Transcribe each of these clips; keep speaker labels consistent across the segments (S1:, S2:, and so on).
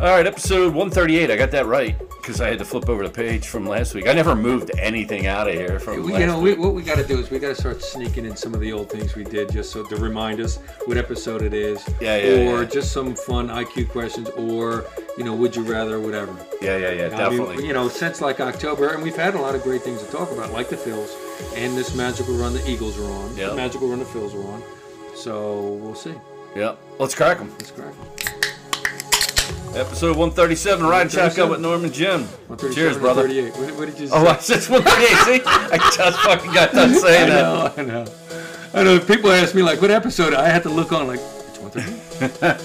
S1: All right, episode 138. I got that right because I had to flip over the page from last week. I never moved anything out of here from
S2: We,
S1: last
S2: you know, we,
S1: week.
S2: what we got to do is we got to start sneaking in some of the old things we did, just so to remind us what episode it is,
S1: Yeah, yeah,
S2: or
S1: yeah.
S2: just some fun IQ questions, or you know, would you rather, whatever.
S1: yeah, yeah, yeah,
S2: I mean,
S1: definitely.
S2: you know, since like October, and we've had a lot of great things to talk about, like the Phils and this magical run the Eagles are on,
S1: Yeah.
S2: the magical run the Phils are on. So we'll see.
S1: yeah, let's crack them.
S2: That's correct.
S1: Episode 137, Riding Shotgun
S2: 137.
S1: with Norman Jim.
S2: 137
S1: Cheers,
S2: and
S1: brother.
S2: 38. What, what did you say?
S1: Oh, I said 138. See, I just fucking got done
S2: I
S1: saying that.
S2: know, I know. I know. People ask me like, what episode? I had to look on like. It's 138.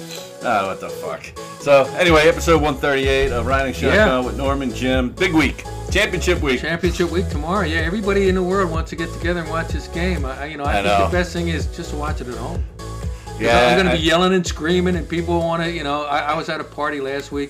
S1: Oh, what the fuck. So, anyway, episode 138 of Riding Shotgun
S2: Yeah.
S1: with Norman Jim. Big week, championship week.
S2: Championship week tomorrow. Yeah, everybody in the world wants to get together and watch this game. I, I- you know, I,
S1: I
S2: think
S1: know.
S2: the best thing is just to watch it at home.
S1: yeah,
S2: I'm going
S1: I-
S2: to be yelling and screaming, and people want to. You know, I, I was at a party last week,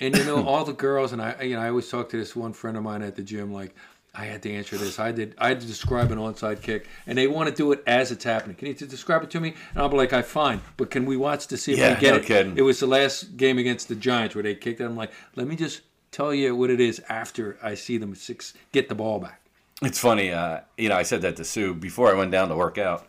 S2: and you know, all the girls and I. You know, I always talk to this one friend of mine at the gym, like. I had to answer this. I did. I had to describe an onside kick, and they want to do it as it's happening. Can you t- describe it to me? And I'll be like, "I fine, but can we watch to see if
S1: Yeah,
S2: we get
S1: no
S2: it?"
S1: kidding.
S2: It was the last game against the Giants where they kicked it. I'm like, "Let me just tell you what it is after I see them six get the ball back."
S1: It's funny, uh, you know, I said that to Sue before I went down to work out.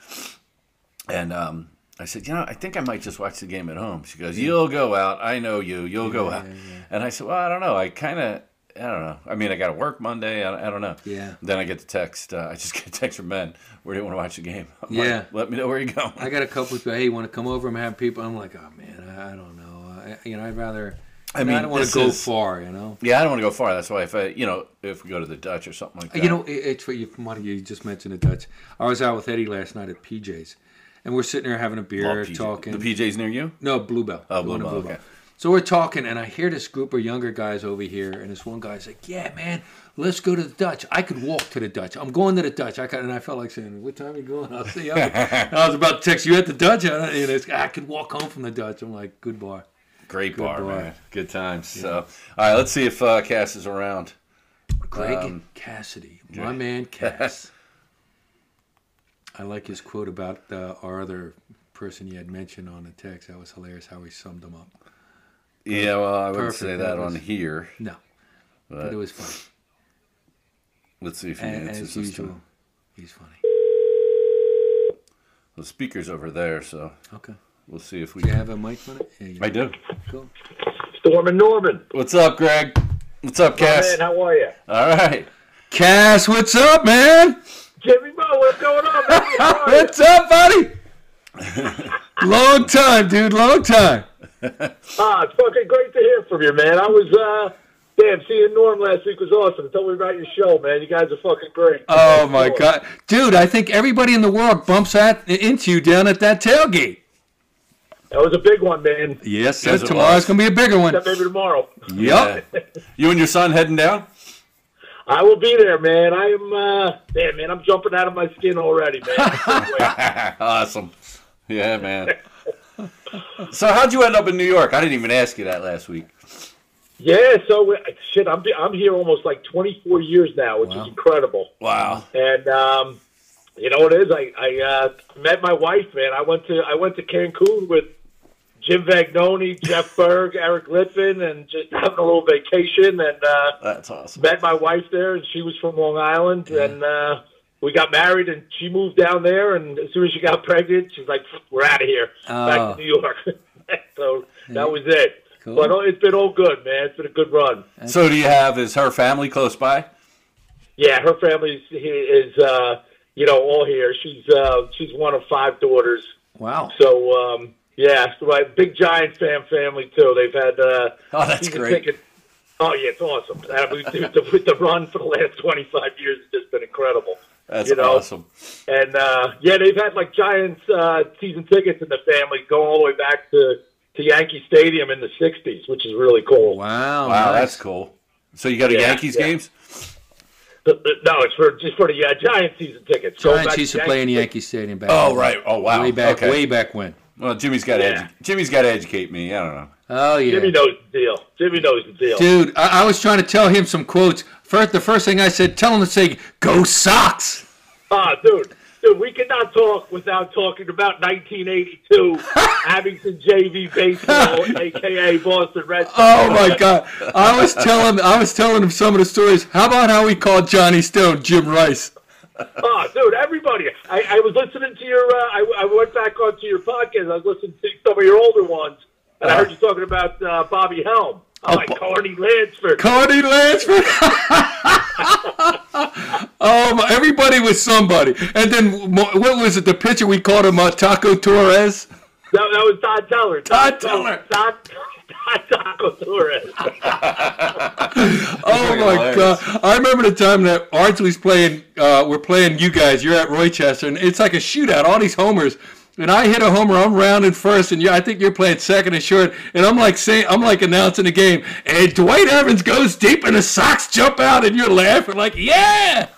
S1: And um, I said, you know, I think I might just watch the game at home. She goes, you'll go out. I know you. You'll go out. And I said, well, I don't know. I kind of, I don't know. I mean, I got to work Monday. I, I don't know.
S2: Yeah.
S1: Then I get the text. Uh, I just get a text from Ben. Where do you want to watch the game? I'm
S2: Yeah.
S1: Like, Let me know where you're going.
S2: I got a couple of people. Hey, you want to come over? I'm having people. I'm like, oh man, I, I don't know. I, you know, I'd rather.
S1: I
S2: I mean,
S1: mean,
S2: I don't want
S1: this
S2: to go
S1: is-
S2: far. You know.
S1: yeah, I don't want to go far. That's why if I, you know, if we go to the Dutch or something like that.
S2: You know, it, it's what you, Marty, you just mentioned the Dutch. I was out with Eddie last night at PJ's, and we're sitting there having a
S1: Oh,
S2: beer,
S1: PJ
S2: talking.
S1: The PJ's near you?
S2: No, Bluebell.
S1: Oh,
S2: The one in
S1: Bluebell, okay.
S2: So we're talking, and I hear this group of younger guys over here, and this one guy's like, "Yeah, man, let's go to the Dutch. I could walk to the Dutch. I'm going to the Dutch." I got, and I felt like saying, "What time are you going? I'll see you." I was about to text you at the Dutch, and I, and it's, I could walk home from the Dutch. I'm like, "Good boy."
S1: Great bar,
S2: bar.
S1: man. Good times. So, all right, let's see if uh, Cass is around.
S2: Greg
S1: Um,
S2: Cassidy, my man Cass. I like his quote about uh, our other person you had mentioned on the text. That was hilarious how he summed him up.
S1: Yeah, well, I wouldn't
S2: Perfect.
S1: say
S2: That
S1: that on
S2: was-
S1: here.
S2: No, but it was funny.
S1: Let's see if he
S2: And,
S1: Uh, answers
S2: as
S1: this
S2: usual,
S1: time.
S2: he's funny.
S1: The speaker's over there, so
S2: Okay.
S1: we'll see if we
S2: Do you
S1: can.
S2: have a mic on it? Yeah, you
S1: I do.
S2: Cool.
S3: Storm and Norman.
S1: What's up, Greg? What's up,
S3: Man,
S1: Cass?
S3: how are you?
S1: All right.
S2: Cass, what's up, man?
S3: Jimmy Mo, what's going on, man? How are you?
S2: What's up, buddy? long time, dude. Long time.
S3: Ah, it's fucking great to hear from you, man. I was, uh, damn, seeing Norm last week was awesome. Tell me about your show, man. You guys are fucking great.
S2: Oh my god, dude! I think everybody in the world bumps at, into you down at that tailgate.
S3: That was a big one, man.
S2: Yes,
S1: Yes, it
S2: tomorrow's
S1: was.
S2: gonna be a bigger one.
S3: That maybe tomorrow.
S2: Yup.
S1: Yeah. You and your son heading down?
S3: I will be there, man. I am, uh, damn, man, I'm jumping out of my skin already, man.
S1: awesome. Yeah, man. so, how'd you end up in New York? I didn't even ask you that last week.
S3: yeah, so, uh, shit, I'm, I'm here almost like 24 years now, which
S2: Wow.
S3: is incredible.
S1: Wow.
S3: and um, you know what it is. I I uh, met my wife, man. I went to I went to Cancun with Jim Vagnoni, Jeff Berg, Eric Litvin, and just having a little vacation. And uh,
S1: That's awesome.
S3: met my wife there, and she was from Long Island, and uh, we got married, and she moved down there. And as soon as she got pregnant, she's like, "We're out of here,
S2: Oh.
S3: back to New York." so that was it.
S2: Cool.
S3: But oh, it's been all good, man. It's been a good run.
S1: So, do you have, is her family close by?
S3: Yeah, her family is, is uh, you know, all here. She's uh, she's one of five daughters.
S2: Wow.
S3: So um, yeah, so my big giant fan family too. They've had uh,
S1: Oh, that's
S3: season
S1: great.
S3: ticket- Oh yeah, it's awesome. Uh, we- the, the, the run for the last twenty five years has just been incredible.
S1: That's
S3: You know.
S1: awesome.
S3: And uh, yeah, they've had like Giants uh, season tickets in the family going all the way back to, to Yankee Stadium in the '60s, which is really cool.
S2: Oh, Wow.
S1: Wow,
S2: nice.
S1: that's cool. So, you go to
S3: Yeah,
S1: Yankees
S3: yeah.
S1: games?
S3: The- the- no, it's for just for the uh, Giant season tickets. Going back
S2: Giants used to play in Yankee Stadium back.
S1: Oh, right. Oh, wow.
S2: Way back,
S1: Okay.
S2: way back when.
S1: Well, Jimmy's got to
S3: Yeah.
S1: edu- Jimmy's got to educate me. I don't know.
S2: Oh yeah.
S3: Jimmy knows the deal. Jimmy knows the deal.
S2: Dude, I, I was trying to tell him some quotes. First, the first thing I said, tell him to say "Go Sox."
S3: Ah, dude, dude, Dude, we cannot talk without talking about 1982 Abington JV baseball, aka Boston Red Sox.
S2: Oh my God! I was telling I was telling him some of the stories. How about how we called Johnny Stone Jim Rice?
S3: Oh, dude, everybody. I, I was listening to your. Uh, I, I went back onto your podcast. I was listening to some of your older ones, and I heard you talking about uh, Bobby Helm. I'm like, Carney Lansford.
S2: Cody Lansford. oh my! Everybody was somebody. And then mo- what was it? The pitcher we called him uh, Taco Torres.
S3: That, that was Todd Teller.
S2: Todd Teller.
S3: Todd, Todd Taco Torres.
S2: Oh
S1: Fucking
S2: my
S1: hilarious.
S2: god! I remember the time that Ardsley's playing. Uh, we're playing you guys. You're at Rochester, and it's like a shootout. All these homers, and I hit a homer. I'm rounding first, and you, I think you're playing second and short. And I'm like saying, I'm like announcing the game, and Dwight Evans goes deep, and the Sox jump out, and you're laughing like, yeah.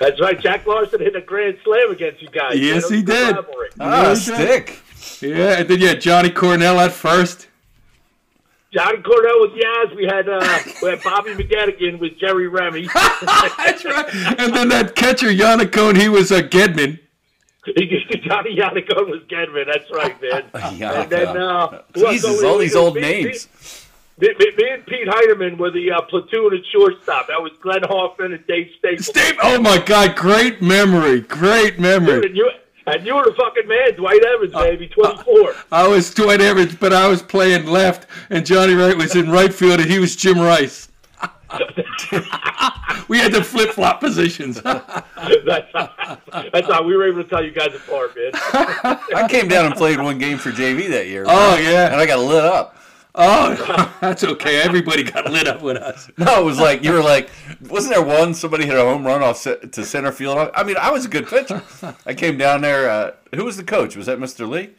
S3: That's right. Jack Larson hit a grand slam against you guys.
S2: Yes,
S3: That was
S2: he
S3: a good
S2: did.
S3: rivalry.
S1: Ah,
S2: Yeah,
S1: stick.
S2: Yeah, and then you had Johnny Cornell at first.
S3: Johnny Cornell was Yaz. We had uh, we had Bobby McGettigan with Jerry Remy.
S2: That's right. And then that catcher Yannicone, he was a Gedman.
S3: Johnny Yannicone was Gedman. That's right, man. And then, uh, who else?
S1: Jesus,
S3: Oh,
S1: all
S3: we-
S1: these old
S3: me- me-
S1: names.
S3: Me, me- me and Pete Heidemann were the uh, platoon at shortstop. That was Glenn Hoffman and Dave Staples.
S2: Steve, oh my God, great memory, great memory.
S3: and you, and you were the fucking man, Dwight Evans, baby,
S1: Uh,
S3: 24.
S2: I was Dwight Evans, but I was playing left, and Johnny Wright was in right field, and he was Jim Rice. we had the flip flop positions.
S1: uh,
S3: that's, how, that's how we were able to tell you guys apart, man.
S1: I came down and played one game for JV that year.
S2: Oh
S1: and
S2: yeah.
S1: I got lit up.
S2: Oh, that's okay. Everybody got lit up with us.
S1: No, it was like you were like, wasn't there one somebody hit a home run off ce- to center field? I mean, I was a good pitcher. I came down there. Uh, who was the coach? Was that Mr. Lee?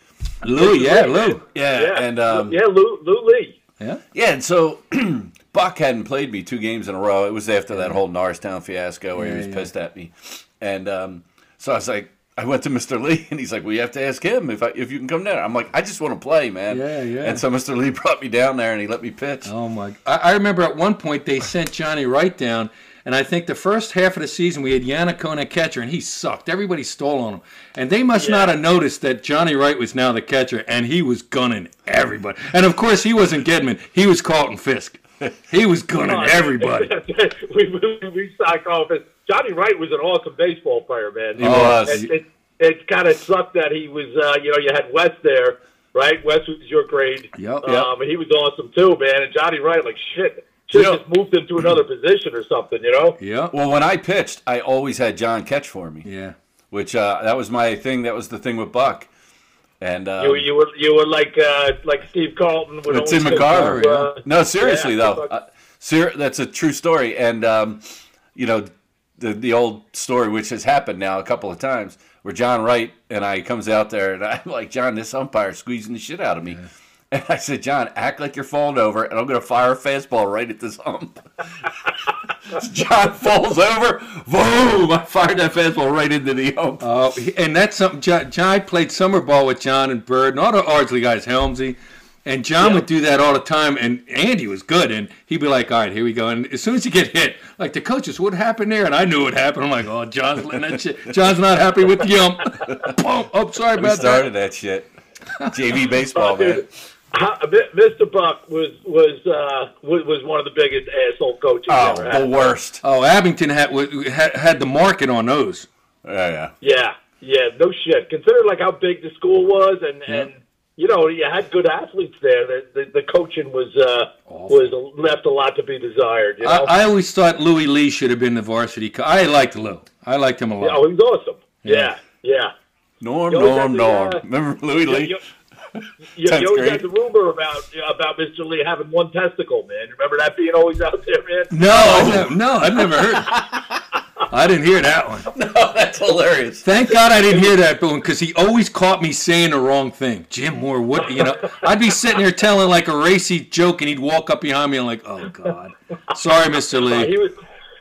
S2: Lou, yeah, Lou.
S1: Yeah,
S3: Yeah,
S1: and um, yeah.
S3: yeah, Lou, Lou Lee.
S2: Yeah.
S1: and so Buck hadn't played me two games in a row. It was after that whole Norristown fiasco where he was
S2: yeah.
S1: pissed at me, and um, so I was like, I went to Mr. Lee, and he's like, "We have to ask him if I, if you can come down." I'm like, "I just want to play, man."
S2: Yeah, yeah.
S1: And so Mr. Lee brought me down there, and he let me pitch.
S2: Oh my! I, I remember at one point they sent Johnny Wright down, and I think the first half of the season we had Yannicone at catcher, and he sucked. Everybody stole on him, and they must not have noticed that Johnny Wright was now the catcher, and he was gunning everybody. And of course, he wasn't Gedman; he was Carlton Fisk. He was gunning everybody.
S3: we we, we stock office. Johnny Wright was an awesome baseball player, man. He
S1: was.
S3: It, it, it kind of sucked that he was, uh, you know, you had West there, right? West was your grade.
S2: Yup,
S3: um,
S2: yup.
S3: And he was awesome too, man. And Johnny Wright, like shit, should
S1: Yeah.
S3: have just moved him to another position or something, you know?
S2: Yep.
S1: Well, when I pitched, I always had John catch for me.
S2: Yeah.
S1: which uh, that was my thing. That was the thing with Buck, and uh,
S3: You, you were you were like uh, like Steve Carlton with
S1: with
S3: only
S1: Tim
S3: two-
S1: McCarver.
S3: uh,
S1: No, seriously
S3: yeah,
S1: though,
S3: Buck-
S1: uh, ser- that's a true story, and um, you know the the old story, which has happened now a couple of times, where John Wright and I comes out there, and I'm like, John, this umpire squeezing the shit out of me. And I said, John, act like you're falling over, and I'm going to fire a fastball right at this ump. John falls over, boom! I fired that fastball right into the ump.
S2: Uh, and that's something. John, John I played summer ball with John and Bird and all the Ardsley guys, Helmsy, and John
S3: Yeah.
S2: would do that all the time. And Andy was good, and he'd be like, "All right, here we go." And as soon as you get hit, like the coaches, what happened there? And I knew what happened. I'm like, "Oh, John's letting that shit. John's not happy with the yump." Boom. Oh, sorry
S1: We
S2: about
S1: started that shit. JV baseball, man.
S3: Dude, how- Mr. Buck was was uh, was was one of the biggest asshole coaches.
S1: Oh,
S3: ever
S1: the
S3: had.
S1: worst.
S2: that. Oh, Abington had, wa- had had the market on those.
S1: Oh, yeah.
S3: Yeah, yeah, no shit. Consider like how big the school was, and and you know you had good athletes there. The the, the coaching was uh, was left a lot to be desired. You know,
S2: I, I always thought Louis Lee should have been the varsity. Co- I liked Lou. I liked him a lot.
S3: oh, he was awesome. Yeah, yeah.
S1: Norm,
S3: Yo,
S1: Norm,
S3: that's the,
S1: Norm.
S3: uh,
S1: Remember Louis
S3: You,
S1: Lee?
S3: you, you,
S1: Tenth
S3: you always
S1: grade.
S3: had the rumor about about Mr. Lee having one testicle, man. Remember that being always out there, man.
S2: No, I nev- no, I've never heard. I didn't hear that one.
S1: Oh, that's hilarious.
S2: Thank God I didn't hear that, Boone, because he always caught me saying the wrong thing. Jim Moore, what? You know, I'd be sitting there telling like a racy joke, and he'd walk up behind me and like, "Oh God, sorry, Mister
S3: He
S2: Lee."
S3: was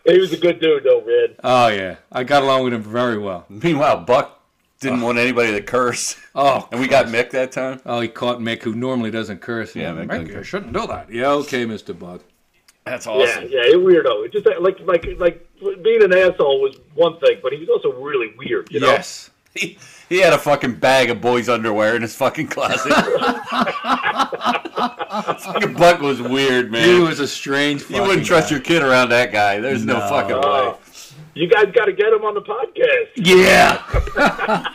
S3: he was a good dude though, man.
S2: Oh yeah, I got along with him very well.
S1: Meanwhile, Buck didn't want anybody to curse.
S2: Oh,
S1: And we got Mick that time.
S2: oh, he caught Mick, who normally doesn't curse.
S1: Yeah, Mick doesn't
S2: you
S1: curse.
S2: shouldn't do that. Yeah, okay, Mister Buck.
S1: That's awesome.
S3: Yeah, yeah, a weirdo. It just like like like being an asshole was one thing, but he was also really weird. You know?
S2: yes.
S1: He, he had a fucking bag of boys' underwear in his fucking closet. fucking Buck was weird, man.
S2: He was a strange.
S1: you wouldn't trust your kid around that guy. There's no,
S2: No.
S1: fucking way.
S3: Oh, you guys got to get him on the podcast.
S1: Yeah.
S2: your.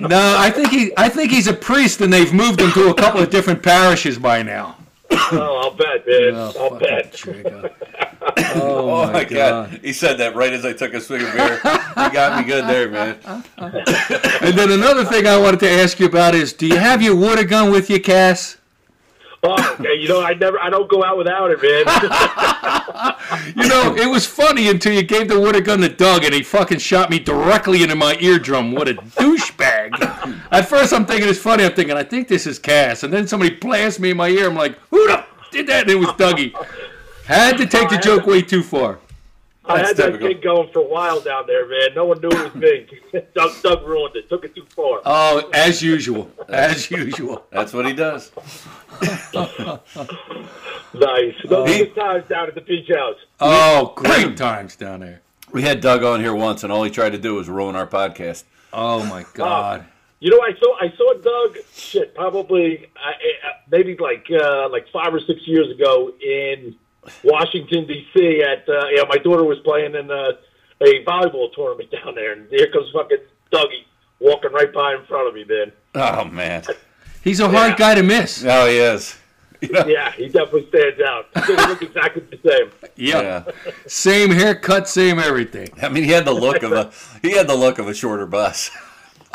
S2: No, I think he. I think he's a priest, and they've moved him to a couple of different parishes by now.
S3: Oh, I'll bet, man. I'll
S2: fucking
S3: bet.
S2: trigger. Oh,
S1: Oh, my god. He said that right as I took a swig of beer. he got me good there, man.
S2: And then another thing I wanted to ask you about is, do you have your water gun with you, Cass?
S3: Oh, yeah, you know, I never, I don't go out without it, man.
S2: You know, it was funny until you gave the water gun to Doug, and he fucking shot me directly into my eardrum. What a douchebag! At first, I'm thinking it's funny. I'm thinking I think this is Cass, and then somebody blasts me in my ear. I'm like, who the f- did that? And it was Dougie. Had to take the joke way too far.
S3: I
S1: That's
S3: had that
S1: typical.
S3: thing going for a while down there, man. No one knew it was me. Doug, Doug ruined it. Took it too far.
S1: Uh,
S2: Oh, as usual, as usual.
S1: That's what he does.
S3: nice.
S1: uh,
S3: Those good times down at the beach house.
S2: Oh, great times down there.
S1: We had Doug on here once, and all he tried to do was ruin our podcast.
S2: Oh my God.
S3: You know, I saw I saw Doug shit probably uh, uh, maybe like uh, like five or six years ago in Washington D.C. At uh, yeah, my daughter was playing in uh, a volleyball tournament down there, and here comes fucking Dougie walking right by in front of me, man.
S1: Oh, man.
S2: He's a hard
S3: Yeah.
S2: guy to miss. Yeah.
S1: Now Oh, he is. You know?
S3: Yeah, he definitely stands out. He look exactly the same.
S1: yeah.
S2: Same haircut, same everything.
S1: I mean, he had the look of a he had the look of a shorter bus.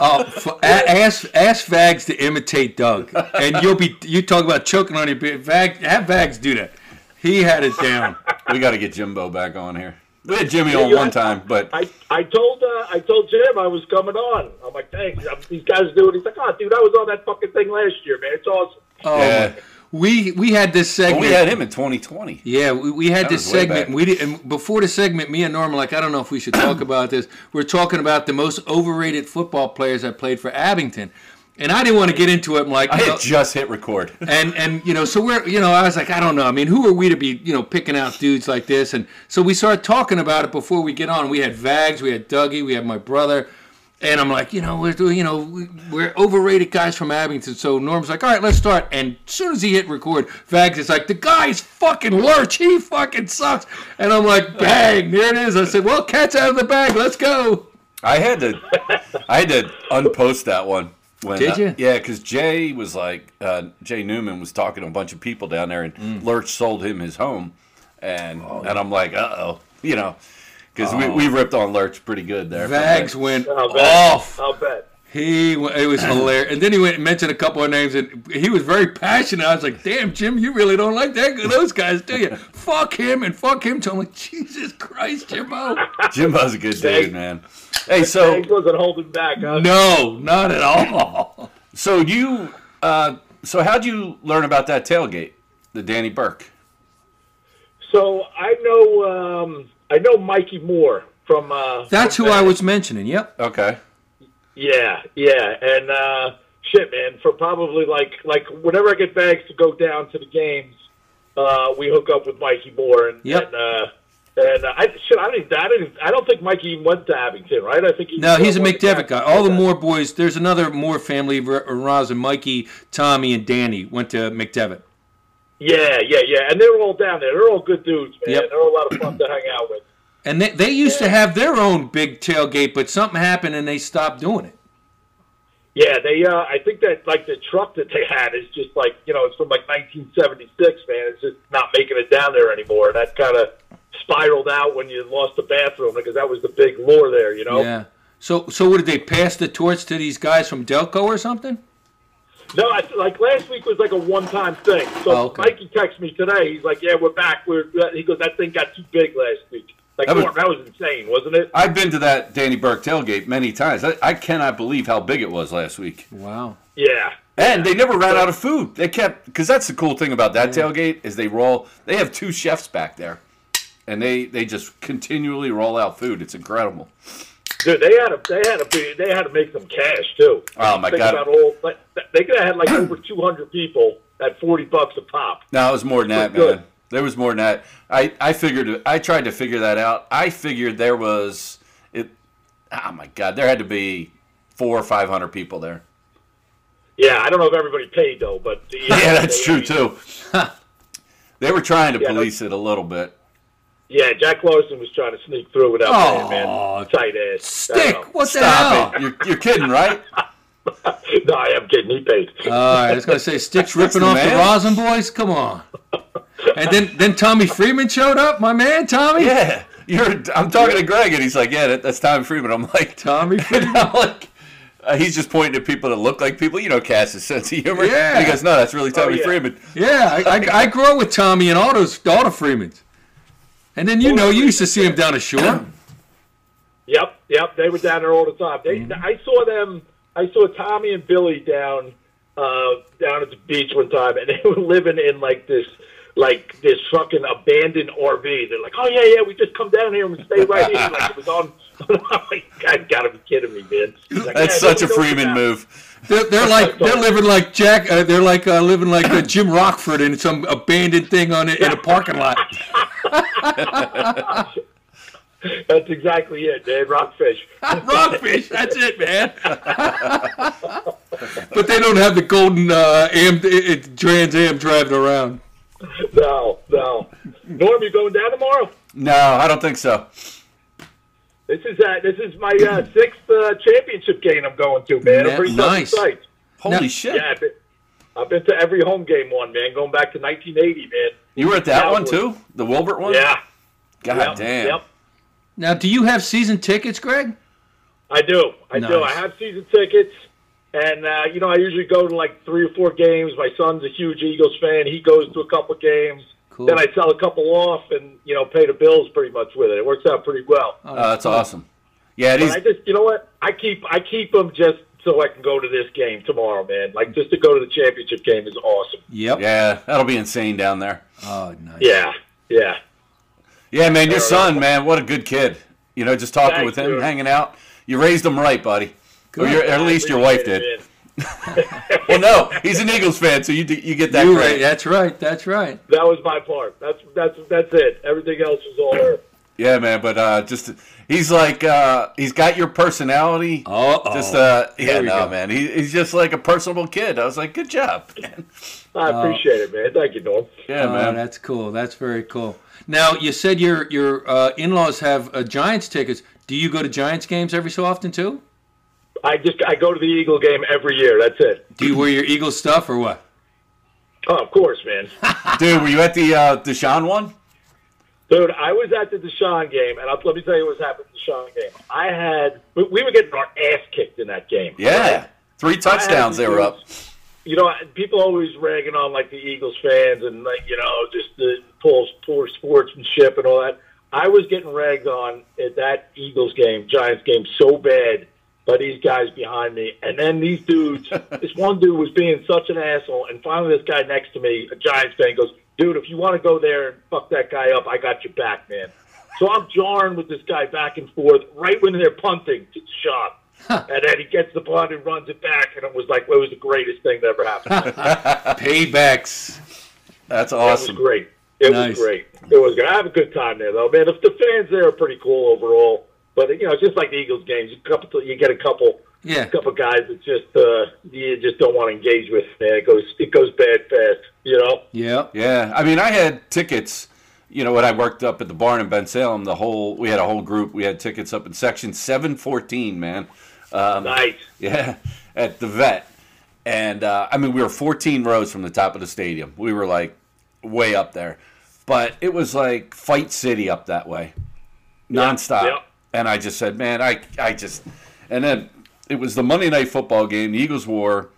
S2: Oh, f- a- ask ask Vags to imitate Doug, and you'll be you talk about choking on your beard. Vag, have Vags do that. He had it down.
S1: We got to get Jimbo back on here. We had Jimmy on
S3: you-
S1: one time, but
S3: I, I told uh, I told Jim I was coming on. I'm like, thanks. I'm, these guys do it. He's like, oh, dude, I was on that fucking thing last year, man. It's awesome.
S2: Oh,
S1: Yeah.
S2: we we had this
S1: but
S2: segment.
S1: we had him in 2020.
S2: Yeah, we, we had
S1: That
S2: this
S1: was way
S2: segment.
S1: back.
S2: We did, and before the segment, me and Norm were like, I don't know if we should talk about this. We're talking about the most overrated football players that played for Abington, and I didn't want to get into it. I'm like,
S1: I
S2: you know-
S1: had just hit record.
S2: and and you know so we're you know i was like i don't know i mean who are we to be you know picking out dudes like this and so we started talking about it before we get on we had vags we had dougie we had my brother and i'm like you know we're doing you know we- we're overrated guys from abington so norm's like all right let's start and as soon as he hit record vags is like the guy's fucking lurch he fucking sucks and i'm like bang there it is i said well cat's out of the bag let's go
S1: I had to, I had to unpost that one. When,
S2: Did
S1: uh,
S2: you?
S1: yeah, because Jay was like, uh, Jay Newman was talking to a bunch of people down there, and Lurch sold him his home, and and I'm like, uh oh, you know, because we, we ripped on Lurch pretty good there. from there.
S2: vags went
S3: I'll bet.
S2: off
S3: I'll bet.
S2: He wa- it was hilarious, and then he went and mentioned a couple of names, and he was very passionate. I was like, "Damn, Jim, you really don't like that those guys, do you? fuck him and fuck him." So I'm like, "Jesus Christ, Jimbo!"
S1: Jimbo's a good dude,
S3: Thanks.
S1: man. Hey, so
S3: Thanks wasn't holding back. Huh?
S2: no, not at all.
S1: so you, uh, so how'd you learn about that tailgate, the Danny Burke?
S3: So I know um, I know Mikey Moore from. Uh,
S2: That's
S3: from
S2: who I
S3: Vegas.
S2: was mentioning. Yep.
S1: Okay,
S3: Yeah, yeah, and uh, shit, man. For probably like like whenever I get bags to go down to the games, uh, we hook up with Mikey Moore and
S2: Yep.
S3: and, uh, and uh, I shit. I didn't, I didn't. I don't think Mikey even went to Abington, right? I think he
S2: No, he's a
S3: went to
S2: McDevitt guy.
S3: Jackson.
S2: All the Moore boys. There's another Moore family: R- Roz and Mikey, Tommy, and Danny went to McDevitt.
S3: Yeah, yeah, yeah, and they're all down there. They're all good dudes, man.
S2: Yep.
S3: They're a lot of fun to hang out with.
S2: And they, they used to have their own big tailgate, but something happened and they stopped doing it.
S3: Yeah, they. Uh, I think that like the truck that they had is just like you know it's from like 1976, man. It's just not making it down there anymore. And that kind of spiraled out when you lost the bathroom because that was the big lure there, you know.
S2: Yeah. So so what did they pass the torch to these guys from Delco or something?
S3: No, I, like last week was like a one-time thing. So
S2: Oh, okay.
S3: Mikey texted me today. He's like, "Yeah, we're back. We're." He goes, "That thing got too big last week. Like
S1: That
S3: that
S1: was-
S3: was, that was insane, wasn't it?"
S1: I've been to that Danny Burke tailgate many times. I, I cannot believe how big it was last week.
S2: Wow.
S3: Yeah.
S1: And they never ran out of food. They kept because that's the cool thing about that tailgate is they roll. They have two chefs back there, and they they just continually roll out food. It's incredible.
S3: Dude, they had to they had to be they had to make some cash too.
S1: Oh, my
S3: Think
S1: God.
S3: About all, like, they could have had like over two hundred people at forty bucks a pop.
S1: No, it was more than that,
S3: Good.
S1: man. There was more than that. I, I figured I tried to figure that out. I figured there was it. Oh my god, there had to be four or five hundred people there.
S3: Yeah, I don't know if everybody paid though, but the,
S1: Yeah, that's true too. they were trying to police it a little bit.
S3: Yeah, Jack Larson was trying to sneak through without
S2: Aw,
S3: paying, man. Tight ass. I
S2: Stick.
S3: don't
S2: What the
S1: Stop
S2: hell?
S1: it! You're, you're kidding, right?
S3: know. No, I am kidding. He paid.
S2: All right, I was gonna say Sticks ripping
S1: the
S2: off the
S1: man.
S2: Rosin boys. Come on. And then then Tommy Freeman showed up. My man Tommy.
S1: Yeah, you're. I'm talking to Greg, and he's like, "Yeah, that, that's Tommy Freeman." I'm like,
S2: Tommy Freeman.
S1: I'm like, uh, he's just pointing at people that look like people. You know, Cass's sense of humor.
S2: Yeah.
S1: And he goes, "No, that's really Tommy
S3: Oh, yeah.
S1: Freeman."
S2: Yeah, I, I, I grew up with Tommy and all those all the Freemans. And then you know you used to see him down the shore.
S3: Yep, yep. They were down there all the time. They,
S1: Mm-hmm.
S3: I saw them. I saw Tommy and Billy down uh, down at the beach one time, and they were living in like this like this fucking abandoned RV. They're like, oh yeah, yeah, we just come down here and we stay right here. Like it was on. I'm like, God, gotta be kidding me, man. He's Like,
S1: That's
S3: "Yeah,
S1: such a
S3: don't- don't
S1: Freeman
S3: come out."
S1: move.
S2: They're, they're like they're living like Jack. Uh, they're like uh, living like uh, Jim Rockford in some abandoned thing on a, in a parking lot.
S3: That's exactly it, man. Rockfish.
S2: Rockfish. That's it, man. but they don't have the golden uh, Am, it, it, Trans Am driving around.
S3: No, no. Norm, you going down tomorrow?
S1: No, I don't think so.
S3: This is uh, this is my uh, sixth uh, championship game I'm going to, man.
S2: Yeah,
S3: I'm pretty fucking
S2: nice.
S3: psyched.
S1: Holy
S2: No.
S1: shit!
S3: Yeah, I've been, I've been to every home game one, man, going back to 1980, man.
S1: You were at that
S3: Cowboys.
S1: one too, the Wilbert one.
S3: Yeah.
S1: God
S3: yep,
S1: damn.
S3: Yep.
S2: Now, do you have season tickets, Greg?
S3: I do. I do. I
S2: Nice.
S3: have season tickets. And, uh, you know, I usually go to like three or four games. My son's a huge Eagles fan. He goes to a couple games.
S2: Cool.
S3: Then I sell a couple off and, you know, pay the bills pretty much with it. It works out pretty well.
S1: Oh, that's awesome. Yeah, it
S3: But
S1: is.
S3: I just, you know what? I keep I keep them just so I can go to this game tomorrow, man. Like, just to go to the championship game is awesome.
S2: Yep.
S1: Yeah, that'll be insane down there.
S2: Oh, nice.
S3: Yeah. Yeah.
S1: Yeah, man, your
S3: Fair
S1: son, man, what a good kid. You know, just talking with
S3: Thanks,
S1: him,
S3: dude.
S1: hanging out. You raised him right, buddy. Or
S2: Good.
S1: your, at least your wife did.
S3: Man.
S1: Well, no, he's an Eagles fan, so you do- you get that
S2: You
S1: credit.
S2: right. That's right. That's right.
S3: That was my part. That's that's that's it. Everything else was all her.
S1: Yeah, man, but uh, just he's like uh, he's got your personality.
S2: Oh,
S1: Just uh, yeah,
S2: we
S1: no,
S2: go.
S1: man, he, he's just like a personable kid. I was like, good job, man.
S3: I
S1: Uh,
S3: appreciate it, man. Thank you, Norm.
S1: Yeah,
S2: Oh,
S1: man.
S2: that's cool. That's very cool. Now you said your your uh, in laws have uh, Giants tickets. Do you go to Giants games every so often too?
S3: I just I go to the Eagle game every year. That's it.
S2: Do you wear your Eagles stuff or what?
S3: Oh, of course, man.
S1: Dude, were you at the uh, Deshaun one?
S3: Dude, I was at the Deshaun game, and I'll, let me tell you what's happened at the Deshaun game. I had we, we were getting our ass kicked in that game.
S1: Yeah, three touchdowns. They were up.
S3: You know, people always ragging on like the Eagles fans and like you know just the poor poor sportsmanship and all that. I was getting ragged on at that Eagles game, Giants game, so bad by these guys behind me. And then these dudes, this one dude was being such an asshole, and finally this guy next to me, a Giants fan, goes, "Dude, if you want to go there and fuck that guy up, I got your back, man." So I'm jarring with this guy back and forth right when they're punting to the shot. And then he gets the punt and runs it back, and it was like it was the greatest thing that ever happened.
S2: Paybacks.
S1: That's
S3: It was
S1: awesome.
S3: great. It
S2: Nice.
S3: was great. It was good. I have a good time there, though, man. The, the fans there are pretty cool overall, but you know, it's just like the Eagles games, you couple you get a couple,
S2: Yeah.
S3: couple guys that just uh, you just don't want to engage with. Man, it goes it goes bad fast, you know.
S2: Yeah.
S1: Yeah, I mean, I had tickets. You know, when I worked up at the barn in Ben Salem, the whole we had a whole group. We had tickets up in section seven fourteen, man. Um,
S3: Nice.
S1: yeah, at the vet, and uh, I mean, we were fourteen rows from the top of the stadium. We were like way up there, but it was like fight city up that way, nonstop.
S3: yeah.
S1: And I just said, man, I I just, and then it was the Monday night football game. The Eagles wore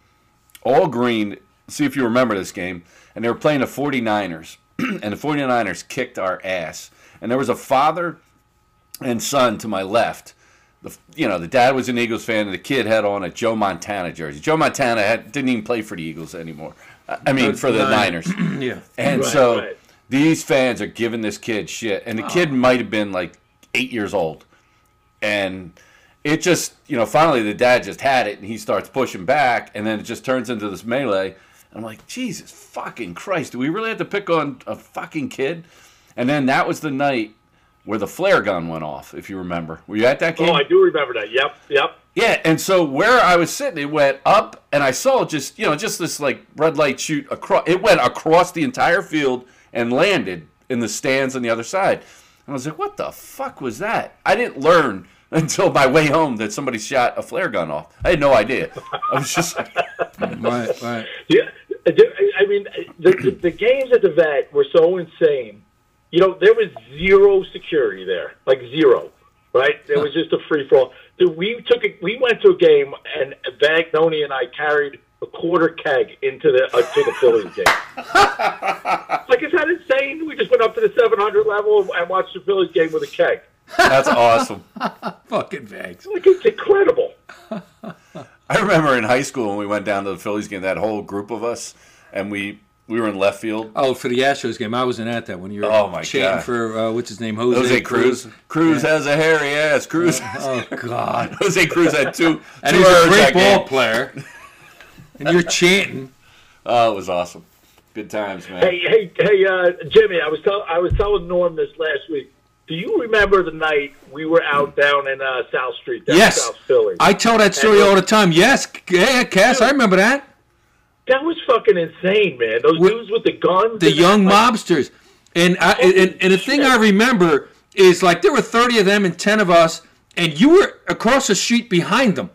S1: all green. See if you remember this game. And they were playing the 49ers. and the 49ers kicked our ass. And there was a father and son to my left. The, you know, the dad was an Eagles fan, and the kid had on a Joe Montana jersey. Joe Montana had, didn't even play for the Eagles anymore. I I mean, for the
S2: Niners.
S1: Niners.
S2: Yeah.
S1: And
S3: Right,
S1: so
S3: right. Oh.
S1: these fans are giving this kid shit, and the kid might have been like eight years old, and it just you know finally the dad just had it, and he starts pushing back, and then it just turns into this melee. I'm like, Jesus fucking Christ, do we really have to pick on a fucking kid? And then that was the night where the flare gun went off, if you remember. Were you at that game?
S3: Oh, I do remember that. Yep, yep.
S1: Yeah, and so where I was sitting, it went up, and I saw just you know just this like red light shoot across. It went across the entire field and landed in the stands on the other side. And I was like, "What the fuck was that?" I didn't learn until my way home that somebody shot a flare gun off. I had no idea. I was just like,
S2: Right, right.
S3: Yeah, I mean, the, the, the games at the vet were so insane. You know, there was zero security there, like zero, right? There was just a free for all. Dude, we took a, we went to a game, and Vagnoni and I carried a quarter keg into the uh, to the Phillies game. like, is that insane? We just went up to the 700 level and watched the Phillies game with a keg.
S1: "That's awesome."
S2: Fucking vags.
S3: Like, it's incredible.
S1: I remember in high school when we went down to the Phillies game, that whole group of us, and we we were in left field.
S2: Oh, for the Astros game, I wasn't at that one. You were
S1: Oh, my
S2: chanting
S1: God.
S2: for uh, what's his name, Jose,
S1: Jose Cruz. Cruz has a hairy ass. Cruz.
S2: Oh God!
S1: Jose Cruz had two.
S2: And
S1: two
S2: he's a
S1: errors
S2: great
S1: that game.
S2: ball player. And you're chanting.
S1: Oh, it was awesome. Good times, man.
S3: Hey, hey, hey, uh, Jimmy! I was tell I was telling Norm this last week. Do you remember the night we were out down in uh, South Street, down
S2: yes,
S3: South Philly?
S2: I tell that story all the time. Yes, C- yeah, Cass, I remember that.
S3: that was fucking insane, man. Those
S2: Wh-
S3: dudes with the guns,
S2: The
S3: and-
S2: young
S3: like,
S2: mobsters, and I, and and- and the thing I remember is like there were thirty of them and ten of us, and you were across the street behind them,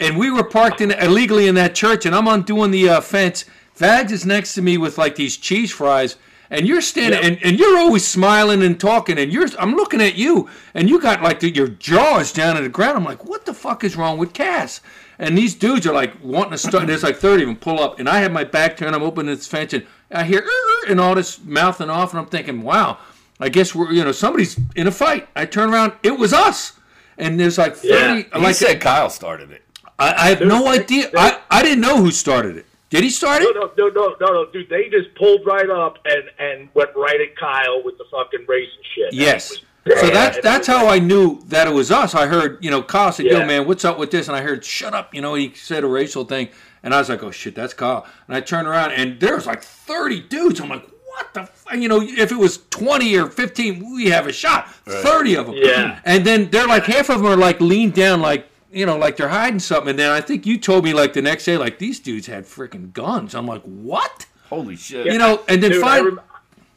S2: and we were parked in illegally in that church, and I'm undoing the uh, fence. Vags is next to me with like these cheese fries. And you're standing,
S3: Yeah.
S2: and, and you're always smiling and talking, and you're. I'm looking at you, and you got like the, your jaws down to the ground. I'm like, what the fuck is wrong with Cass? And these dudes are like wanting to start. There's like 30 of them pull up, and I have my back turned. I'm opening this fence, and I hear "Er, er," and all this mouthing off, and I'm thinking, wow, I guess we're you know somebody's in a fight. I turn around, it was us, and there's like 30.
S1: He
S2: Like
S1: said Kyle started it.
S2: I, I have no
S3: There's-
S2: idea. I, I didn't know who started it. Did he start
S3: No,
S2: it?
S3: no, no, no, no, no, dude! They just pulled right up and and went right at Kyle with the fucking race and shit.
S2: Yes.
S3: Yeah,
S2: So that's
S3: and
S2: that's
S3: it was
S2: how I knew that it was us. I heard, you know, Kyle said, "Yo,
S3: Yeah.
S2: man, what's up with this?" And I heard, "Shut up," you know. He said a racial thing, and I was like, "Oh shit, that's Kyle." And I turned around, and there was like thirty dudes. I'm like, "What the?" F-? You know, if it was twenty or fifteen, we have a shot. Thirty of them.
S3: Yeah.
S2: And then they're like half of them are like leaned down, like you know, like they're hiding something. And then I think you told me like the next day, like these dudes had freaking guns. I'm like, "What?"
S1: Holy shit.
S2: You know, and then
S3: Dude, I
S2: finally.
S3: rem-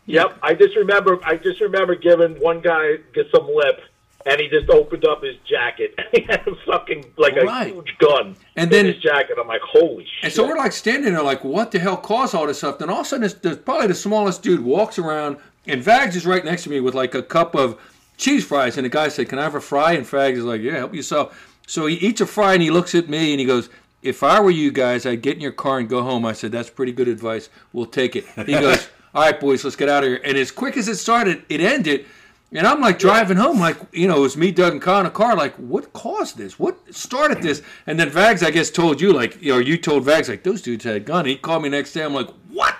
S3: yep, I just remember. I just remember giving one guy get some lip, and he just opened up his jacket. and he had a fucking like
S2: Right.
S3: a huge gun
S2: And
S3: in
S2: then-
S3: his jacket. I'm like, holy shit!
S2: And so we're like standing there, like, what the hell caused all this stuff? Then all of a sudden, this, this, probably the smallest dude walks around, and Vags is right next to me with like a cup of cheese fries. And the guy said, Can I have a fry? And Vags is like, Yeah, help yourself. So he eats a fry and he looks at me and he goes, If I were you guys, I'd get in your car and go home. I said, That's pretty good advice. We'll take it. He goes, All right, boys, let's get out of here. And as quick as it started, it ended. And I'm like driving home, like you know, it was me, Doug, and Kyle in a car. Like, what caused this? What started this? And then Vags, I guess, told you, like, you know, you told Vags, like, those dudes had a gun. He called me next day. I'm like, what?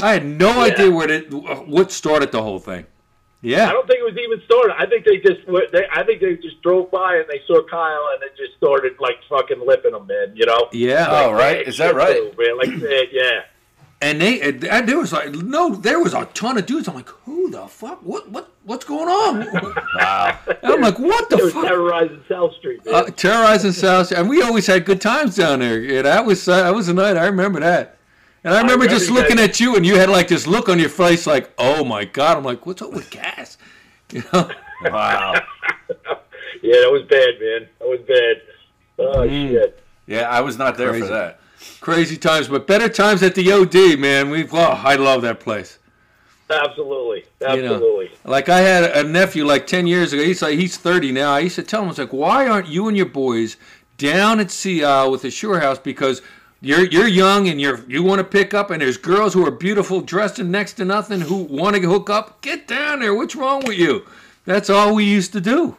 S2: I had no idea where it, what started the whole thing.
S3: I
S2: Yeah,
S3: don't think it was even started. I think they just were- they, I think they just drove by and they saw Kyle and they just started like fucking lipping him, man. You know?
S2: yeah. Uh,
S1: Oh, right. Is that right?
S3: Too, man. Like that, yeah.
S2: And they and there was like no, there was a ton of dudes. I'm like, who the fuck? What what what's going on?
S1: Wow.
S2: And I'm like, what the
S3: They were
S2: fuck?
S3: terrorizing South Street. Man.
S2: Uh, terrorizing South, and we always had good times down there. Yeah, that was uh, that was a night I remember that. And I remember just
S3: remember
S2: looking
S3: that.
S2: at you, and you had like this look on your face, like, oh my god. I'm like, what's up with gas? You know?
S1: Wow.
S3: yeah, that was bad, man. That was bad. Oh
S2: Mm.
S3: shit.
S1: Yeah, I was not there
S2: Crazy.
S1: for that.
S2: Crazy times, but better times at the OD, man. We've oh, I love that place.
S3: Absolutely.
S2: You know,
S3: Absolutely.
S2: like I had a nephew like ten years ago. He's like he's thirty now. I used to tell him, I was like, why aren't you and your boys down at Seattle with the Shore House? Because you're you're young and you're you want to pick up, and there's girls who are beautiful, dressed in next to nothing, who want to hook up. Get down there. What's wrong with you? That's all we used to do.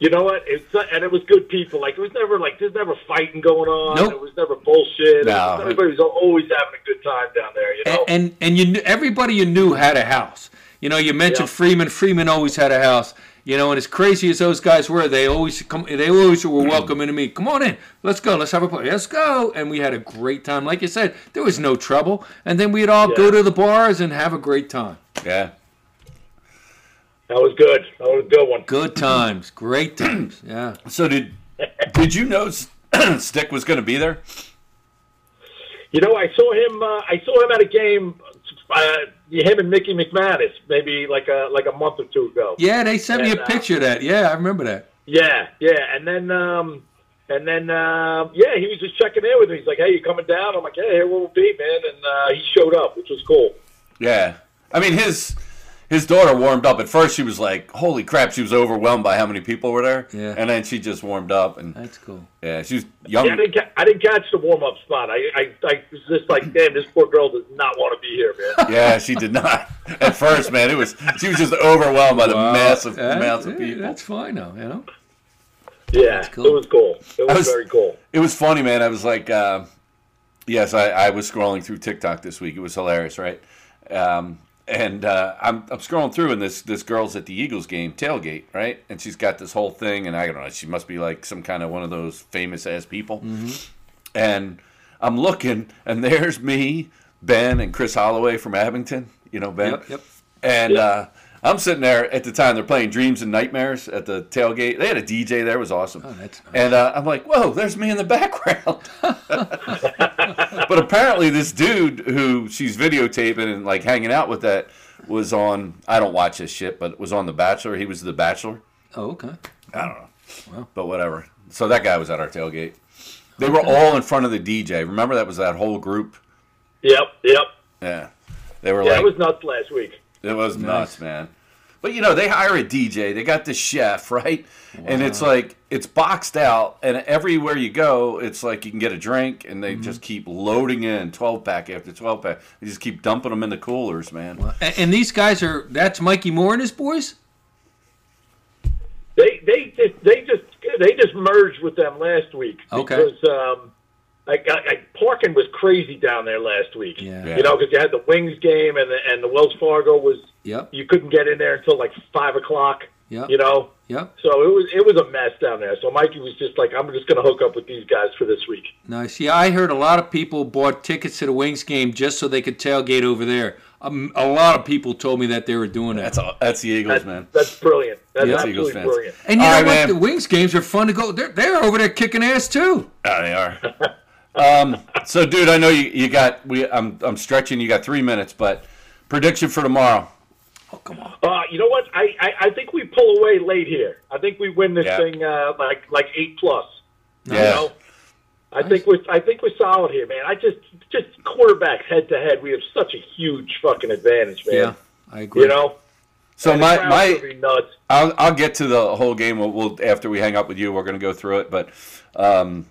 S3: You know what? It's and it was good people. Like it was never like there's never fighting going on.
S2: Nope.
S3: It was never bullshit. It was-
S1: No.
S3: Everybody was always having a good time down there. You
S2: and
S3: know.
S2: and, and you kn- everybody you knew had a house. You know, you mentioned
S3: Yeah.
S2: Freeman. Freeman always had a house. You know, and as crazy as those guys were, they always come. They always were welcoming to me. Come on in. Let's go. Let's have a party. Let's go. And we had a great time. Like you said, there was no trouble. And then we'd all go
S3: Yeah.
S2: to the bars and have a great time.
S1: Yeah.
S3: That was good. That was a good one.
S2: Good times. Great times. Yeah.
S1: So did did you know S- Stick was going to be there?
S3: You know, I saw him. Uh, I saw him at a game. Uh, him and Mickey McManus, maybe like a like a month or two ago.
S2: Yeah, they sent me
S3: And,
S2: a
S3: uh,
S2: picture of that. Yeah, I remember that.
S3: Yeah, yeah, and then um, and then um, yeah, he was just checking in with me. He's like, "Hey, you coming down?" I'm like, "Yeah, here we'll be, man." And uh, he showed up, which was cool.
S1: Yeah. I mean his his daughter warmed up. At first she was like, "Holy crap!" She was overwhelmed by how many people were there.
S2: Yeah.
S1: And then she just warmed up, and
S2: That's cool.
S1: yeah, she was
S3: Yeah, I
S2: Um,
S1: young.
S3: didn't, ca- I didn't catch the warm up spot. I, I, I was just like, "Damn, this poor girl does not want to be here, man."
S1: Yeah, she did not. At first, man, it was she was just overwhelmed by the massive
S2: Uh,
S1: amounts of
S2: yeah,
S1: people.
S2: That's fine though. You know.
S3: Yeah,
S2: cool.
S3: it was cool. It was,
S1: was-
S3: very cool.
S1: It was funny, man. I was like, uh, yes, I, I was scrolling through TikTok this week. It was hilarious, right? Um, and uh, I'm, I'm scrolling through, and this this girl's at the Eagles game tailgate, right? And she's got this whole thing, and I don't know. She must be like some kind of one of those famous ass people.
S2: Mm-hmm.
S1: And I'm looking, and there's me, Ben, and Chris Holloway from Abington. You know, Ben.
S2: Yep, yep.
S1: And uh, I'm sitting there at the time they're playing Dreams and Nightmares at the tailgate. They had a DJ there; it was awesome.
S2: Oh, that's nice.
S1: And uh, I'm like, whoa, there's me in the background. but apparently, this dude who she's videotaping and like hanging out with that was on. I don't watch this shit, but was on The Bachelor. He was The Bachelor,
S2: Oh, okay.
S1: but whatever. So that guy was at our tailgate. They were all in front of the DJ. Remember that was that whole group.
S3: Yep, yep.
S1: Yeah, they were
S3: Yeah,
S1: like,
S3: it was nuts last week.
S1: It was nuts, man. But you know, they hire a DJ, they got the chef, right? And it's like it's boxed out and everywhere you go, it's like you can get a drink and they just keep loading in 12 pack after 12 pack. They just keep dumping them in the coolers, man.
S2: And, and these guys are. That's Mikey Moore and his boys.
S3: They they just they just they just merged with them last week
S2: Okay.
S3: because um, I, I, I parking was crazy down there last week.
S2: Yeah.
S1: Yeah.
S3: you know because you had the Wings game and the, and the Wells Fargo was
S2: Yep.
S3: you couldn't get in there until like five o'clock.
S2: Yep.
S3: You know,
S2: Yep.
S3: so it was it was a mess down there. So Mikey was just like, I'm just going to hook up with these guys for this week.
S2: Nice. Yeah, I heard a lot of people bought tickets to the Wings game just so they could tailgate over there. Um, a lot of people told me that they were doing that.
S1: That's all, that's the Eagles,
S3: That's
S1: man.
S3: that's brilliant. That's
S1: Yeah, Eagles
S3: absolutely
S1: fans.
S3: brilliant.
S2: and you
S1: All
S2: know
S1: right,
S2: what?
S1: man.
S2: The Wings games are fun to go. They're they're over there kicking ass too.
S1: Oh, they are. um, so dude, I know you, you got we I'm I'm stretching, you got 3 minutes, but prediction for tomorrow.
S2: Oh come on.
S3: Uh, you know what? I, I I think we pull away late here. I think we win this
S1: Yeah.
S3: thing uh, like like eight plus.
S1: Yeah.
S3: You know? I think we're I think we're solid here, man. I just just quarterbacks head to head. We have such a huge fucking advantage, man.
S2: Yeah, I agree.
S3: You know,
S1: So my
S3: Crowd's
S1: my
S3: gonna be nuts.
S1: I'll, I'll get to the whole game. We'll, we'll after we hang up with you, we're going to go through it. But um,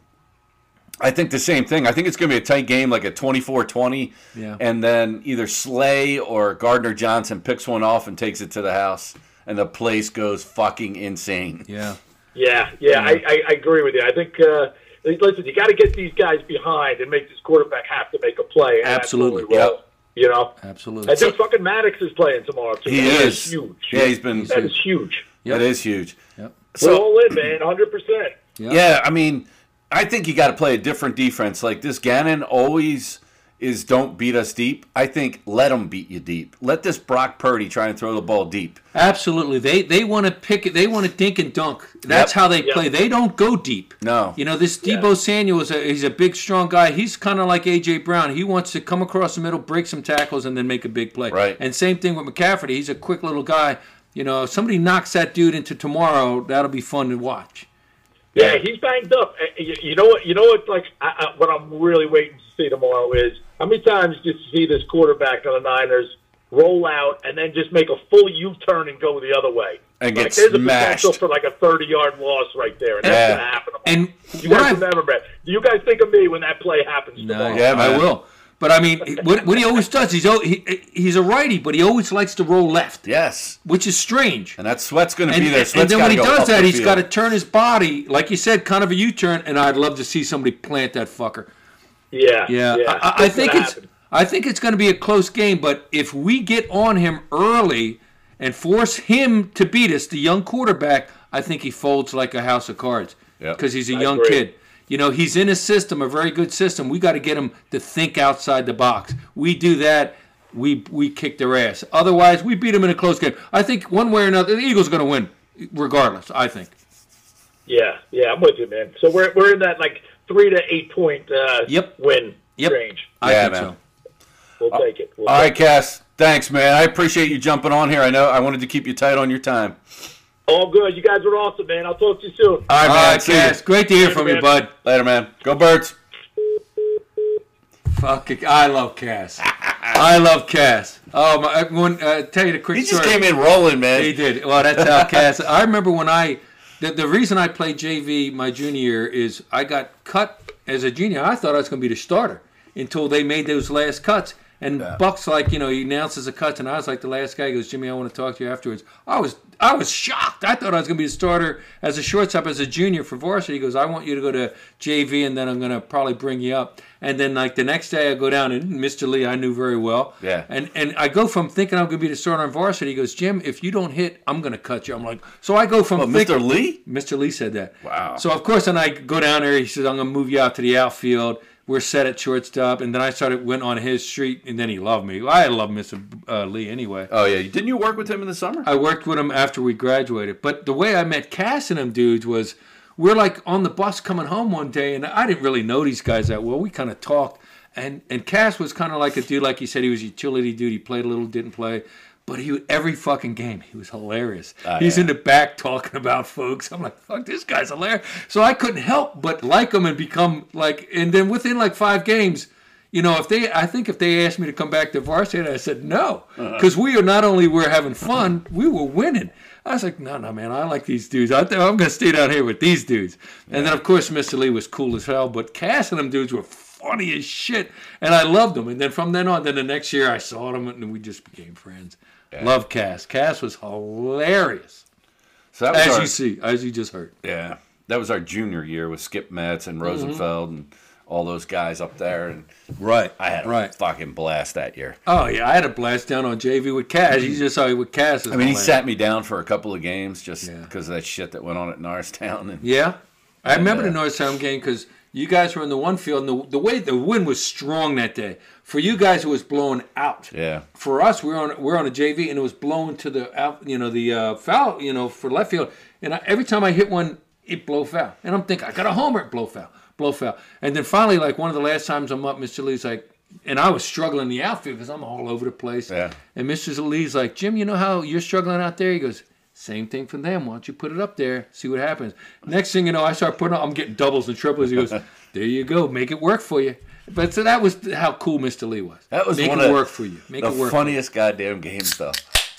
S1: I think the same thing. I think it's going to be a tight game, like a 24-20.
S2: Yeah.
S1: And then either Slay or Gardner Johnson picks one off and takes it to the house, and the place goes fucking insane.
S2: yeah.
S3: Yeah, yeah, I, I, I agree with you. I think uh, listen, you got to get these guys behind and make this quarterback have to make a play. and
S2: Absolutely,
S3: absolutely will,
S1: yep.
S3: You know,
S2: Absolutely.
S3: I think fucking Maddox is playing tomorrow too.
S1: He
S3: That
S1: is.
S3: huge.
S1: Yeah, he's been.
S3: that is huge.
S2: Yep.
S1: It is huge.
S2: Yep.
S3: We're
S1: So
S3: all in, man, hundred percent.
S2: Yep.
S1: yeah, I mean, I think you got to play a different defense. Like this, Gannon always is don't beat us deep. I think let them beat you deep. Let this Brock Purdy try and throw the ball deep.
S2: Absolutely. They they want to pick it. They want to dink and dunk. That's
S1: Yep.
S2: how they
S3: Yep.
S2: play. They don't go deep.
S1: No.
S2: You know this Debo Samuel is a he's a big strong guy. He's kind of like AJ Brown. He wants to come across the middle, break some tackles, and then make a big play.
S1: Right.
S2: And same thing with McCafferty. He's a quick little guy. You know, if somebody knocks that dude into tomorrow, that'll be fun to watch.
S3: Yeah, he's banged up. Uh, You you know what? You know what? Like, I, I, what I'm really waiting to see tomorrow is how many times did you see this quarterback on the Niners roll out and then just make a full U-turn and go the other way
S1: And
S3: like,
S1: get
S3: there's
S1: smashed.
S3: a potential for like a 30-yard loss right there, and
S1: Yeah.
S3: that's gonna happen. tomorrow.
S2: And
S3: you
S2: what
S3: guys
S2: I've-
S3: remember, man. Do you guys think of me when that play happens tomorrow?
S1: Yeah,
S2: I
S1: man.
S2: will. But I mean, what, what he always does, he's al- he, he's a righty, but he always likes to roll left,
S1: Yes,
S2: which is strange.
S1: and that sweat's going to
S2: And,
S1: be there.
S2: and
S1: Sweat's
S2: then
S1: gotta
S2: when he
S1: go
S2: does
S1: up
S2: that,
S1: the
S2: he's
S1: field.
S2: got to turn his body, like you said, kind of a U-turn. And I'd love to see somebody plant that fucker.
S3: Yeah,
S2: Yeah, I- I, I
S3: that's
S2: think
S3: gonna
S2: it's
S3: happen.
S2: I think it's going to be a close game. But if we get on him early and force him to beat us, the young quarterback, I think he folds like a house of cards
S1: Yep.
S2: because he's a
S3: I
S2: young
S3: agree.
S2: kid. You know, he's in a system, a very good system. We got to get him to think outside the box. We do that, we we kick their ass. Otherwise, we beat him in a close game. I think one way or another, the Eagles are going to win, regardless. I think.
S3: Yeah, yeah, I'm with you, man. So we're we're in that like three to eight point uh,
S2: Yep.
S3: win
S2: Yep.
S3: range.
S2: I
S1: Yeah,
S2: think
S1: man.
S2: so.
S3: We'll take it. We'll
S1: Uh, All
S3: take
S1: right, Cass. Thanks, man. I appreciate you jumping on here. I know I wanted to keep you tight on your time.
S3: it. All good. You guys are awesome, man. I'll talk to you soon.
S1: All right,
S2: All
S1: man.
S2: right,
S1: See you.
S2: Cass. Great to hear from you,
S3: man.
S2: bud.
S1: Later, man. Go Birds.
S2: Fuck, it. I love Cass. I love Cass. Oh, my, I want uh, tell you the quick
S1: He just
S2: story.
S1: came in rolling, man.
S2: He did. Well, that's how Cass. I remember when I, the, the reason I played JV my junior year is I got cut as a junior. I thought I was going to be the starter until they made those last cuts. And Buck's like, you know, he announces the cuts, and I was like the last guy. He goes, Jimmy, I want to talk to you afterwards. I was, I was shocked. I thought I was going to be the starter as a shortstop, as a junior for varsity. He goes, I want you to go to JV, and then I'm going to probably bring you up. And then like the next day, I go down, and Mr. Lee, I knew very well.
S1: Yeah.
S2: And and I go from thinking I'm gonna be the starter on varsity. He goes, Jim, if you don't hit, I'm gonna cut you. I'm like, so I go from
S1: Oh,
S2: thinking-
S1: Mr. Lee?
S2: Mr. Lee said that.
S1: Wow.
S2: So of course, then I go down there. He says, I'm gonna move you out to the outfield. We're set at shortstop, and then I started went on his street, and then he loved me. I love Mr. Uh, Lee anyway.
S1: Oh, yeah. Didn't you work with him in the summer?
S2: I worked with him after we graduated. But the way I met Cass and them dudes was we're like on the bus coming home one day, and I didn't really know these guys that well. We kind of talked, and and Cass was kind of like a dude, like he said, he was a utility dude. He played a little, didn't play. But he would- every fucking game, he was hilarious. He's
S1: yeah.
S2: in the back talking about folks. I'm like, fuck, this guy's hilarious. So I couldn't help but like him and become like. And then within like five games, you know, if they, I think if they asked me to come back to varsity, I said no,
S1: Uh-huh.
S2: because we are not only were having fun, we were winning. I was like, no, no, man, I like these dudes. I th- I'm going to stay down here with these dudes. And then of course, Mr. Lee was cool as hell, but Cass and them dudes were funny as shit, and I loved them. And then from then on, then the next year I saw them, and we just became friends. Love Cass. Cass was hilarious,
S1: So that was
S2: as
S1: our-
S2: you see, as you just heard.
S1: Yeah, that was our junior year with Skip Metz and Rosenfeld and all those guys up there, and
S2: Right.
S1: I had a
S2: Right.
S1: fucking blast that year.
S2: Oh yeah, I had a blast down on JV with Cass. You just saw it with Cass.
S1: Mm-hmm. I mean, he sat me down for a couple of games just
S2: Yeah.
S1: because of that shit that went on at Norristown. And
S2: Yeah, I remember
S1: uh,
S2: the North Sound game because you guys were in the one field, and the, the way the wind was strong that day for you guys, it was blowing out.
S1: yeah,
S2: For us, we we're on we we're on a JV, and it was blowing to the out, you know, the uh, foul, you know, for left field. And I, every time I hit one, it blow foul, and I'm thinking I got a homer, it blow foul, blow foul. And then finally, like one of the last times I'm up, Mr. Lee's like. And I was struggling in the outfield because I'm all over the place.
S1: Yeah.
S2: And Mr. Lee's like, Jim, you know how you're struggling out there? He goes, same thing for them. Why don't you put it up there, see what happens? Next thing you know, I start putting up, I'm getting doubles and triples. He goes, there you go, make it work for you. But so that was how cool Mr. Lee was.
S1: That was
S2: make
S1: one
S2: it
S1: of
S2: work for you. Make
S1: the
S2: it work.
S1: funniest goddamn game stuff.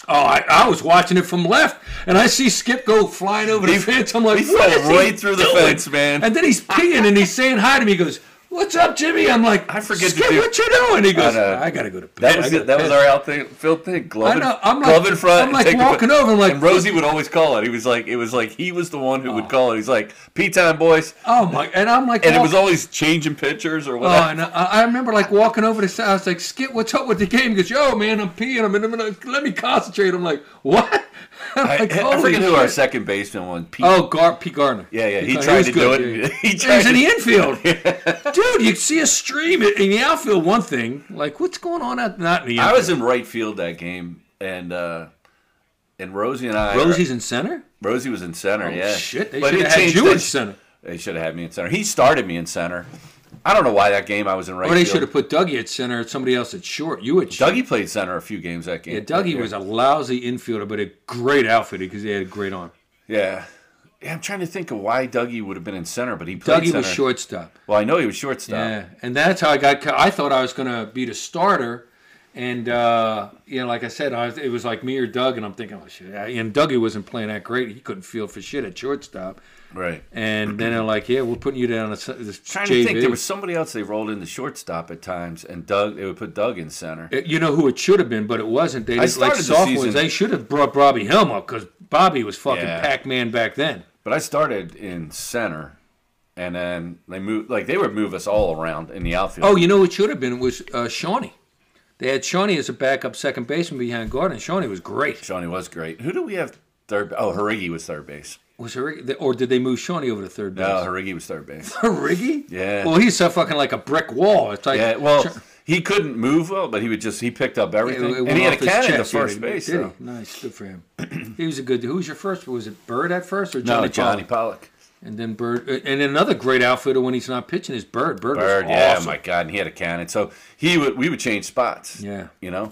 S2: oh, I, I was watching it from left, and I see Skip go flying over the
S1: He-
S2: fence. I'm like,
S1: he
S2: what
S1: fell
S2: is he
S1: right through the
S2: doing?
S1: fence, man.
S2: And then he's peeing and he's saying hi to me. He goes, "What's up, Jimmy?" I'm like,
S1: I forget to
S2: Skip,
S1: do-
S2: what you doing?" He goes,
S1: know.
S2: "I, gotta go to bed."
S1: That
S2: I
S1: was
S2: gotta
S1: it. That was
S2: bed."
S1: our outfield thing. Glove,
S2: I know.
S1: In,
S2: I'm like-
S1: glove in front.
S2: I'm
S1: and
S2: like
S1: take a-
S2: walking over, I'm like-
S1: and Rosie would always call it. He was like, it was like he was the one who would call it. He's like, pee time, boys,
S2: Oh my! And I'm like,
S1: and it
S2: walking-
S1: was always changing pictures or
S2: Oh,
S1: whatever.
S2: and I, I remember like walking over to Sal. I was like, Skip, what's up with the game? He goes, Yo, man, I'm peeing. I'm in a minute. Let me concentrate. I'm like, What? I'm
S1: I,
S2: like,
S1: I
S2: "Holy
S1: forget who our
S2: shit."
S1: second baseman was. Pete
S2: Oh, Gar- Pete Garner.
S1: Yeah, yeah, he
S2: Pete Garner.
S1: tried
S2: was
S1: to do
S2: good,
S1: it.
S2: yeah.
S1: He
S2: He,
S1: tried
S2: was in
S1: to-
S2: the infield. Dude, you see a stream in in the outfield, one thing. Like, what's going on out not in the
S1: I
S2: outfield?
S1: was in right field that game, and uh, and Rosie and I.
S2: Rosie's in center?
S1: Rosie was in center. yeah,
S2: Shit, they
S1: But
S2: should
S1: it
S2: have had
S1: changed
S2: you in
S1: it.
S2: center.
S1: They should have had me in center. He started me in center. I don't know why that game I was in right
S2: Or they
S1: field.
S2: should have put Dougie at center and somebody else at short. You at short.
S1: Dougie played center a few games that game.
S2: Yeah, Dougie
S1: that
S2: was
S1: year.
S2: a lousy infielder, but a great outfitter because he had a great arm.
S1: Yeah. Yeah, I'm trying to think of why Dougie would have been in center, but he played
S2: Dougie
S1: center.
S2: was shortstop.
S1: Well, I know he was shortstop.
S2: Yeah, and that's how I got. cut. I thought I was going to be the starter, and uh, you know, like I said, I was, it was like me or Doug, and I'm thinking, oh shit. And Dougie wasn't playing that great; he couldn't feel for shit at shortstop.
S1: Right.
S2: And then they're like, yeah, we're putting you down. As, as
S1: Trying
S2: JV.
S1: to think, there was somebody else they rolled in the shortstop at times, and Doug they would put Doug in center.
S2: It- Uh, you know who it should have been, but it wasn't. They didn't, like
S1: started the
S2: sophomores.
S1: season-
S2: They should have brought Bobby Helm up because Bobby was fucking
S1: Yeah.
S2: Pac-Man back then.
S1: But I started in center, and then they moved like they would move us all around in the outfield.
S2: Oh, you know who it should have been was uh, Shawnee. They had Shawnee as a backup second baseman behind Gardner. Shawnee was great.
S1: Shawnee was great. Who do we have third? Oh, Harigi was third base.
S2: Was Harigi, or did they move Shawnee over to third base?
S1: No, Harigi was third base.
S2: Harigi?
S1: Yeah.
S2: Well, he's so fucking like a brick wall. It's like
S1: Yeah, well,
S2: Sure.
S1: he couldn't move well, but he would just he picked up
S2: It-
S1: everything,
S2: it
S1: and
S2: went
S1: he had a
S2: off his
S1: cannon to
S2: chest, yeah,
S1: first
S2: he
S1: base.
S2: did he?
S1: So.
S2: Nice, good for him. he was a good. Who was your first? Was it Bird at first or Johnny?
S1: No, Johnny
S2: Pollard?
S1: Pollock.
S2: And then Bird. uh, And another great outfitter when he's not pitching is Bird. Bird,
S1: Bird,
S2: was
S1: yeah,
S2: awesome.
S1: my God, and he had a cannon. So he would we would change spots.
S2: Yeah.
S1: you know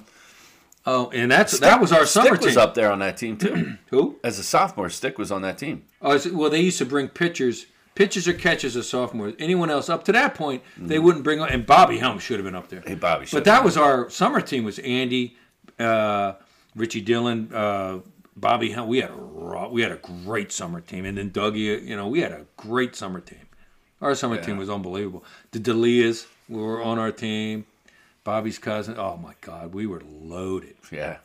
S2: Oh, and that's that was our summer
S1: Stick was
S2: team.
S1: up there on that team too.
S2: Who?
S1: As a sophomore, Stick was on that team.
S2: Oh, is it- well, they used to bring pitchers, pitchers or catchers as sophomores. Anyone else up to that point, they wouldn't bring. And Bobby Helm should have been up there.
S1: Mm. Hey, Bobby.
S2: But
S1: should-
S2: that was our summer team. Was Andy, uh, Richie Dillon, uh, Bobby Helm. We had a raw, we had a great summer team, and then Dougie. uh, You know, we had a great summer team. Our summer team was unbelievable. The Delias were on our team. Bobby's cousin. Oh my God, we were loaded.
S1: yeah,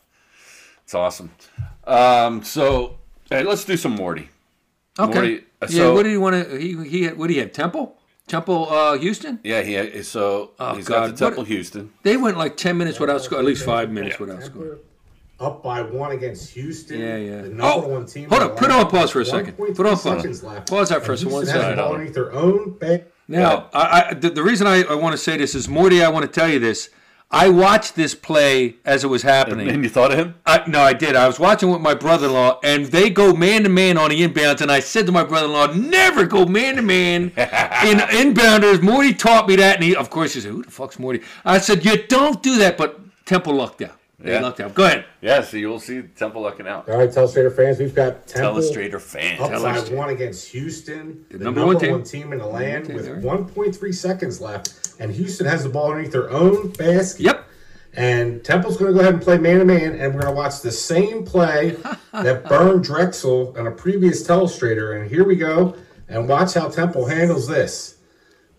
S1: it's awesome. Um, so hey, let's do some Morty.
S2: Okay.
S1: Morty, uh,
S2: yeah.
S1: so-
S2: what did he want to? He he. Had, what do you have? Temple. Temple. Uh, Houston.
S1: Yeah, he so
S2: Oh,
S1: he's
S2: God,
S1: got
S2: what-
S1: the Temple Houston.
S2: They went like ten minutes without scoring, at least five minutes without scoring.
S4: Denver Up by one against Houston.
S2: Yeah, yeah.
S4: The
S2: Oh,
S4: number one team.
S2: hold
S4: in
S2: on,
S4: the
S2: put it
S4: league.
S2: on pause for a second.
S4: 1.3
S2: Put it on pause.
S4: seconds left.
S2: Pause that
S4: And
S2: for us for one
S4: Houston has the
S2: second.
S4: ball underneath their own back.
S2: Now, I, I, the, the reason I, I want to say this is Morty. I want to tell you this. I watched this play as it was
S1: And
S2: happening.
S1: you thought of him?
S2: I, no, I did. I was watching with my brother-in-law, and they go man to man on the inbounds. And I said to my brother-in-law, "Never go man to man in inbounders." Morty taught me that, and he, of course, he said, "Who the fuck's Morty?" I said, "You don't do that." But Temple lucked out. They
S1: Yeah.
S2: lucked out. Go ahead.
S1: Yeah, so you'll see Temple looking out.
S4: All right, tell Strader fans, we've got Temple
S1: Telestrator fan.
S4: up by
S2: Strader.
S4: one against Houston, the,
S2: number
S4: number,
S2: one
S4: one,
S2: team.
S4: team. in the land,
S2: team,
S4: with
S2: all right.
S4: 1.3 seconds left, and Houston has the ball underneath their own basket.
S2: Yep.
S4: And Temple's going to go ahead and play man to man, and we're going to watch the same play that burned Drexel on a previous telestrator. And here we go, and watch how Temple handles this.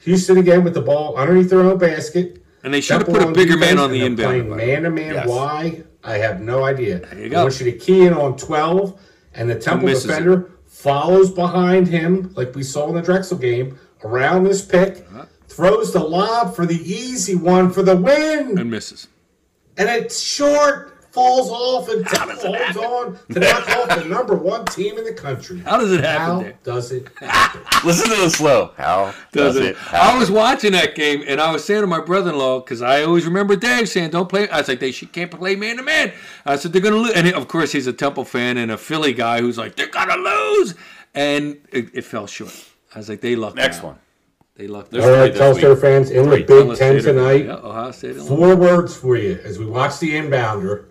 S4: Houston again with the ball underneath their own basket.
S2: And they should have
S4: Temple
S2: put a bigger man
S4: defense,
S2: on the
S4: and they're
S2: inbound.
S4: Playing man to man.
S1: Yes.
S4: Why? I have no idea.
S2: you go.
S4: I want you to key in on 12, and the Temple
S2: misses
S4: defender follows behind him, like we saw in the Drexel game, around this pick,
S2: Uh-huh.
S4: throws the lob for the easy one for the win
S2: And misses.
S4: and it's short, falls off, and holds on to knock off the number one team in the country.
S2: How does it happen
S4: How
S2: there?
S4: does it happen?
S1: Listen to the slow. How does, it?
S2: I was watching that game and I was saying to my brother in law, because I always remember Dave saying, don't play. I was like, they should, can't play man to man. I said, they're going to lose. And he- of course, he's a Temple fan and a Philly guy who's like, they're going to lose. And it, it fell short. I was like, they lucked
S1: Next
S2: out.
S1: one.
S2: They lucked
S1: There's
S4: All
S2: out.
S1: three
S4: right,
S1: this
S4: Telstar
S1: week.
S4: fans, in the
S2: Ohio
S4: Big Ten
S2: State-
S4: tonight.
S2: Yeah, Ohio State. alone.
S4: Four words for you as we watch the inbounder.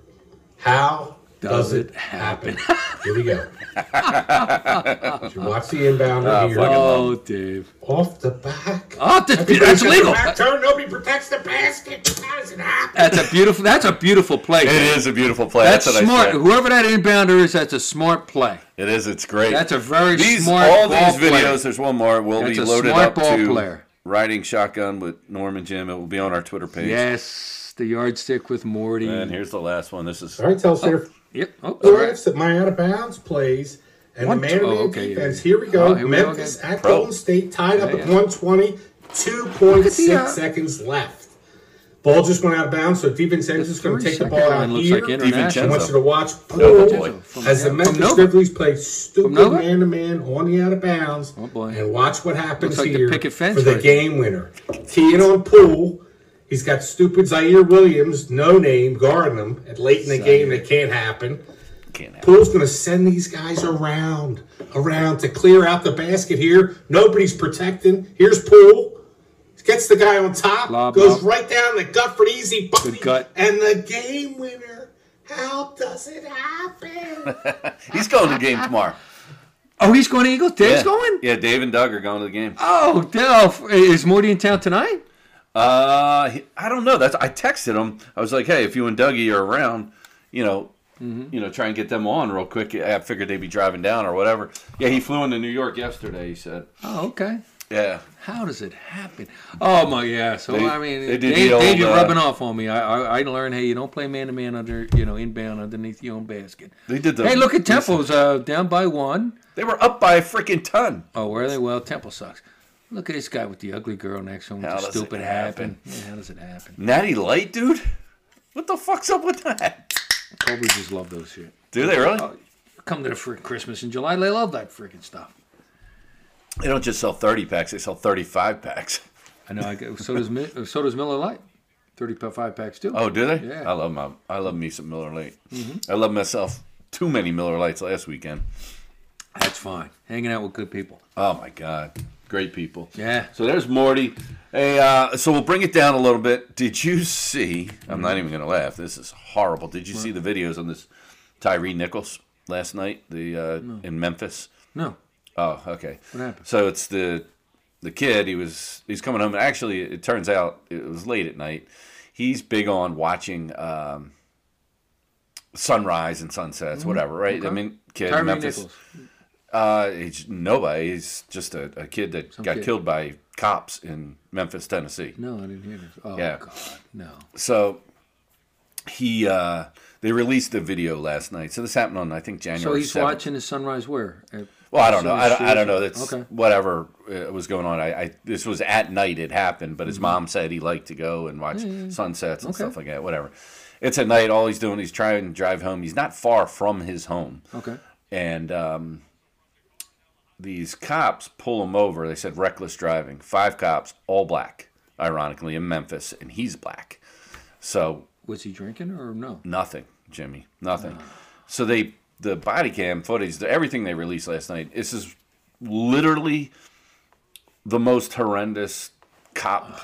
S4: How does,
S2: Does
S4: it
S2: it
S4: happen? here we go. As we watch the inbounder here.
S2: Oh, Dave.
S4: Off the back.
S2: Oh, that's,
S4: Everybody's
S2: that's
S4: got the
S2: legal.
S4: Back turn. Nobody protects the basket. How does it happen?
S2: That's a beautiful. That's a beautiful play.
S1: It
S2: Dave.
S1: is a beautiful play.
S2: That's,
S1: That's, what
S2: smart.
S1: I said.
S2: Whoever that inbounder is, that's a smart play.
S1: It is. It's great.
S2: That's a very
S1: these
S2: smart
S1: all
S2: ball
S1: these
S2: player.
S1: videos. There's one more. Will
S2: That's
S1: be
S2: a
S1: loaded
S2: smart
S1: up
S2: ball
S1: to
S2: player.
S1: riding shotgun with Norm and Jim. It will be on our Twitter page.
S2: Yes, the yardstick with Morty.
S1: And here's the last one. This is
S4: All right, Telstar
S2: Yep. Oh, all
S4: Or
S2: right.
S4: if that my out of bounds plays and
S2: One-
S4: the man to
S2: oh,
S4: man
S2: okay, yeah.
S4: defense. Here we go.
S2: Oh, here we go
S4: Memphis
S2: again.
S4: at
S1: Pro.
S4: Golden State tied up
S2: Yeah,
S4: at
S2: yeah.
S4: 120, 2.6
S2: Look at the, uh,
S4: seconds left. Ball just went out of bounds, so DiVincenzo's going to take the ball out
S2: looks
S4: here.
S2: like
S4: I
S2: international.
S4: want you to watch
S1: Nova
S4: Poole
S1: boy.
S2: From-
S4: as the
S2: yeah,
S4: Memphis
S2: from Nova.
S4: Grizzlies play
S2: From
S4: stupid
S2: Nova?
S4: man to man on the out of bounds.
S2: Oh, boy.
S4: And watch what
S2: Looks
S4: happens
S2: like the
S4: here
S2: picket fence
S4: for the
S2: right there.
S4: game winner. Keying on Poole. He's got stupid Zaire Williams, no name, guarding him at late in the game. That can't happen.
S1: can't happen.
S4: Poole's going to send these guys around, around to clear out the basket here. Nobody's protecting. Here's Poole. Gets the guy on top,
S2: Lob, lob.
S4: goes right down the gut for the easy bucket,
S2: gut.
S4: and the game winner. How does it happen?
S1: He's going to the game tomorrow.
S2: Oh, he's going to Eagles. Dave's
S1: yeah.
S2: going.
S1: Yeah, Dave and Doug are going to the game.
S2: Oh, Dave, is Morty in town tonight?
S1: Uh, he- I don't know. That's I texted him. I was like, hey, if you and Dougie are around, you know,
S2: Mm-hmm.
S1: you know, try and get them on real quick. I figured they'd be driving down or whatever. Yeah, he flew into New York yesterday. He said.
S2: Oh, okay.
S1: Yeah.
S2: How does it happen? Oh my, yeah. So
S1: They-
S2: I mean,
S1: they
S2: Dave,
S1: did the
S2: Dave,
S1: old,
S2: you're
S1: uh,
S2: rubbing off on me. I, I, I learned, hey, you don't play man to man under, you know, inbound underneath your own basket.
S1: They did the.
S2: Hey, look at Temple's uh, down by one.
S1: They were up by a freaking ton.
S2: Oh, where are they? Well, Temple sucks. Look at this guy with the ugly girl next to him. With
S1: How
S2: the
S1: does it
S2: stupid happen.
S1: happen?
S2: Yeah, how does it happen?
S1: Natty Light, dude. What the fuck's up with that?
S2: Cobras just love those shit.
S1: Do they really?
S2: Come to the freaking Christmas in July, they love that freaking stuff.
S1: They don't just sell 30 packs, they sell 35 packs.
S2: I know. I got, so does Mi- so does Miller Lite, thirty five packs too.
S1: Oh, do they?
S2: Yeah. Mm-hmm.
S1: I love my I love me some Miller Lite. I love myself too many Miller Lights last weekend.
S2: that's fine. Hanging out with good people.
S1: Oh my god. Great people.
S2: Yeah.
S1: So there's Morty. Hey, uh, so we'll bring it down a little bit. Did you see? I'm
S2: Mm-hmm.
S1: not even going to laugh. This is horrible. Did you see the videos on this Tyree Nichols last night? The uh, in Memphis.
S2: No.
S1: Oh, okay.
S2: What happened?
S1: So it's the the kid. He was he's coming home. Actually, it turns out it was late at night. He's big on watching um, sunrise and sunsets, whatever. Right? I mean, kid, in
S2: Mm-hmm. Tyree
S1: Memphis.
S2: Nichols.
S1: Uh, he's nobody. He's just a, a kid that got
S2: kid.
S1: killed by cops in Memphis, Tennessee.
S2: No, I didn't hear this. Oh
S1: Yeah.
S2: God, no.
S1: So he uh, they released the video last night. So this happened on I think January.
S2: So he's
S1: 7th.
S2: watching the sunrise where? At-
S1: Well, I don't know.
S2: so
S1: I don't, I
S2: she's-
S1: don't know. That's
S2: okay.
S1: whatever uh, was going on. I, I this was at night. It happened,
S2: Mm-hmm.
S1: but his mom said he liked to go and watch sunsets and
S2: Okay.
S1: stuff like that. Whatever. It's at night. All he's doing, he's trying to drive home. He's not far from his home
S2: Okay.
S1: and um, these cops pull him over. They said reckless driving. Five cops, all black, ironically in Memphis, and he's black. So
S2: Was he drinking or no?
S1: nothing, Jimmy, nothing. So they the body cam footage, the, everything they released last night. This is literally the most horrendous cop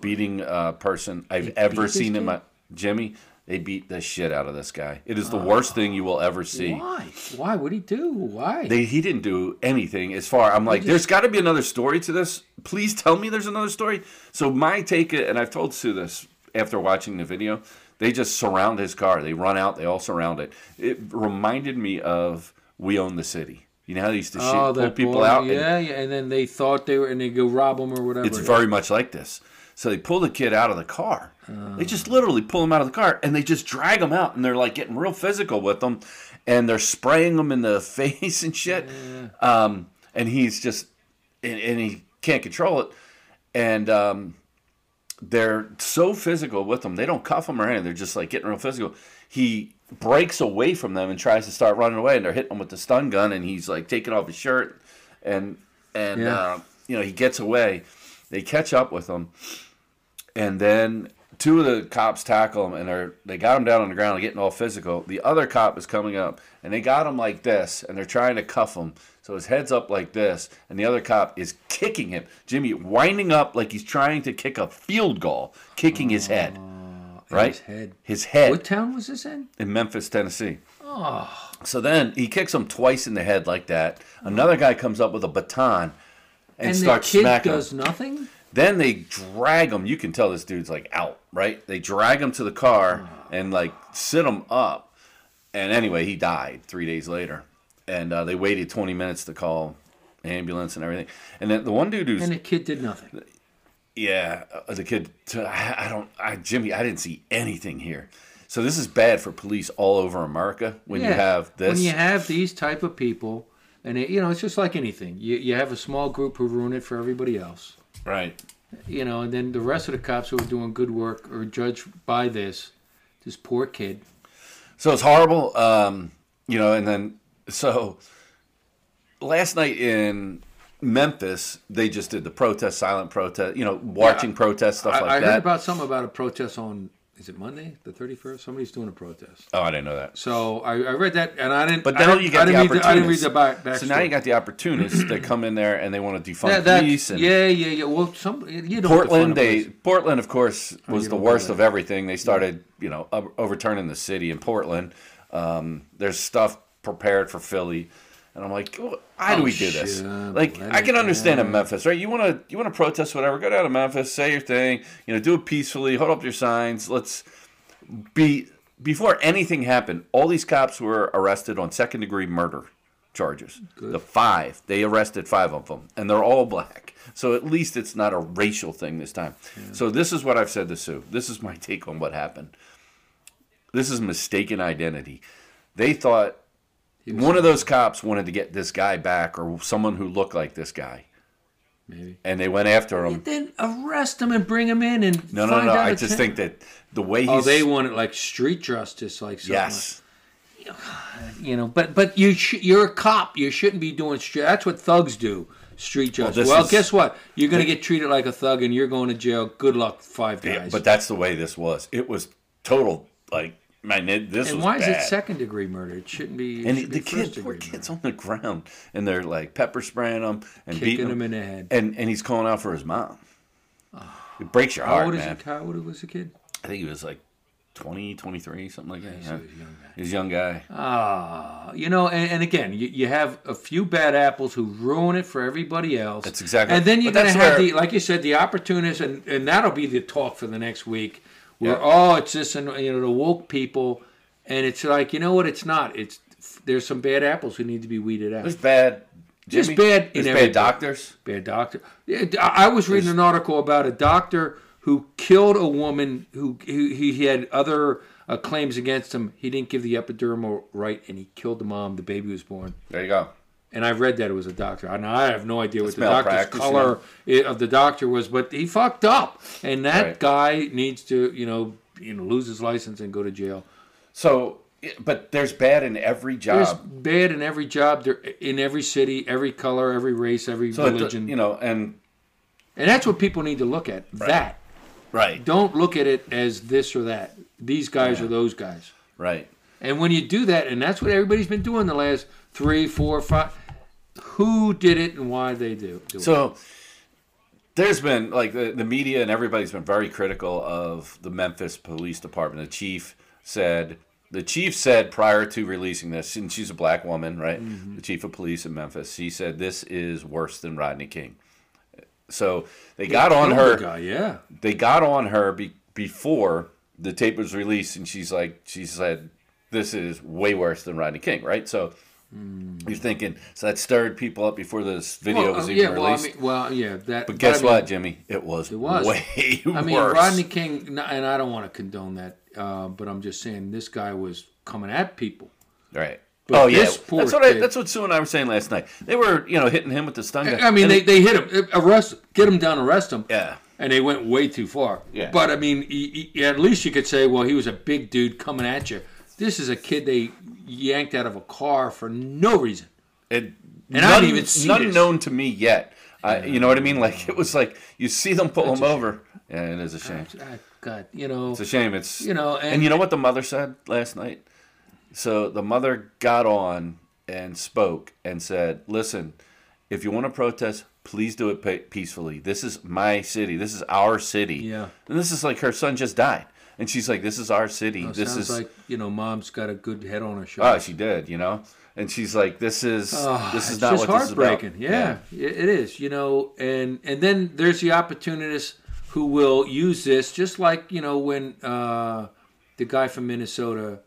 S1: beating uh, person I've ever
S2: this
S1: seen in
S2: kid?
S1: my Jimmy. They beat the shit out of this guy. It is
S2: Uh,
S1: the worst thing you will ever see.
S2: Why? Why would he do? Why?
S1: They, he didn't do anything as far. I'm like, there's got to be another story to this. Please tell me there's another story. So my take, and I've told Sue this after watching the video. They just surround his car. They run out. They all surround it. It reminded me of We Own the City. You know how they used to shoot,
S2: oh,
S1: pull
S2: that
S1: people
S2: boy,
S1: out. and-
S2: Yeah, yeah. And then they thought they were, and they go rob him or whatever.
S1: it's very much like this. So they pull the kid out of the car. They just literally pull him out of the car and they just drag him out and they're like getting real physical with him and they're spraying him in the face and shit. Um, and he's just, and, and he can't control it. And um, they're so physical with him. They don't cuff him or anything. They're just like getting real physical. He breaks away from them and tries to start running away and they're hitting him with the stun gun and he's like taking off his shirt and, and,
S2: Yeah.
S1: uh, you know, he gets away. They catch up with him, and then two of the cops tackle him, and they're, they got him down on the ground, and getting all physical. The other cop is coming up, and they got him like this, and they're trying to cuff him. So his head's up like this, and the other cop is kicking him. Jimmy winding up like he's trying to kick a field goal, kicking his head. Right?
S2: Uh, his head.
S1: His head
S2: What Ah. town was this in?
S1: in Memphis, Tennessee. So then he kicks him twice in the head like that. Another guy comes up with a baton and,
S2: And the
S1: starts
S2: kid
S1: smacking. him.
S2: does nothing.
S1: Then they drag him. You can tell this dude's like out, right? They drag him to the car and like sit him up. And anyway, he died three days later. And uh, they waited 20 minutes to call ambulance and everything. And then the one dude who's
S2: And the kid did nothing.
S1: yeah, uh, the kid. t- I I don't, I, Jimmy. I didn't see anything here. So this is bad for police all over America when you
S2: Yeah.
S1: have this.
S2: When you have these type of people, and it, you know, it's just like anything. You you have a small group who ruin it for everybody else.
S1: right.
S2: you know, and then the rest of the cops who are doing good work are judged by this, this poor kid.
S1: So it's horrible. Um, you know, and then so last night in Memphis, they just did the protest, silent protest, you know, watching protests, stuff
S2: I,
S1: like
S2: I
S1: that.
S2: heard about something about a protest on is it Monday, the thirty first? Somebody's doing a protest.
S1: oh, I didn't know that.
S2: So I, I read that and I didn't.
S1: But now
S2: I didn't-
S1: you
S2: I
S1: got the
S2: didn't read
S1: opportunists.
S2: the, I didn't read the back.
S1: so now
S2: backstory.
S1: you got the opportunists that come in there and they want to defund
S2: That- that-
S1: police and
S2: yeah, yeah, yeah. Well, some you don't
S1: Portland.
S2: defund the
S1: They
S2: police.
S1: Portland, of course, was the
S2: don't
S1: worst
S2: do
S1: of everything. They started, you know, o- overturning the city in Portland. Um, there's stuff prepared for Philly, and I'm like, "Oh, why do
S2: Oh,
S1: we do this?
S2: shit,
S1: Like,
S2: let
S1: I
S2: it
S1: can understand in Memphis, right? You want to you want to protest, whatever. Go down to Memphis, say your thing, you know, do it peacefully. Hold up your signs. Let's be before anything happened. All these cops were arrested on second degree murder charges. The five they arrested five of them, and they're all black. So at least it's not a racial thing this time. So this is what I've said to Sue. This is my take on what happened. This is mistaken identity. They thought one of those cops wanted to get this guy back or someone who looked like this guy.
S2: Maybe.
S1: and they went after him.
S2: Then arrest him and bring him in and
S1: No, no,
S2: find
S1: no.
S2: out
S1: I
S2: it's
S1: just
S2: him.
S1: think that the way he's
S2: Oh, they want it like street justice, like something
S1: yes,
S2: like- you know. But but you sh- you're a cop. You shouldn't be doing street. That's what thugs do. Street justice.
S1: this
S2: Well,
S1: is-
S2: guess what? You're gonna get treated like a thug, and you're going to jail. Good luck, five guys.
S1: Yeah, but that's the way this was. It was total like man. It, this
S2: and
S1: was
S2: why is
S1: bad.
S2: it second degree murder? It shouldn't be. It
S1: And
S2: should
S1: the
S2: be
S1: kid,
S2: first
S1: poor
S2: degree
S1: kid's
S2: murder.
S1: on the ground, and they're like pepper spraying him and beating
S2: kicking
S1: him,
S2: him in the head.
S1: and and he's calling out for his mom. It breaks your
S2: Ah. How
S1: heart,
S2: old is
S1: man.
S2: he? How old was the kid?
S1: I think he was like 20, 23, something like that.
S2: so
S1: yeah.
S2: he's a young guy.
S1: He's a young guy.
S2: Ah, you know, and, and again, you, you have a few bad apples who ruin it for everybody else.
S1: That's exactly-
S2: And then you're
S1: but
S2: going to
S1: that's
S2: have
S1: where-
S2: the, like you said, the opportunists, and, and that'll be the talk for the next week. Where
S1: Yeah.
S2: oh, it's this and you know the woke people, and it's like you know what? It's not. It's there's some bad apples who need to be weeded out.
S1: There's bad.
S2: Just
S1: Jimmy,
S2: bad in
S1: There's
S2: everything.
S1: bad doctors.
S2: bad doctor. Yeah, I I was reading an article about a doctor who killed a woman who, who he he had other uh, claims against him. He didn't give the epidural right, and he killed the mom. The baby was born.
S1: There you go.
S2: And I read that it was a doctor. And I have no idea what
S1: It's
S2: the doctor's
S1: malpractice,
S2: color i of the doctor was, but he fucked up. And that
S1: Right.
S2: guy needs to, you know, you know, lose his license and go to jail.
S1: So, but there's bad in every job.
S2: There's bad in every job, there in every city, every color, every race, every
S1: so it-
S2: religion.
S1: you know, and
S2: and that's what people need to look at. That
S1: right,
S2: don't look at it as this or that. These guys or those guys.
S1: right.
S2: And when you do that, and that's what everybody's been doing the last three, four, five. Who did it and why they do, do it?
S1: So there's been like the, the media and everybody's been very critical of the Memphis Police Department. The chief said the chief said prior to releasing this, and she's a black woman, right?
S2: Mm-hmm.
S1: The chief of police in Memphis. She said this is worse than Rodney King. So they got on
S2: Killed
S1: her
S2: the guy, yeah.
S1: they got on her be- before the tape was released, and she's like, she said, "This is way worse than Rodney King," right? So you're thinking, so that stirred people up before this video
S2: Hmm. Well,
S1: was
S2: uh,
S1: even
S2: yeah, well, I
S1: released.
S2: mean, well, yeah, that.
S1: but guess
S2: I mean-
S1: what, Jimmy? It was,
S2: was.
S1: way
S2: I mean,
S1: worse.
S2: Rodney King, n- and I don't want to condone that, uh, but I'm just saying this guy was coming at people.
S1: right?
S2: But
S1: oh yeah,
S2: this poor
S1: that's what I,
S2: kid-
S1: that's what Sue and I were saying last night. They were, you know, hitting him with the stun gun.
S2: I mean,
S1: And
S2: they,
S1: it-
S2: they hit him, uh, arrest, get him down, arrest him.
S1: yeah,
S2: And they went way too far.
S1: Yeah.
S2: But I mean, he, he- at least you could say, well, he was a big dude coming at you. This is a kid they yanked out of a car for no reason.
S1: it,
S2: And I
S1: none,
S2: didn't even see
S1: none
S2: this. Uh.
S1: known to me yet. I, you know what I mean? Like it was like you see them pull him over, yeah, it is a shame.
S2: Ah, God, you know,
S1: It's a shame. It's
S2: You know,
S1: and,
S2: and-
S1: you know what the mother said last night. So the mother got on and spoke and said, "Listen, if you want to protest, please do it pe- peacefully. This is my city. This is our city.
S2: Yeah.
S1: And this is like her son just died, and she's like, "This is our city.
S2: it
S1: this
S2: Oh, sounds
S1: is
S2: like, you know, mom's got a good head on her shoulders.
S1: oh, she did, you know." And she's like, "This is
S2: Ah,
S1: this is
S2: it's
S1: not
S2: just
S1: what this is about."
S2: heartbreaking. Yeah, it- it is. You know, and and then there's the opportunists who will use this, just like you know when uh, the guy from Minnesota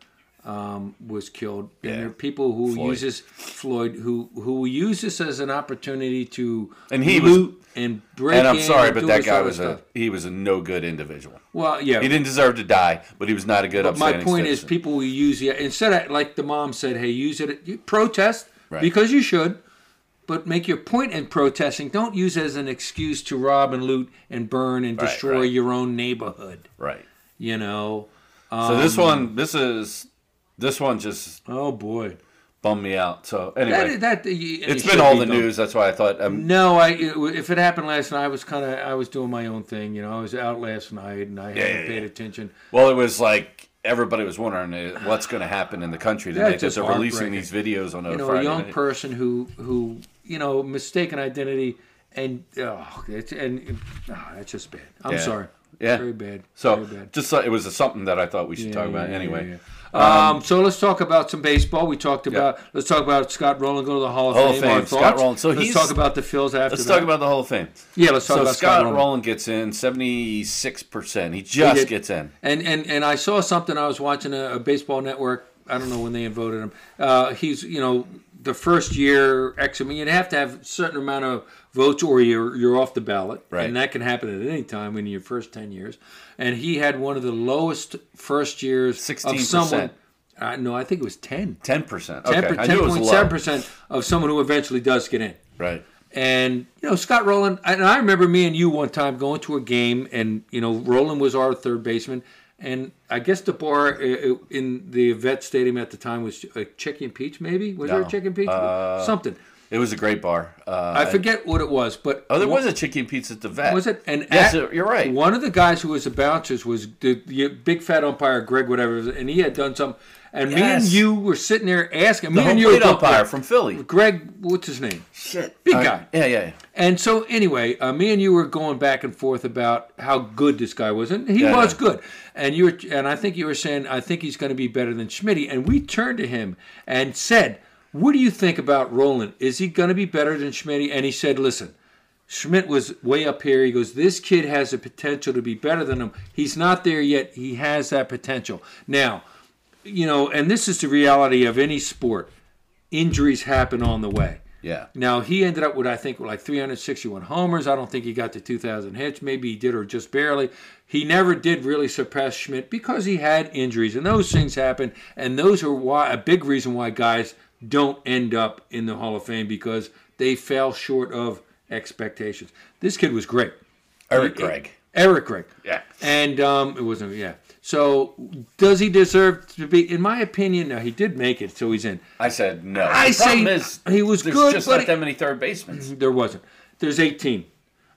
S2: um, was killed.
S1: Yeah.
S2: And there are people who
S1: Floyd.
S2: uses Floyd who who will use this as an opportunity to
S1: And he was-
S2: loot and break.
S1: And I'm
S2: in
S1: sorry,
S2: and
S1: but
S2: do
S1: that
S2: this
S1: guy
S2: other
S1: was a
S2: stuff.
S1: he was a no good individual.
S2: well, yeah.
S1: He didn't deserve to die, but he was not a good.
S2: But my
S1: upstanding
S2: point is,
S1: citizen.
S2: people will use the instead of like the mom said, "Hey, use it. You protest
S1: Right.
S2: because you should, but make your point in protesting. Don't use it as an excuse to rob and loot and burn and
S1: Right,
S2: destroy
S1: right.
S2: your own neighborhood.
S1: right.
S2: You know.
S1: So this
S2: Um,
S1: one, this is this one just
S2: Oh boy,
S1: bummed me out. So
S2: that
S1: anyway,
S2: that you- it
S1: it's
S2: should
S1: been all
S2: be
S1: the
S2: done.
S1: news. That's why I thought um,
S2: No, I it, w- if it happened last night, I was kind of I was doing my own thing. You know, I was out last night and I hadn't
S1: yeah,
S2: paid
S1: yeah.
S2: attention.
S1: well, it was like everybody was wondering uh, what's going to happen in the country
S2: That's
S1: tonight that
S2: just
S1: they're releasing
S2: heartbreaking.
S1: these videos on a
S2: you know,
S1: Friday
S2: a young
S1: night.
S2: person who who you know mistaken identity and oh, it's, and oh, that's just bad. I'm
S1: Yeah.
S2: sorry.
S1: Yeah.
S2: Very bad.
S1: so
S2: Very bad.
S1: just so- it was something that I thought we should
S2: Yeah,
S1: talk about
S2: yeah,
S1: anyway.
S2: yeah, yeah. Um, so let's talk about some baseball. We talked about. Let's talk about Scott Rowland go to the Hall of
S1: Hall of
S2: Fame. our
S1: Fame, Scott
S2: thoughts.
S1: Rowland. So
S2: let's
S1: he's-
S2: talk about the Phils after.
S1: Let's
S2: that.
S1: talk about the Hall of Fame.
S2: Yeah, let's talk
S1: so
S2: about
S1: Scott,
S2: Scott
S1: Rowland.
S2: Rowland.
S1: gets in seventy six percent. He
S2: He
S1: just
S2: did.
S1: gets in.
S2: And and and I saw something. I was watching a, a baseball network. I don't know when they voted him. Uh, he's you know the first year ex. I mean, you'd have to have a certain amount of votes, or you're you're off the ballot,
S1: Right.
S2: and that can happen at any time in your first ten years. And he had one of the lowest first years
S1: 16%.
S2: of someone. Uh, no, I think it was ten.
S1: Ten percent. Okay,
S2: Ten
S1: I knew it was low.
S2: percent of someone who eventually does get in.
S1: Right.
S2: And you know Scott Rowland, and I remember me and you one time going to a game, and you know Rowland was our third baseman, and I guess the bar uh, in the vet stadium at the time was a chicken peach, maybe was there
S1: No.
S2: a chicken peach
S1: Uh,
S2: something?
S1: It was a great bar. Uh,
S2: I forget what it was, but
S1: Oh, there was a chicken pizza at the vet.
S2: was it? And
S1: Yes,
S2: at-
S1: you're right.
S2: One of the guys who was the bouncers was the, the big fat umpire Greg, whatever, and he had done some. And me and
S1: Yes.
S2: you were sitting there asking.
S1: The
S2: me
S1: home
S2: and you were
S1: plate
S2: both
S1: umpire
S2: like,
S1: from Philly.
S2: Greg, what's his name?
S1: Shit,
S2: Big guy.
S1: Yeah, yeah.
S2: And so, anyway, uh, me and you were going back and forth about how good this guy was, and he
S1: Yeah,
S2: was
S1: yeah.
S2: good. And you were, and I think you were saying, I think he's going to be better than Schmidt. And we turned to him and said, "What do you think about Roland? Is he going to be better than Schmidt?" And he said, "Listen." Schmidt was way up here. He goes, This kid has the potential to be better than him. He's not there yet. He has that potential. Now, you know, and this is the reality of any sport injuries happen on the way.
S1: Yeah.
S2: Now he ended up with I think like 361 homers. I don't think he got to 2,000 hits. Maybe he did or just barely. He never did really surpass Schmidt because he had injuries and those things happen. And those are why a big reason why guys don't end up in the Hall of Fame because they fell short of expectations. This kid was great.
S1: Eric Gregg.
S2: Eric Gregg.
S1: Yeah.
S2: And um, it wasn't. Yeah. So does he deserve to be? In my opinion, now he did make it, so he's in.
S1: I said no.
S2: I
S1: The problem
S2: say
S1: is,
S2: he was
S1: there's
S2: good,
S1: just
S2: but
S1: not
S2: he-
S1: that many third basemans.
S2: Mm-hmm. There wasn't. There's 18.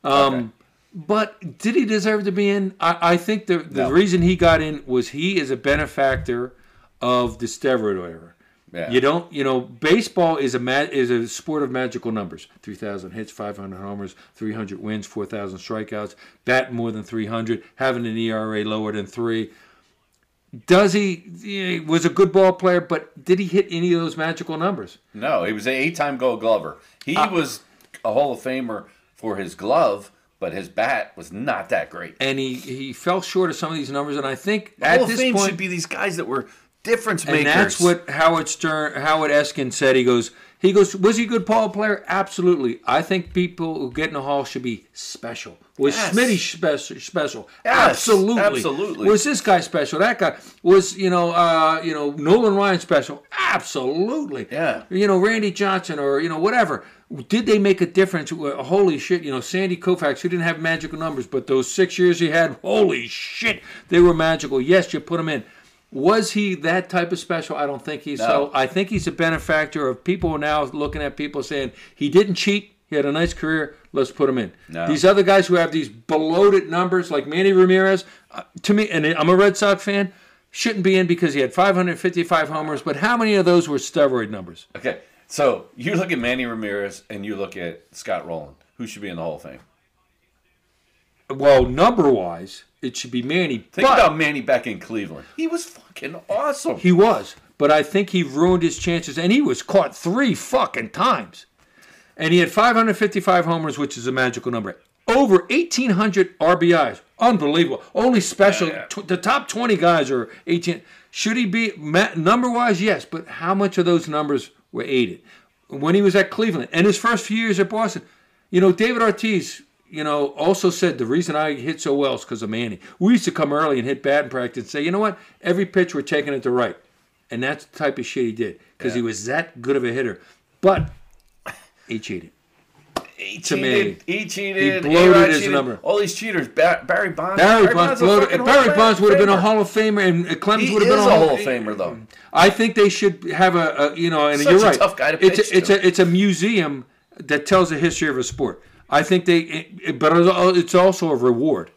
S2: Um, But did he deserve to be in? I, I think the, the
S1: No.
S2: reason he got in was he is a benefactor of the steroid era.
S1: Yeah.
S2: You don't, you know, baseball is a ma- is a sport of magical numbers: three thousand hits, five hundred homers, three hundred wins, four thousand strikeouts, bat more than three hundred, having an ERA lower than three. Does he, he was a good ball player, but did he hit any of those magical numbers?
S1: No, he was an eight-time Gold Glover. He
S2: Uh,
S1: was a Hall of Famer for his glove, but his bat was not that great.
S2: and he, he fell short of some of these numbers. And I think
S1: The
S2: at
S1: Hall of
S2: this
S1: Fame
S2: point,
S1: should be these guys that were difference makers.
S2: and that's what Howard Stern, Howard Eskin said. He goes, he goes, was he a good ball player? Absolutely. I think people who get in the hall should be special. Was
S1: Yes.
S2: Smitty special? Special?
S1: Yes,
S2: absolutely.
S1: absolutely.
S2: Was this guy special? That guy was, you know, uh, you know, Nolan Ryan special? Absolutely.
S1: Yeah.
S2: You know, Randy Johnson or you know whatever. Did they make a difference? Well, Holy shit! You know, Sandy Koufax, who didn't have magical numbers, but those six years he had, holy shit, they were magical. Yes, you put him in. Was he that type of special? I don't think he's so.
S1: No.
S2: I think he's a benefactor of people now looking at people saying he didn't cheat. He had a nice career. Let's put him in.
S1: No.
S2: These other guys who have these bloated numbers, like Manny Ramirez, uh, to me, and I'm a Red Sox fan, shouldn't be in because he had 555 homers. But how many of those were steroid numbers?
S1: Okay, so you look at Manny Ramirez and you look at Scott Rowland. Who should be in the Hall of Fame?
S2: Well, number wise, it should be Manny.
S1: Think
S2: but
S1: about Manny back in Cleveland. He was fucking awesome.
S2: he was, but I think he ruined his chances, and he was caught three fucking times, and he had 555 homers, which is a magical number. Over 1,800 RBIs, unbelievable. Only special.
S1: Yeah,
S2: Tw- the top 20 guys are 18. Should he be number wise? Yes, but how much of those numbers were aided when he was at Cleveland and his first few years at Boston? You know, David Ortiz, you know, also said the reason I hit so well is because of Manny. We used to come early and hit batting practice and say, you know what? Every pitch we're taking it to right. And that's the type of shit he did because he was that good of a hitter. But he cheated.
S1: He
S2: to me.
S1: cheated. He cheated.
S2: He bloated
S1: A-Rod
S2: his
S1: cheated.
S2: number.
S1: All these cheaters. Ba- Barry Bonds.
S2: Barry Bonds,
S1: a
S2: bloated-
S1: fucking Hall
S2: Barry
S1: of
S2: Bonds would have been a
S1: Famer.
S2: Hall of Famer, and uh, Clemens
S1: He
S2: would
S1: is
S2: have been
S1: a Hall of Famer, though.
S2: I think they should have a, a you know, and
S1: Such
S2: you're
S1: a
S2: right.
S1: tough guy to
S2: it's
S1: pitch
S2: a, it's
S1: to.
S2: a it's a museum that tells the history of a sport. I think they, it, it- but it's al- it's also a reward.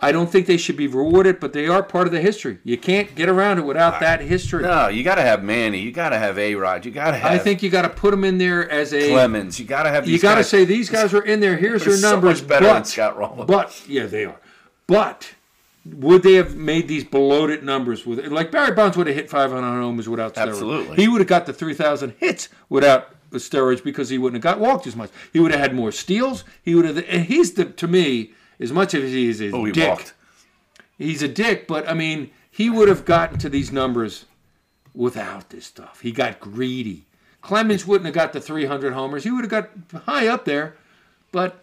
S2: I don't think they should be rewarded, but they are part of the history. You can't get around it without that history.
S1: No, you got to have Manny. You got to have A Rod. You got to have
S2: I think you got to put them in there as a.
S1: Clemens. You got to have these
S2: you got to
S1: guys.
S2: say these guys are in there. Here's
S1: They're
S2: your
S1: so
S2: numbers.
S1: much better
S2: but,
S1: than Scott Rowland.
S2: But yeah, they are. But would they have made these bloated numbers with like Barry Bonds would have hit 500 homers without steroids?
S1: Absolutely.
S2: He would have got the 3,000 hits without the steroids because he wouldn't have got walked as much. He would have had more steals. He would have. And he's the to me as much as he is a
S1: Oh, he
S2: dick.
S1: walked.
S2: He's a dick, but I mean, he would have gotten to these numbers without this stuff. He got greedy. Clemens wouldn't have got the 300 homers. He would have got high up there, but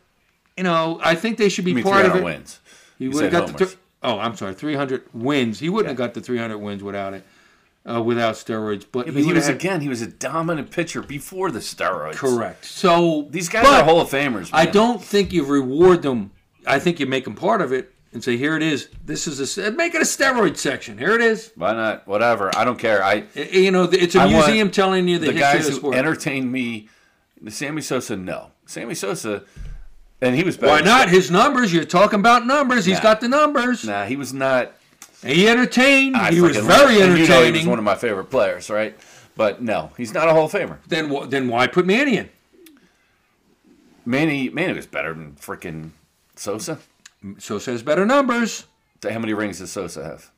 S2: you know, I think they should be
S1: I mean,
S2: part of
S1: 300
S2: it.
S1: wins.
S2: He
S1: You
S2: would have
S1: said
S2: got the
S1: homers.
S2: thir- oh, I'm sorry, 300 wins. He wouldn't have got the 300 wins without it. uh, without steroids. But,
S1: Yeah,
S2: he
S1: but he
S2: would
S1: was
S2: have-
S1: again. He was a dominant pitcher before the steroids.
S2: correct. So
S1: These guys
S2: but
S1: are Hall of Famers. Man.
S2: I don't think you reward them. I think you make them part of it and say, here it is. This is a s- make it a steroid section. Here it is.
S1: Why not? Whatever. I don't care. I
S2: I- You know, it's a
S1: I want
S2: museum telling you the,
S1: the
S2: history
S1: guys
S2: of the
S1: who
S2: sport.
S1: entertained me, Sammy Sosa. No, Sammy Sosa, and he was better.
S2: Why not his numbers? You're talking about numbers. He's
S1: Nah.
S2: got the numbers.
S1: Nah, he was not.
S2: He entertained.
S1: I
S2: he was
S1: freaking love-
S2: very
S1: and
S2: entertaining.
S1: You know he was one of my favorite players, right? But no, he's not a Hall of Famer.
S2: then wh- then why put Manny in?
S1: Manny, Manny was better than freaking Sosa.
S2: So says better numbers.
S1: How many rings does Sosa have?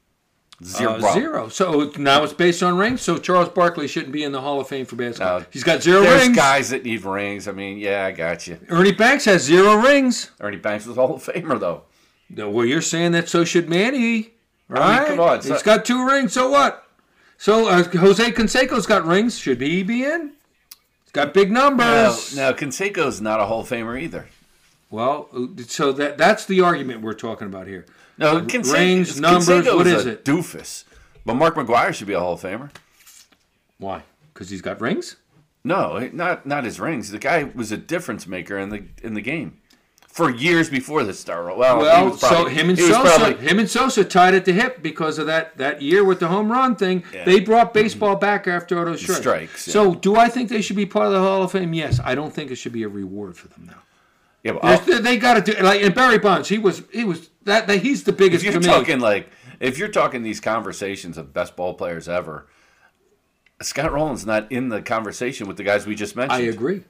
S1: Zero.
S2: Uh, zero. So now it's based on rings. So Charles Barkley shouldn't be in the Hall of Fame for basketball.
S1: No.
S2: He's got zero
S1: There's
S2: rings.
S1: guys that need rings. I mean, yeah, I got you.
S2: Ernie Banks has zero rings.
S1: Ernie Banks was a Hall of Famer, though.
S2: No, Well, you're saying that so should Manny, right?
S1: come on, so-
S2: He's got two rings. So what? So uh, Jose Canseco's got rings. Should he be in? He's got big
S1: No,
S2: numbers.
S1: no, Canseco's not a Hall of Famer either.
S2: Well, so that that's the argument we're talking about here.
S1: No, Canseco,
S2: rings, numbers,
S1: Canseco
S2: what
S1: was
S2: is
S1: a
S2: it?
S1: Doofus. But Mark McGuire should be a Hall of Famer.
S2: Why? Because he's got rings.
S1: No, it- not not his rings. The guy was a difference maker in the in the game for years before the Star Roll. Well, he
S2: Well,
S1: was probably,
S2: so him and
S1: he was
S2: Sosa,
S1: probably-
S2: him and Sosa tied at the hip because of that that year with the home run thing. They brought baseball back after Otto Schreck.
S1: Mm-hmm. strikes, yeah.
S2: So, do I think they should be part of the Hall of Fame? Yes, I don't think it should be a reward for them though.
S1: yeah, but I'll-
S2: There's- They, got to do like and Barry Bonds. He was he was that, that he's the biggest.
S1: if you're
S2: to me.
S1: talking like if you're talking these conversations of best ball players ever, Scott Rowland's not in the conversation with the guys we just mentioned.
S2: I agree.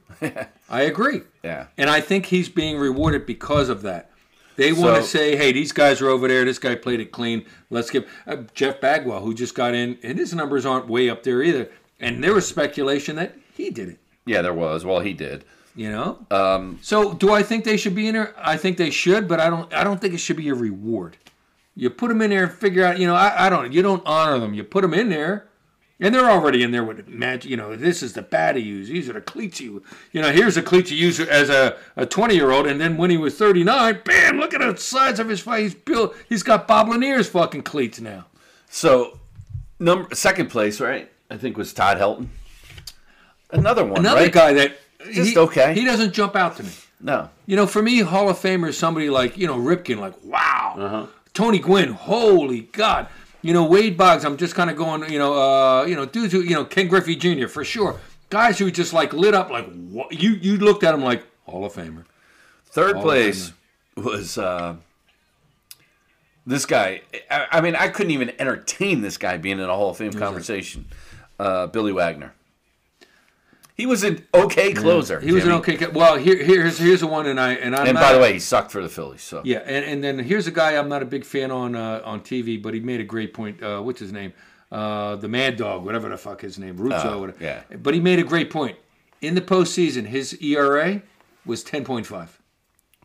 S2: I agree.
S1: Yeah.
S2: And I think he's being rewarded because of that. They want to
S1: So-
S2: say, hey, these guys are over there. This guy played it clean. Let's give uh, Jeff Bagwell, who just got in, and his numbers aren't way up there either. And there was speculation that he did it,
S1: Yeah, there was. Well, he did.
S2: you know? Um, so do I think they should be in there? I think they should, but I don't I don't think it should be a reward. You put them in there and figure out, you know, I, I don't, you don't honor them. You put them in there, and they're already in there with magic. You know, this is the bat he used. These are the cleats he. You know, here's the cleats he used as a a twenty year old, and then when he was thirty nine, bam! Look at the size of his face. He's built. He's got Bob Lanier's fucking cleats now.
S1: So, number second place, right? I think was Todd Helton. Another one,
S2: Another
S1: right?
S2: guy that
S1: Just
S2: he-
S1: okay.
S2: He doesn't jump out to me.
S1: No,
S2: You know, for me, Hall of Famer is somebody like, you know, Ripken, like, wow.
S1: Uh-huh.
S2: Tony Gwynn, holy God. You know, Wade Boggs, I'm just kind of going, you know, uh, you know, dudes who, you know, Ken Griffey Jr., for sure. Guys who just like lit up, like, what? You, you looked at them like, Hall of Famer.
S1: Third place was uh, this guy. I, I mean, I couldn't even entertain this guy being in a Hall of Fame conversation. Uh, Billy Wagner. He was an okay closer.
S2: He was an
S1: Jimmy.
S2: okay guy. Well, here, here's, here's the one, and I, and I'm
S1: And
S2: not,
S1: by the way, he sucked for the Phillies. So
S2: Yeah, and, and then here's a guy I'm not a big fan on uh, on TV, but he made a great point. Uh, what's his name? Uh, the Mad Dog, whatever the fuck his name, Russo.
S1: Oh,
S2: whatever.
S1: yeah.
S2: But he made a great point. In the postseason, his ERA was 10.5.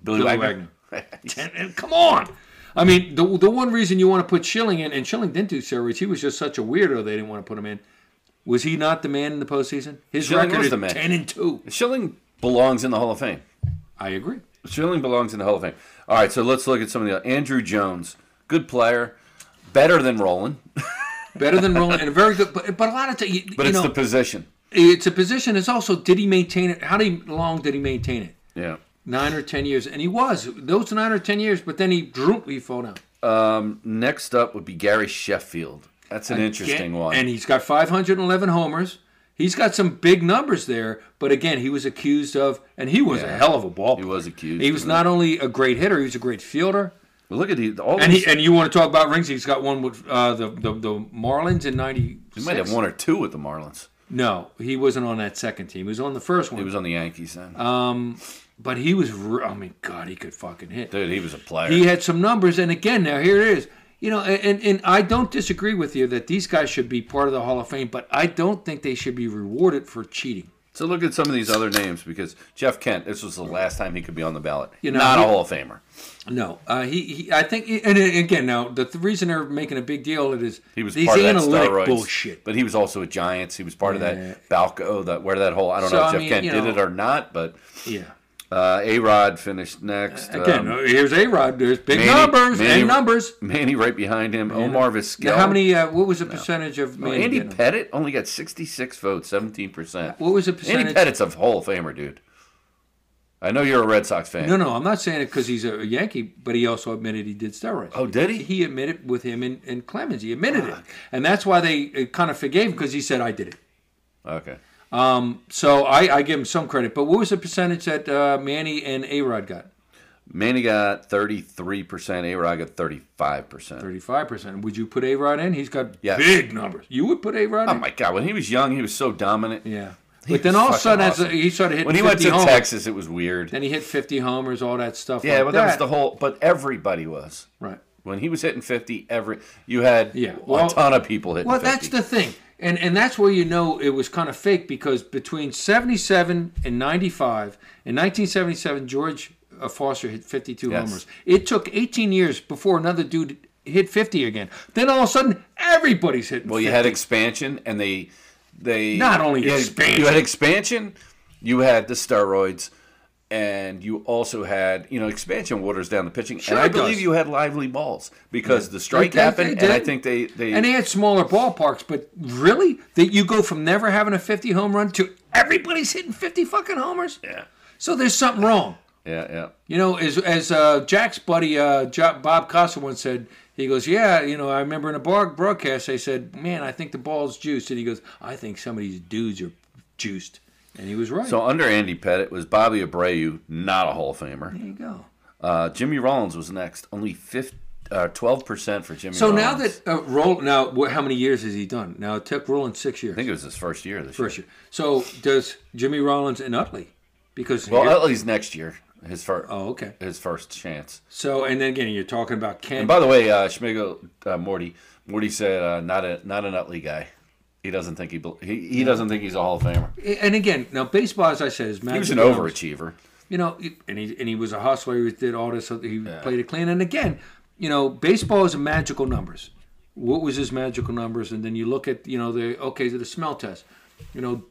S1: Billy,
S2: Billy
S1: Wagner.
S2: Wagner. Ten, and come on. I mean, the, the one reason you want to put Schilling in, and Schilling didn't do steroids, he was just such a weirdo they didn't want to put him in. Was he not the man in the postseason? His
S1: Schilling
S2: record
S1: was
S2: is
S1: the man.
S2: 10 and 2.
S1: Schilling belongs in the Hall of Fame.
S2: I agree.
S1: Schilling belongs in the Hall of Fame. All right, so let's look at some of the Andrew Jones, good player, better than Roland,
S2: Better than Roland, and a very good, but, but a lot of times, you,
S1: but
S2: you
S1: it's
S2: know,
S1: the position.
S2: it's a position. It's also did he maintain it? How did he, long did he maintain it?
S1: Yeah.
S2: Nine or ten years, and he was those nine or ten years. But then he droop, he fell down.
S1: Next up would be Gary Sheffield. That's an interesting one.
S2: And he's got 511 homers. He's got some big numbers there. But again, he was accused of, and he was a
S1: Yeah.
S2: hell of a ball.
S1: He
S2: player.
S1: was accused.
S2: He was
S1: of it.
S2: not only a great hitter, he was a great fielder.
S1: Well, look at the all.
S2: And
S1: these-
S2: he and you want to talk about rings? He's got one with uh, the, the the Marlins in '90.
S1: he might have one or two with the Marlins.
S2: No, he wasn't on that second team. He was on the first one.
S1: He was on the Yankees then.
S2: Um, but he was. re- I mean, God, he could fucking hit.
S1: Dude, he was a player.
S2: he had some numbers and again now here it is you know and, and i don't disagree with you that these guys should be part of the hall of fame but i don't think they should be rewarded for cheating
S1: so look at some of these other names because Jeff Kent. This was the last time he could be on the ballot.
S2: You know,
S1: not
S2: he-
S1: a Hall of Famer.
S2: no uh, he, he i think and again now the th- reason they're making a big deal it is
S1: He was
S2: these
S1: part of that
S2: analytic
S1: steroids,
S2: bullshit
S1: But he was also a Giants. He was part of
S2: Yeah.
S1: that Balco. That where that whole I don't
S2: So,
S1: know if
S2: I
S1: Jeff
S2: mean,
S1: Kent
S2: you
S1: did
S2: know-
S1: it or not, but
S2: yeah
S1: Uh, A Rod finished next.
S2: Again, uh,
S1: Um,
S2: here's A Rod. There's big
S1: Manny-
S2: numbers
S1: Manny-
S2: and numbers.
S1: Manny right behind him. Omar Vizquel.
S2: Now, how many? Uh, what was the percentage of Manny?
S1: Oh, Andy
S2: getting them?
S1: Pettit only got 66 votes, 17%.
S2: What was the
S1: Andy
S2: percentage?
S1: Pettit's a Hall of Famer, dude. I know you're a Red Sox fan.
S2: No, no, I'm not saying it because he's a Yankee, but he also admitted he did steroids.
S1: Oh, did he? Ah,
S2: He admitted with him and, and Clemens. He admitted it, and that's why they kind of forgave him because he said I did it.
S1: Okay.
S2: Um, so I, I give him some credit. But what was the percentage that uh, Manny and A Rod got?
S1: Manny got 33%. A-Rod got 35%.
S2: Thirty-five percent. Would you put A Rod in? He's got
S1: Yes.
S2: big numbers. You would put A Rod
S1: Oh,
S2: in.
S1: my God. When he was young, he was so dominant.
S2: yeah.
S1: He
S2: But then
S1: was
S2: all of a
S1: fucking
S2: sudden, as a,
S1: awesome.
S2: he started hitting
S1: When he went
S2: 50
S1: to
S2: homers.
S1: Texas, it was weird.
S2: Then he hit 50 homers, all that stuff.
S1: Yeah,
S2: like
S1: but
S2: that
S1: that was the whole. But everybody was
S2: right.
S1: when he was hitting fifty. Every you had
S2: Yeah, well-
S1: a ton of people hitting.
S2: Well,
S1: 50.
S2: that's the thing, and and that's where you know it was kind of fake because between 77 and 95, in 1977, George uh, Foster hit 52
S1: Yes.
S2: homers. It took 18 years before another dude hit 50 again. Then all of a sudden, everybody's hitting.
S1: Well, you had expansion, and they they
S2: Not only
S1: you had-
S2: expansion.
S1: You had expansion. You had the steroids, and you also had you know expansion waters down the pitching.
S2: Sure
S1: and I
S2: it does.
S1: believe you had lively balls because the strike
S2: They- they-
S1: happened,
S2: they
S1: and I
S2: did.
S1: think they they
S2: and they had smaller ballparks, but really, that you go from never having a 50 home run to everybody's hitting 50 fucking homers.
S1: yeah
S2: So there's something wrong.
S1: yeah yeah.
S2: You know, as as uh, Jack's buddy uh, Jo- Bob Costa once said, he goes, "Yeah, you know, I remember in a bar- broadcast they said, man, I think the ball's juiced,' and he goes, I think some of these dudes are juiced,' and he was right.
S1: So under Andy Pettit was Bobby Abreu, not a Hall of Famer.
S2: there you go.
S1: Uh, Jimmy Rollins was next, only fifth. Twelve percent for Jimmy.
S2: So now
S1: Rollins.
S2: that uh, Roll, now wh- how many years has he done? Now it took Roland six years.
S1: I think it was his first year this
S2: First
S1: year.
S2: year. So does Jimmy Rollins and Utley? Because
S1: Well,
S2: here-
S1: at least next year, his first
S2: oh, okay.
S1: his first chance.
S2: So and then again, you're talking about Ken.
S1: And by the way, uh, Schmigel uh, Morty Morty said uh, not a not an Utley guy. He doesn't think he bel- he, he doesn't think he's a Hall of Famer.
S2: and again, now baseball, as I said, is
S1: He was
S2: magic
S1: an
S2: numbers.
S1: overachiever.
S2: you know, and he and he was a hustler. He did all this. He played it clean. And again, you know, baseball is magical numbers. What was his magical numbers? And then you look at you know the okay, so the smell test. You know,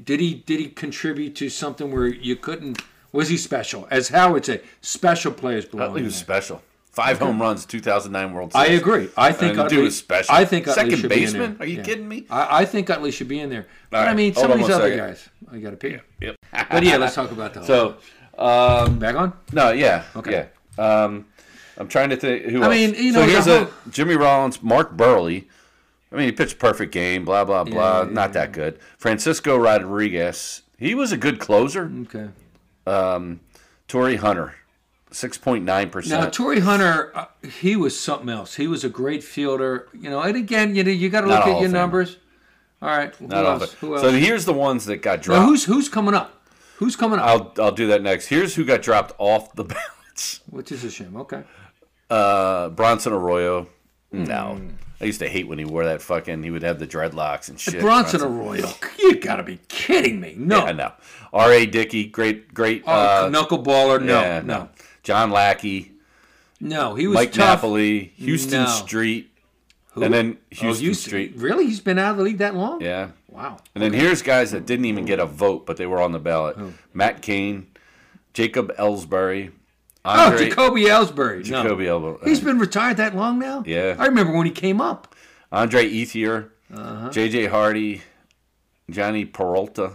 S2: did he did he contribute to something where you couldn't? Was he special? As Howard said, special players belong.
S1: Utley
S2: in
S1: was
S2: there.
S1: special. Five home runs, 2009 World
S2: I
S1: Series.
S2: agree. I think
S1: And the
S2: Utley,
S1: dude was special.
S2: I think Utley
S1: second
S2: should be in
S1: baseman.
S2: there.
S1: Are you
S2: Yeah.
S1: kidding me?
S2: I, I think Utley should be in there. But I
S1: right.
S2: mean,
S1: Hold
S2: some of
S1: on
S2: these
S1: one
S2: other
S1: second.
S2: guys. I got to pick.
S1: Yep.
S2: But yeah, let's talk about that.
S1: So
S2: back on.
S1: no, yeah,
S2: Okay.
S1: yeah. Um, I'm trying to think. Who
S2: I
S1: else?
S2: mean, you
S1: so
S2: know,
S1: here's
S2: the
S1: a Jimmy Rollins, Mark Burley. I mean, he pitched perfect game. Blah blah blah. Not that good. Francisco Rodriguez. He was a good closer.
S2: Okay.
S1: Tory Hunter, six point nine
S2: Now,
S1: percent.
S2: Torrey Hunter, uh, he was something else. He was a great fielder, you know. And again, you know, you got to
S1: Not
S2: look
S1: a
S2: at
S1: Hall
S2: your
S1: of Famer.
S2: numbers. All right, who else? Who else?
S1: So here's the ones that got
S2: now,
S1: dropped.
S2: who's who's coming up? Who's coming up?
S1: I'll I'll do that next. Here's who got dropped off the balance.
S2: Which is a shame. Okay,
S1: Uh, Bronson Arroyo.
S2: Hmm.
S1: No, I used to hate when he wore that fucking. He would have the dreadlocks and shit.
S2: Bronson Arroyo. You got to be kidding me! No,
S1: Yeah, no. R. A. Dickey, great, great.
S2: oh,
S1: uh,
S2: knuckleballer. No,
S1: yeah,
S2: no,
S1: John Lackey,
S2: no. He was
S1: Mike
S2: tough.
S1: Napoli, Houston
S2: No.
S1: Street, and then
S2: Oh,
S1: Houston
S2: you-
S1: Street.
S2: Really, he's been out of the league that long?
S1: Yeah.
S2: Wow.
S1: And then here's guys that didn't even get a vote, but they were on the ballot: Matt Cain, Jacob Ellsbury,
S2: Oh,
S1: Andre,
S2: Jacoby Ellsbury.
S1: Jacoby
S2: no.
S1: Ellsbury,
S2: He's been retired that long now.
S1: Yeah.
S2: I remember when he came up.
S1: Andre Ethier,
S2: Uh-huh.
S1: J.J. Hardy, Johnny Peralta,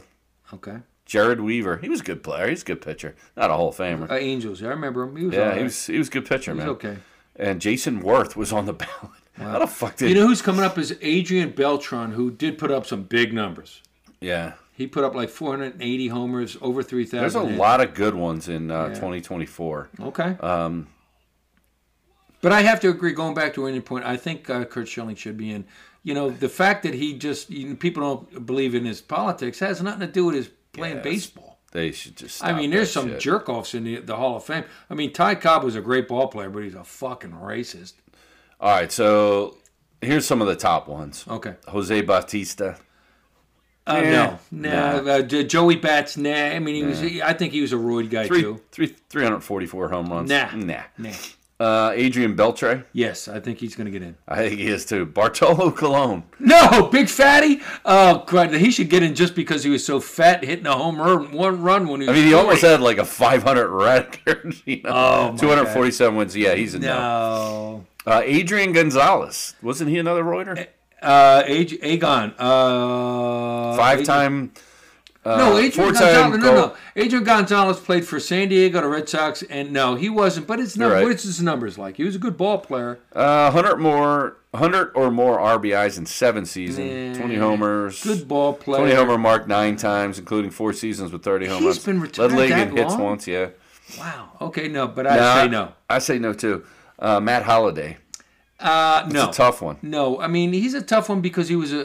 S2: Okay.
S1: Jared Weaver. He was a good player. He's a good pitcher, not a Hall of Famer.
S2: Uh, Angels. Yeah, I remember him. He was. all
S1: yeah,
S2: right.
S1: he was. He was a good pitcher,
S2: He's
S1: man.
S2: okay.
S1: And Jason Worth was on the ballot. How the fuck did?
S2: You know who's coming up is Adrian Beltron, who did put up some big numbers.
S1: yeah.
S2: He put up like 480 homers, over 3,000.
S1: There's a
S2: hits.
S1: lot of good ones in uh,
S2: Yeah.
S1: 2024.
S2: Okay. Um, but I have to agree. Going back to your point, I think uh, Kurt Schilling should be in. You know, the fact that he just you know, people don't believe in his politics has nothing to do with his playing
S1: Yes.
S2: baseball.
S1: They should just.
S2: I
S1: stop
S2: mean, there's
S1: that
S2: some
S1: shit.
S2: jerk offs in the, the Hall of Fame. I mean, Ty Cobb was a great ball player, but he's a fucking racist.
S1: All right, so here's some of the top ones.
S2: Okay.
S1: Jose Bautista.
S2: Uh,
S1: Yeah.
S2: No, no. Uh, J- Joey Bats, nah. I mean, he was. I think he was a roid guy
S1: three,
S2: too.
S1: three, 344 home runs.
S2: Nah.
S1: Nah.
S2: Nah.
S1: Uh, Adrian Beltre.
S2: Yes, I think he's going to get in.
S1: I think he is too. Bartolo Colon.
S2: No, big fatty. Oh, God, he should get in just because he was so fat, hitting a home run one run when he.
S1: I
S2: Was
S1: mean, he
S2: forty.
S1: almost had like a 500 record. You know?
S2: Oh, my
S1: 247 wins. Yeah, he's a no.
S2: No.
S1: Uh, Adrian Gonzalez. Wasn't he another Reuter?
S2: Uh, Ag- Agon. Uh,
S1: Five
S2: Adrian-
S1: time. Uh,
S2: No, Adrian
S1: four-time
S2: Gonzalez. No,
S1: goal-
S2: no. Adrian Gonzalez played for San Diego, the Red Sox, and no, he wasn't. But it's not.
S1: You're right.
S2: What's his numbers like? He was a good ball player.
S1: Uh, 100 more, 100 or more RBIs in seven seasons,
S2: Nah,
S1: 20 homers,
S2: Good ball
S1: 20
S2: player.
S1: homer mark nine times, including four seasons with 30 home runs.
S2: He's been
S1: Led
S2: retired
S1: league
S2: that
S1: in hits
S2: long?
S1: once, yeah.
S2: Wow. Okay, no, but I
S1: Nah,
S2: say no.
S1: I say no too. Uh, Matt Holliday.
S2: Uh, no.
S1: It's a tough one.
S2: No, I mean he's a tough one because he was a,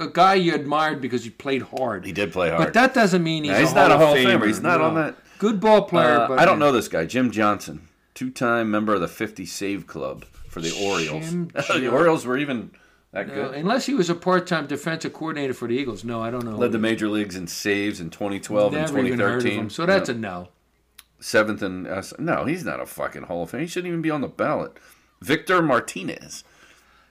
S2: a, a guy you admired because he played hard.
S1: He did play hard.
S2: But that doesn't mean he's,
S1: No, he's
S2: a
S1: not
S2: Hall
S1: a Hall of
S2: Famer.
S1: Famer. He's not on that-
S2: Good ball player.
S1: Uh,
S2: but
S1: I don't know this guy, Jim Johnson, two-time member of the 50 Save Club for the
S2: Jim
S1: Orioles. the
S2: Jo-
S1: Orioles were even that
S2: Uh,
S1: good.
S2: unless he was a part-time defensive coordinator for the Eagles. No, I don't know.
S1: Led the major leagues in saves in 2012 and
S2: Never even
S1: 2013.
S2: heard of him. So that's a no.
S1: seventh and uh, no, he's not a fucking Hall of Fame. He shouldn't even be on the ballot. Victor Martinez.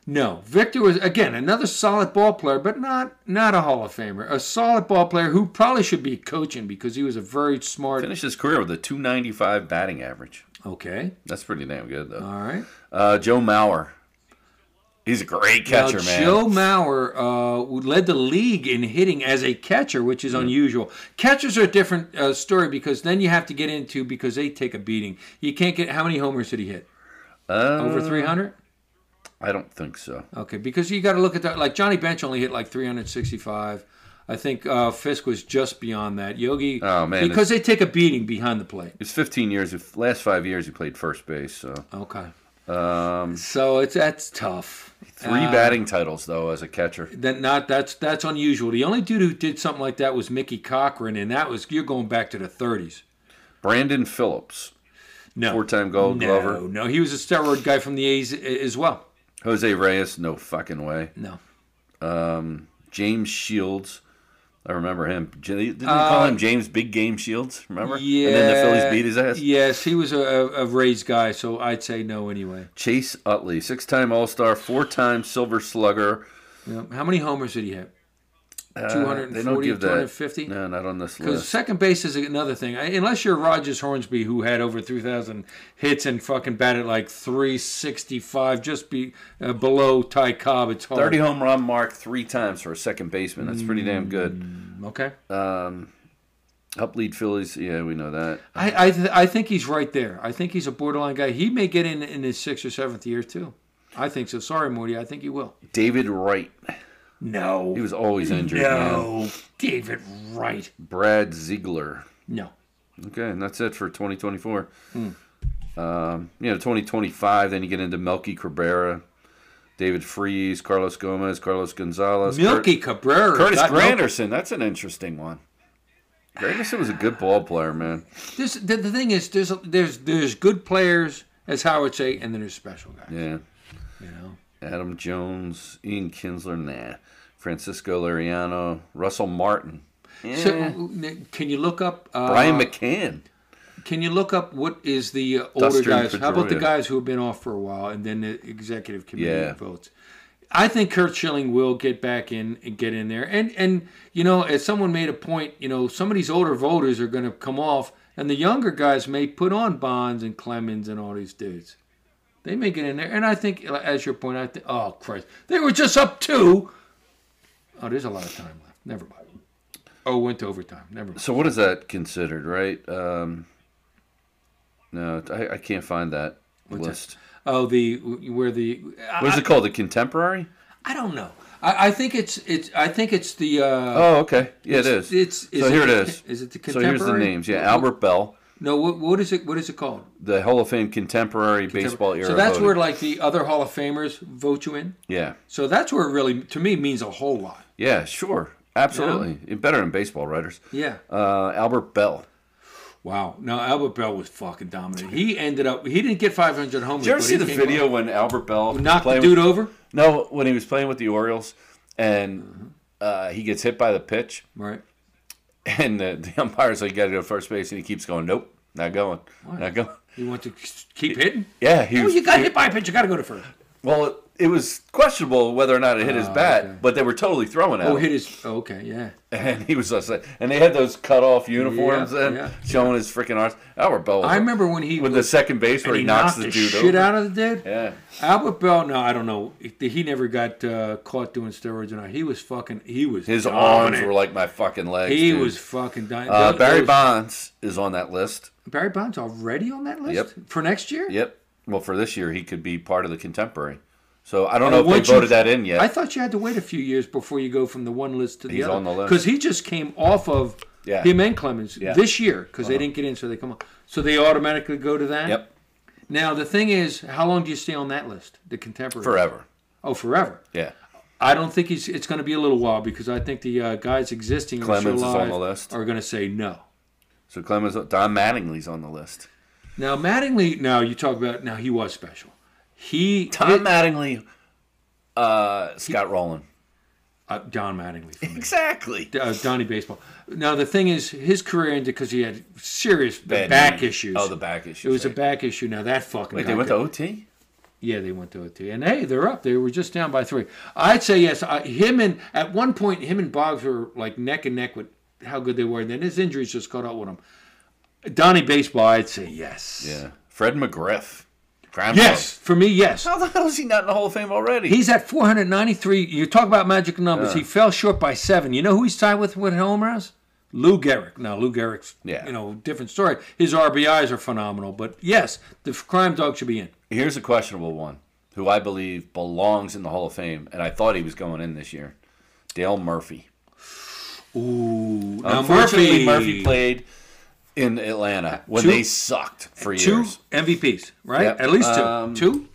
S2: No, Victor was again another solid ball player, but not not a Hall of Famer. A solid ball player who probably should be coaching because he was a very smart.
S1: Finished his career with a 295 batting average.
S2: Okay,
S1: That's pretty damn good, though.
S2: all right.
S1: Uh, Joe Mauer. He's a great catcher,
S2: now,
S1: man.
S2: Joe Mauer uh, led the league in hitting as a catcher, which is unusual. Catchers are a different uh, story because then you have to get into because they take a beating. You can't get how many homers did he hit?
S1: Uh,
S2: Over three hundred.
S1: I don't think so.
S2: Okay, because you got to look at that. Like Johnny Bench only hit like 365. I think uh, Fisk was just beyond that. Yogi,
S1: Oh, man,
S2: because they take a beating behind the plate.
S1: It's 15 years. If last five years he played first base. So
S2: Okay. Um, so it's that's tough.
S1: three
S2: Uh,
S1: batting titles though as a catcher.
S2: That not that's that's unusual. The only dude who did something like that was Mickey Cochran, and that was you're going back to the 30s.
S1: Brandon Phillips,
S2: No,
S1: four-time Gold
S2: no,
S1: Glover.
S2: No, he was a steroid guy from the A's a- as well.
S1: Jose Reyes, no fucking way.
S2: No.
S1: James Shields. I remember him. J- Didn't they
S2: Uh,
S1: call him James Big Game Shields? Remember?
S2: Yeah.
S1: And then the Phillies beat his ass.
S2: Yes, he was a, a, a Rays guy, so I'd say no anyway.
S1: Chase Utley, six time All Star, four time Silver Slugger.
S2: Yeah. How many homers did he hit?
S1: Uh,
S2: 240,
S1: they don't give that.
S2: 250?
S1: No, not on this
S2: Because
S1: list.
S2: second base is another thing. I, unless you're Rogers Hornsby, who had over 3,000 hits and fucking batted like 365, just be uh, below Ty Cobb. It's hard.
S1: 30 home run mark three times for a second baseman. That's pretty damn
S2: Mm.
S1: good.
S2: Okay.
S1: Up lead Phillies, yeah, we know that.
S2: I I, th- I think he's right there. I think he's a borderline guy. He may get in in his sixth or seventh year too. I think so. Sorry, Moody. I think he will.
S1: David Wright, he
S2: No.
S1: was always injured. man.
S2: No. David Wright.
S1: Brad Ziegler.
S2: No.
S1: Okay, and that's it for 2024.
S2: Hmm.
S1: Um, you know, 2025, then you get into Melky Cabrera, David Freeze, Carlos Gomez, Carlos Gonzalez. Kurt-
S2: Milky Cabrera.
S1: Curtis
S2: God, Milky-
S1: Granderson, that's an interesting one. Granderson was a good ball player, man.
S2: This the, the thing is there's there's there's good players as Howard say, and then there's special guys.
S1: Yeah.
S2: You know.
S1: Adam Jones, Ian Kinsler, nah. Francisco Lariano, Russell Martin,
S2: So n- can you look up uh,
S1: Brian McCann.
S2: Can you look up what is the uh, older
S1: Dustin
S2: guys? How about the
S1: Pedroia.
S2: guys who have been off for a while and then the executive committee
S1: Yeah.
S2: votes? I think Kurt Schilling will get back in and get in there. And and you know, as someone made a point, you know, some of these older voters are going to come off, and the younger guys may put on Bonds and Clemens and all these dudes. They may get in there, and I think, uh, as your point, I think, oh Christ, they were just up two. Oh, there's a lot of time left. Never mind. Oh, went to overtime. Never mind.
S1: So what is that considered, right? Um, no, I, I can't find that list.
S2: Oh, the where the
S1: What is it called? The contemporary?
S2: I don't know. I, I think it's it's. I think it's the. Uh,
S1: Oh, okay. Yeah, it is.
S2: It's,
S1: so here it
S2: the-
S1: is.
S2: Is it the
S1: So
S2: contemporary?
S1: here's the names. Yeah, Albert Bell,
S2: No. What, what is it? What is it called?
S1: the Hall of Fame contemporary baseball era.
S2: So that's
S1: voting.
S2: where like the other Hall of Famers vote you in.
S1: Yeah,
S2: So that's where it really to me means a whole lot.
S1: yeah, sure, absolutely. Better than baseball writers.
S2: Yeah.
S1: Uh, Albert Bell.
S2: Wow. No, Albert Bell was fucking dominant. He ended up. He didn't get 500 homers.
S1: Did you ever
S2: but
S1: see
S2: he
S1: the
S2: came
S1: video
S2: up-
S1: when Albert Bell
S2: Knocked the
S1: playing
S2: dude
S1: with-
S2: over.
S1: No, when he was playing with the Orioles,
S2: Mm-hmm.
S1: and uh, he gets hit by the pitch,
S2: Right.
S1: and the, the umpire's like, "You got to go to first base," and he keeps going, "Nope, not going, not going."
S2: You want to keep hitting?
S1: Yeah, he
S2: Oh,
S1: was.
S2: you got hit by a pitch. You got to go to first.
S1: well, it, it was questionable whether or not it hit his bat, but they were totally throwing at
S2: Oh,
S1: him.
S2: hit his. Oh, okay, yeah.
S1: and he was just like, and they had those cut off uniforms
S2: Yeah,
S1: and
S2: yeah,
S1: showing his freaking arms. That were both.
S2: I remember when he
S1: with the second base where
S2: and
S1: he, knocks the
S2: knocked
S1: dude
S2: shit
S1: over.
S2: out of the dude.
S1: Yeah.
S2: Albert Bell, no, I don't know. He he never got uh, caught doing steroids or not. He was fucking. He was
S1: His
S2: dominant.
S1: arms were like my fucking legs.
S2: He
S1: dude.
S2: was fucking dying.
S1: Uh, Barry
S2: Bonds.
S1: Bonds is on that list.
S2: Barry Bonds already on that list
S1: Yep.
S2: for next year.
S1: Yep. Well, for this year, he could be part of the contemporary. So I don't know if
S2: once
S1: they
S2: you-
S1: voted that in yet.
S2: I thought you had to wait a few years before you go from the one list to the
S1: He's
S2: other.
S1: on the list.
S2: because he just came off of
S1: Yeah.
S2: him and Clemens
S1: Yeah. Uh-huh.
S2: this year because they didn't get in, so they come on. So they automatically go to that.
S1: yep.
S2: Now the thing is, how long do you stay on that list? The contemporary.
S1: Forever.
S2: Oh, forever.
S1: Yeah.
S2: I don't think he's. It's going to be a little while because I think the uh, guys existing on
S1: Clemens is
S2: Show
S1: on
S2: Live
S1: the list.
S2: are going to say no.
S1: So Clemens, Don Mattingly's on the list.
S2: Now Mattingly. Now you talk about. Now he was special. He
S1: Tom
S2: it-
S1: Mattingly, uh, Scott Rowland.
S2: uh, Don Mattingly. For me.
S1: Exactly.
S2: uh, Donnie Baseball. Now the thing is, his career ended because he had serious
S1: Bad
S2: back
S1: knee.
S2: issues.
S1: Oh, the back issues.
S2: It was a
S1: right.
S2: back issue. Now that fucking.
S1: Wait,
S2: guy
S1: they went to
S2: could-
S1: OT?
S2: Yeah, they went to OT, and hey, they're up. They were just down by three. I'd say yes. I, him and at one point, him and Boggs were like neck and neck with how good they were, and then his injuries just caught up with him. Donnie Baseball, I'd say yes.
S1: Yeah. Fred McGriff. Crime
S2: Yes, for me, yes.
S1: Club. How the hell is he not in the Hall of Fame already?
S2: He's at 493. You talk about magic numbers. He fell short by seven. You know who he's tied with with home runs? Lou Gehrig. Now Lou Gehrig's,
S1: Yeah.
S2: you know, different story. His RBIs are phenomenal, but yes, the crime dog should be in.
S1: Here's a questionable one who I believe belongs in the Hall of Fame, and I thought he was going in this year Dale Murphy.
S2: Ooh, now
S1: Unfortunately,
S2: Murphy,
S1: Murphy, played in Atlanta when
S2: Two-
S1: they sucked for
S2: two
S1: years.
S2: MVPs, right?
S1: Yep.
S2: At least two.
S1: Um,
S2: two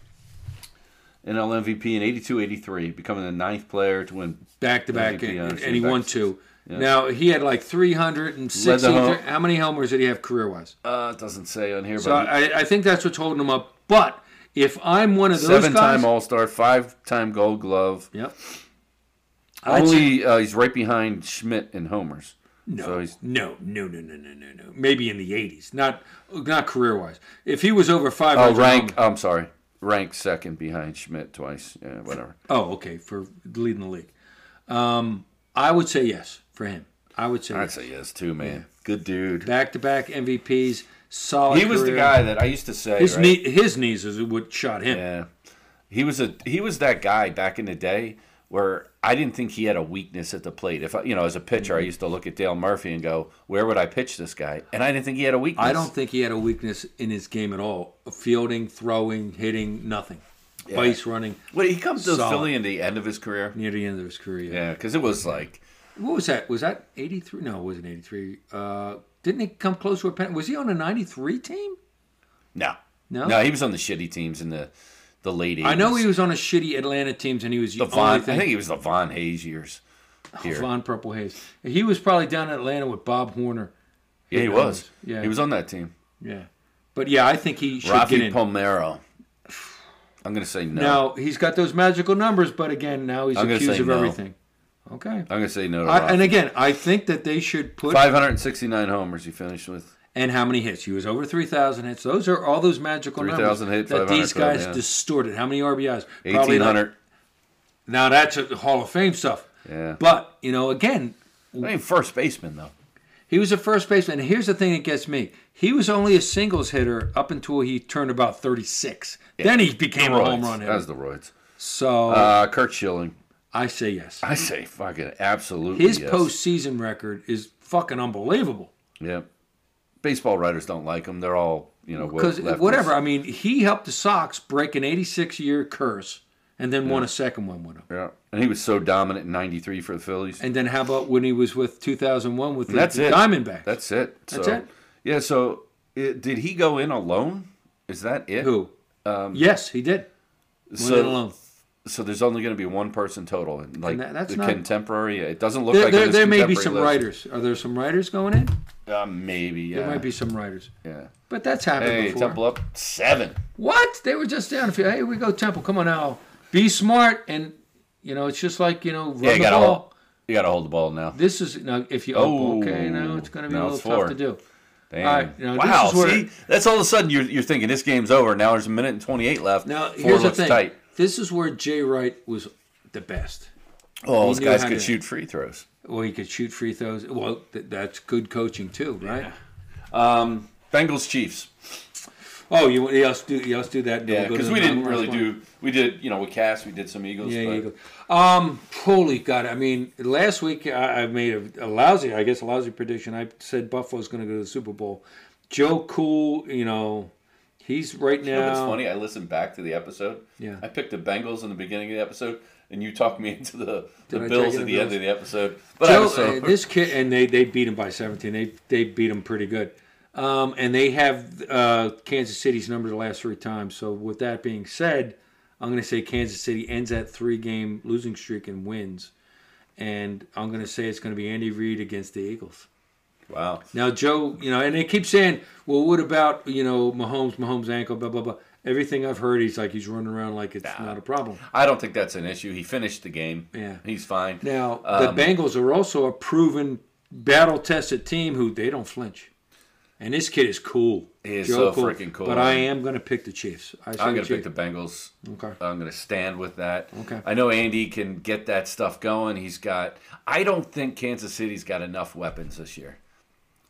S1: NL MVP in 82 83, becoming the ninth player to win.
S2: back to back,
S1: MVP,
S2: and
S1: honestly,
S2: and he won
S1: back-
S2: two. Now he had like 316.
S1: Led the home-
S2: How many homers did he have career wise?
S1: Uh, it doesn't say on here,
S2: So uh,
S1: but
S2: I, I think that's what's holding him up. But if I'm one of those
S1: seven
S2: guys,
S1: time All Star, five time Gold Glove.
S2: yep. I'd say-
S1: Only uh, he's right behind Schmidt in homers.
S2: No,
S1: So he's-
S2: no, no, no, no, no, no, no. Maybe in the '80s, not not career wise. If he was over five,
S1: Oh, rank. I'm sorry, ranked second behind Schmidt twice. Yeah, whatever.
S2: Oh, okay, for leading the league. Um, I would say yes for him. I would say
S1: I'd
S2: yes.
S1: say yes too, man. Good dude.
S2: back to back MVPs. Solid.
S1: He was the
S2: career.
S1: guy that I used to say.
S2: His
S1: right?
S2: knee, his knees is what shot him.
S1: Yeah. He was a he was that guy back in the day where I didn't think he had a weakness at the plate. If I, you know, as a pitcher,
S2: Mm-hmm.
S1: I used to look at Dale Murphy and go, "Where would I pitch this guy?" And I didn't think he had a weakness.
S2: I don't think he had a weakness in his game at all. Fielding, throwing, hitting, nothing. Base running
S1: Well, he comes to
S2: Solid.
S1: Philly in the end of his career.
S2: near the end of his career.
S1: Yeah, because it was like
S2: What was that? Was that 83? No, it wasn't 83. Uh, didn't he come close to a pen? Was he on a 93 team?
S1: no,
S2: No?
S1: no. He was on the shitty teams in the the late 80s.
S2: I know he was on a shitty Atlanta teams and he was
S1: the
S2: the
S1: Von.
S2: only
S1: I think
S2: thing.
S1: he was the Von Hayes years. Here.
S2: Von Purple Haze. He was probably down in Atlanta with Bob Horner.
S1: yeah, he
S2: knows?
S1: was.
S2: Yeah.
S1: he was on that team.
S2: Yeah. But yeah, I think he should get
S1: Rafi
S2: in.
S1: Palmero. I'm gonna say no.
S2: Now, he's got those magical numbers, but again, now he's
S1: I'm gonna
S2: accused
S1: say
S2: of
S1: no.
S2: everything. Okay.
S1: I'm gonna say no. To
S2: I, and
S1: Rafi.
S2: again, I think that they should put
S1: 569 homers he finished with.
S2: and how many hits. He was over 3,000 hits. Those are all those magical numbers
S1: 3,000 hit,
S2: that these
S1: 512,
S2: guys
S1: yeah.
S2: distorted. How many RBIs? Probably
S1: Eighteen
S2: not-
S1: hundred.
S2: Now that's a Hall of Fame stuff.
S1: Yeah.
S2: But, you know, again,
S1: I mean, first baseman though.
S2: he was a first baseman. And here's the thing that gets me. He was only a singles hitter up until he turned about 36. Then he became a home
S1: Roids.
S2: run
S1: That was
S2: hitter.
S1: the roids.
S2: So
S1: Uh, Kurt Schilling.
S2: I say yes.
S1: I say fucking absolutely.
S2: His
S1: yes.
S2: postseason record is fucking unbelievable.
S1: Yep. Baseball writers don't like him. They're all you know.
S2: Because
S1: leftists.
S2: whatever, I mean, he helped the Sox break an 86 year curse and then won a second one with him.
S1: Yeah. And he was so dominant in '93 for the Phillies.
S2: And then how about when he was with 2001 with the,
S1: That's
S2: the
S1: it.
S2: Diamondbacks?
S1: That's it.
S2: That's
S1: so,
S2: it.
S1: Yeah. So it, did he go in alone? Is that it?
S2: who? yes, he did. Went
S1: um, So,
S2: it alone.
S1: so there's only going to be one person total. And like
S2: And that- that's
S1: the
S2: not-
S1: contemporary. It doesn't look
S2: There,
S1: like on
S2: there,
S1: this
S2: there may be
S1: contemporary
S2: some
S1: list.
S2: writers. Are there some writers going in?
S1: Uh, maybe. Yeah.
S2: There might be some writers.
S1: Yeah.
S2: But that's happened
S1: Hey,
S2: before.
S1: Temple up seven.
S2: What? They were just down a few. Hey, we go Temple. Come on now. Be smart and you know it's just like you know run
S1: Yeah, you
S2: the
S1: gotta
S2: ball.
S1: hold- You got to hold the ball now.
S2: This is now if you
S1: Oh,
S2: oh, okay now it's going to be
S1: now
S2: a little
S1: it's
S2: tough
S1: four.
S2: to do.
S1: Damn.
S2: All right, now, this
S1: wow.
S2: is where-
S1: See, that's all of a sudden you're, you're thinking this game's over. Now there's a minute and 28 left.
S2: Now,
S1: Four
S2: here's the
S1: looks
S2: thing.
S1: tight.
S2: This is where Jay Wright was the best.
S1: Oh, those
S2: knew
S1: guys
S2: how
S1: could
S2: to-
S1: shoot free throws.
S2: Well, he could shoot free throws. Well, th- that's good coaching too, right?
S1: Bengals Chiefs.
S2: Oh, you you also do you also do that?
S1: Yeah,
S2: Go to
S1: because
S2: the
S1: we didn't
S2: non-conference
S1: really
S2: one.
S1: do. We did, you know, with Cass, we did some Eagles.
S2: Yeah,
S1: but-
S2: Eagle. Um, holy God! I mean, last week I, I made a, a lousy, I guess, a lousy prediction. I said Buffalo's going to go to the Super Bowl. Joe Cool, you know, he's right
S1: You know
S2: now.
S1: what's funny? I listened back to the episode.
S2: Yeah.
S1: I picked the Bengals in the beginning of the episode, and you talked me into the,
S2: Did
S1: the
S2: I
S1: Bills
S2: take
S1: at
S2: the
S1: the end
S2: Bills?
S1: of the episode. But I
S2: Joe,
S1: was so,
S2: uh, this kid, and they, they beat him by 17. They they beat him pretty good. Um, and they have uh, Kansas City's number the last three times. So with that being said, I'm going to say Kansas City ends that three game losing streak and wins. And I'm going to say it's going to be Andy Reid against the Eagles.
S1: wow.
S2: Now Joe, you know, and they keep saying, well, what about you know Mahomes, Mahomes ankle, blah blah blah. Everything I've heard, he's like he's running around like it's not a problem.
S1: I don't think that's an issue. He finished the game.
S2: Yeah.
S1: He's fine.
S2: Now
S1: Um,
S2: the Bengals are also a proven battle-tested team who they don't flinch. And this kid is cool.
S1: He is so freaking cool.
S2: But I am going to pick the Chiefs. I
S1: I'm going to pick the Bengals.
S2: Okay.
S1: I'm going to stand with that.
S2: Okay.
S1: I know Andy can get that stuff going. He's got. I don't think Kansas City's got enough weapons this year.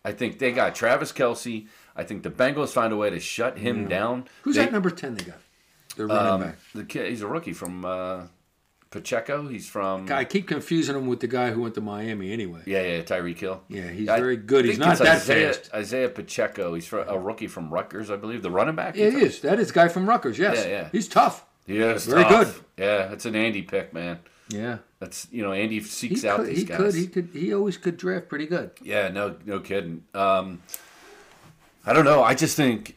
S1: I think they got Travis Kelsey. I think the Bengals find a way to shut him down.
S2: Who's
S1: They-
S2: that number ten they got? They're running
S1: Um,
S2: back.
S1: the kid, he's a rookie from uh, Pacheco. He's from
S2: God, I keep confusing him with the guy who went to Miami anyway.
S1: yeah, yeah, Tyreek Hill.
S2: Yeah, he's
S1: I
S2: very good. He's
S1: think
S2: not
S1: it's
S2: that
S1: Isaiah,
S2: fast.
S1: Isaiah Pacheco. He's from, a rookie from Rutgers, I believe. The running back.
S2: It is. That is a guy from Rutgers. Yes.
S1: Yeah, yeah.
S2: He's tough.
S1: Yeah, it's
S2: Very
S1: tough.
S2: good.
S1: Yeah, that's an Andy pick, man.
S2: Yeah.
S1: That's you know Andy
S2: He
S1: seeks out
S2: could,
S1: these
S2: he
S1: guys.
S2: could. He could. He always could draft pretty good.
S1: Yeah, no, no kidding. Um, I don't know. I just think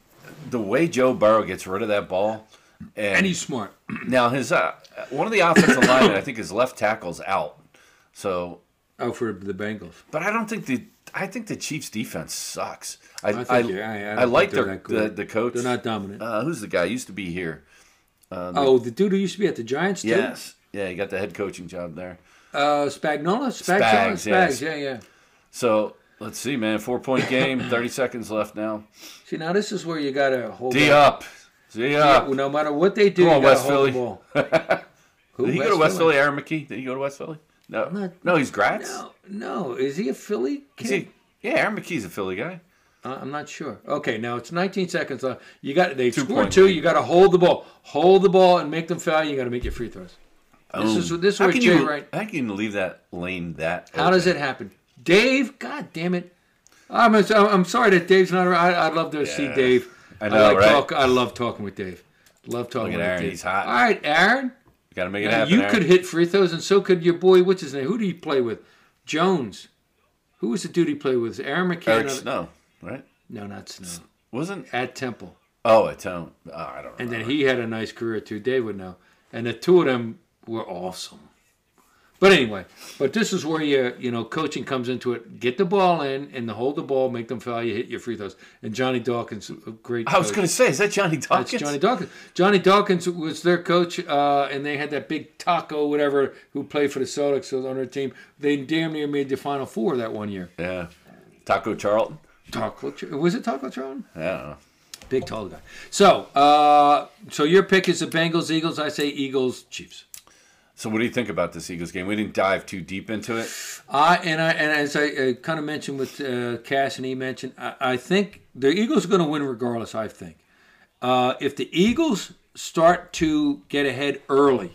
S1: the way Joe Burrow gets rid of that ball, and,
S2: And he's smart.
S1: now his uh, one of the offensive linemen, I think his left tackle's out. So,
S2: Oh, for the Bengals.
S1: but I don't think the I think the Chiefs' defense sucks. I
S2: I think
S1: I,
S2: you're- I- I don't
S1: I like
S2: think they're
S1: their,
S2: that
S1: the
S2: good.
S1: the coach.
S2: They're not dominant.
S1: uh, who's the guy used to be here?
S2: oh, the dude who used to be at the Giants too.
S1: Yes, yeah, he got the head coaching job there.
S2: Uh, Spagnola. Spagnola.
S1: Spags, yeah.
S2: Spags. Yeah, yeah.
S1: So let's see, man. Four point game. Thirty seconds left now.
S2: See, now this is where you gotta hold.
S1: D
S2: up.
S1: up. D up.
S2: No matter what they do,
S1: Come on,
S2: you gotta
S1: West Philly.
S2: hold the ball. Who,
S1: Did he go to West Philly? Aaron McKee? Did he go to West Philly? No,
S2: not-
S1: no, he's Gratz.
S2: No, no. Is he a Philly
S1: Is
S2: kid?
S1: he- yeah, Aaron McKee's a Philly guy.
S2: Uh, I'm not sure. Okay, now it's 19 seconds left. You got they scored
S1: point.
S2: two. You got to hold the ball, hold the ball, and make them foul. You got to make your free throws. This is this is
S1: Oh. how
S2: where
S1: can
S2: Jay
S1: you,
S2: Wright.
S1: How can you leave that lane that?
S2: How does it happen, Dave? God damn it! I'm I'm- I'm sorry that Dave's not around. I, I'd love to see
S1: Yeah.
S2: Dave.
S1: I know,
S2: like
S1: right?
S2: Talk, I love talking with Dave. Love talking
S1: Look at
S2: with
S1: Aaron,
S2: Dave.
S1: he's hot.
S2: All right, Aaron.
S1: Got to make it
S2: Now,
S1: happen.
S2: you
S1: Aaron.
S2: could hit free throws, and so could your boy. What's his name? Who did he play with? Jones. Who was the dude he played with? Aaron McKay.
S1: Eric
S2: another-
S1: Snow, right?
S2: No, not Snow.
S1: Wasn't?
S2: At Temple.
S1: Oh, I don't. Oh, I don't.
S2: And
S1: know.
S2: then he had a nice career too. Dave would know. And the two of them were awesome. But anyway, but this is where you you know coaching comes into it. Get the ball in and the hold the ball, make them foul. You hit your free throws. And Johnny Dawkins, a great.
S1: I was
S2: coach.
S1: going to say, is that Johnny Dawkins?
S2: That's Johnny Dawkins. Johnny Dawkins was their coach, uh, and they had that big taco, whatever, who played for the Celtics who was on their team. They damn near made the Final Four that one year.
S1: Yeah. Taco Charlton.
S2: Taco, Ch- was it Taco Tron?
S1: I don't know.
S2: Big tall guy. So, uh, so your pick is the Bengals, Eagles. I say Eagles, Chiefs.
S1: So, what do you think about this Eagles game? We didn't dive too deep into it.
S2: I and I and as I uh, kind of mentioned with uh, Cass and he mentioned, I, I think the Eagles are going to win regardless. I think uh, if the Eagles start to get ahead early,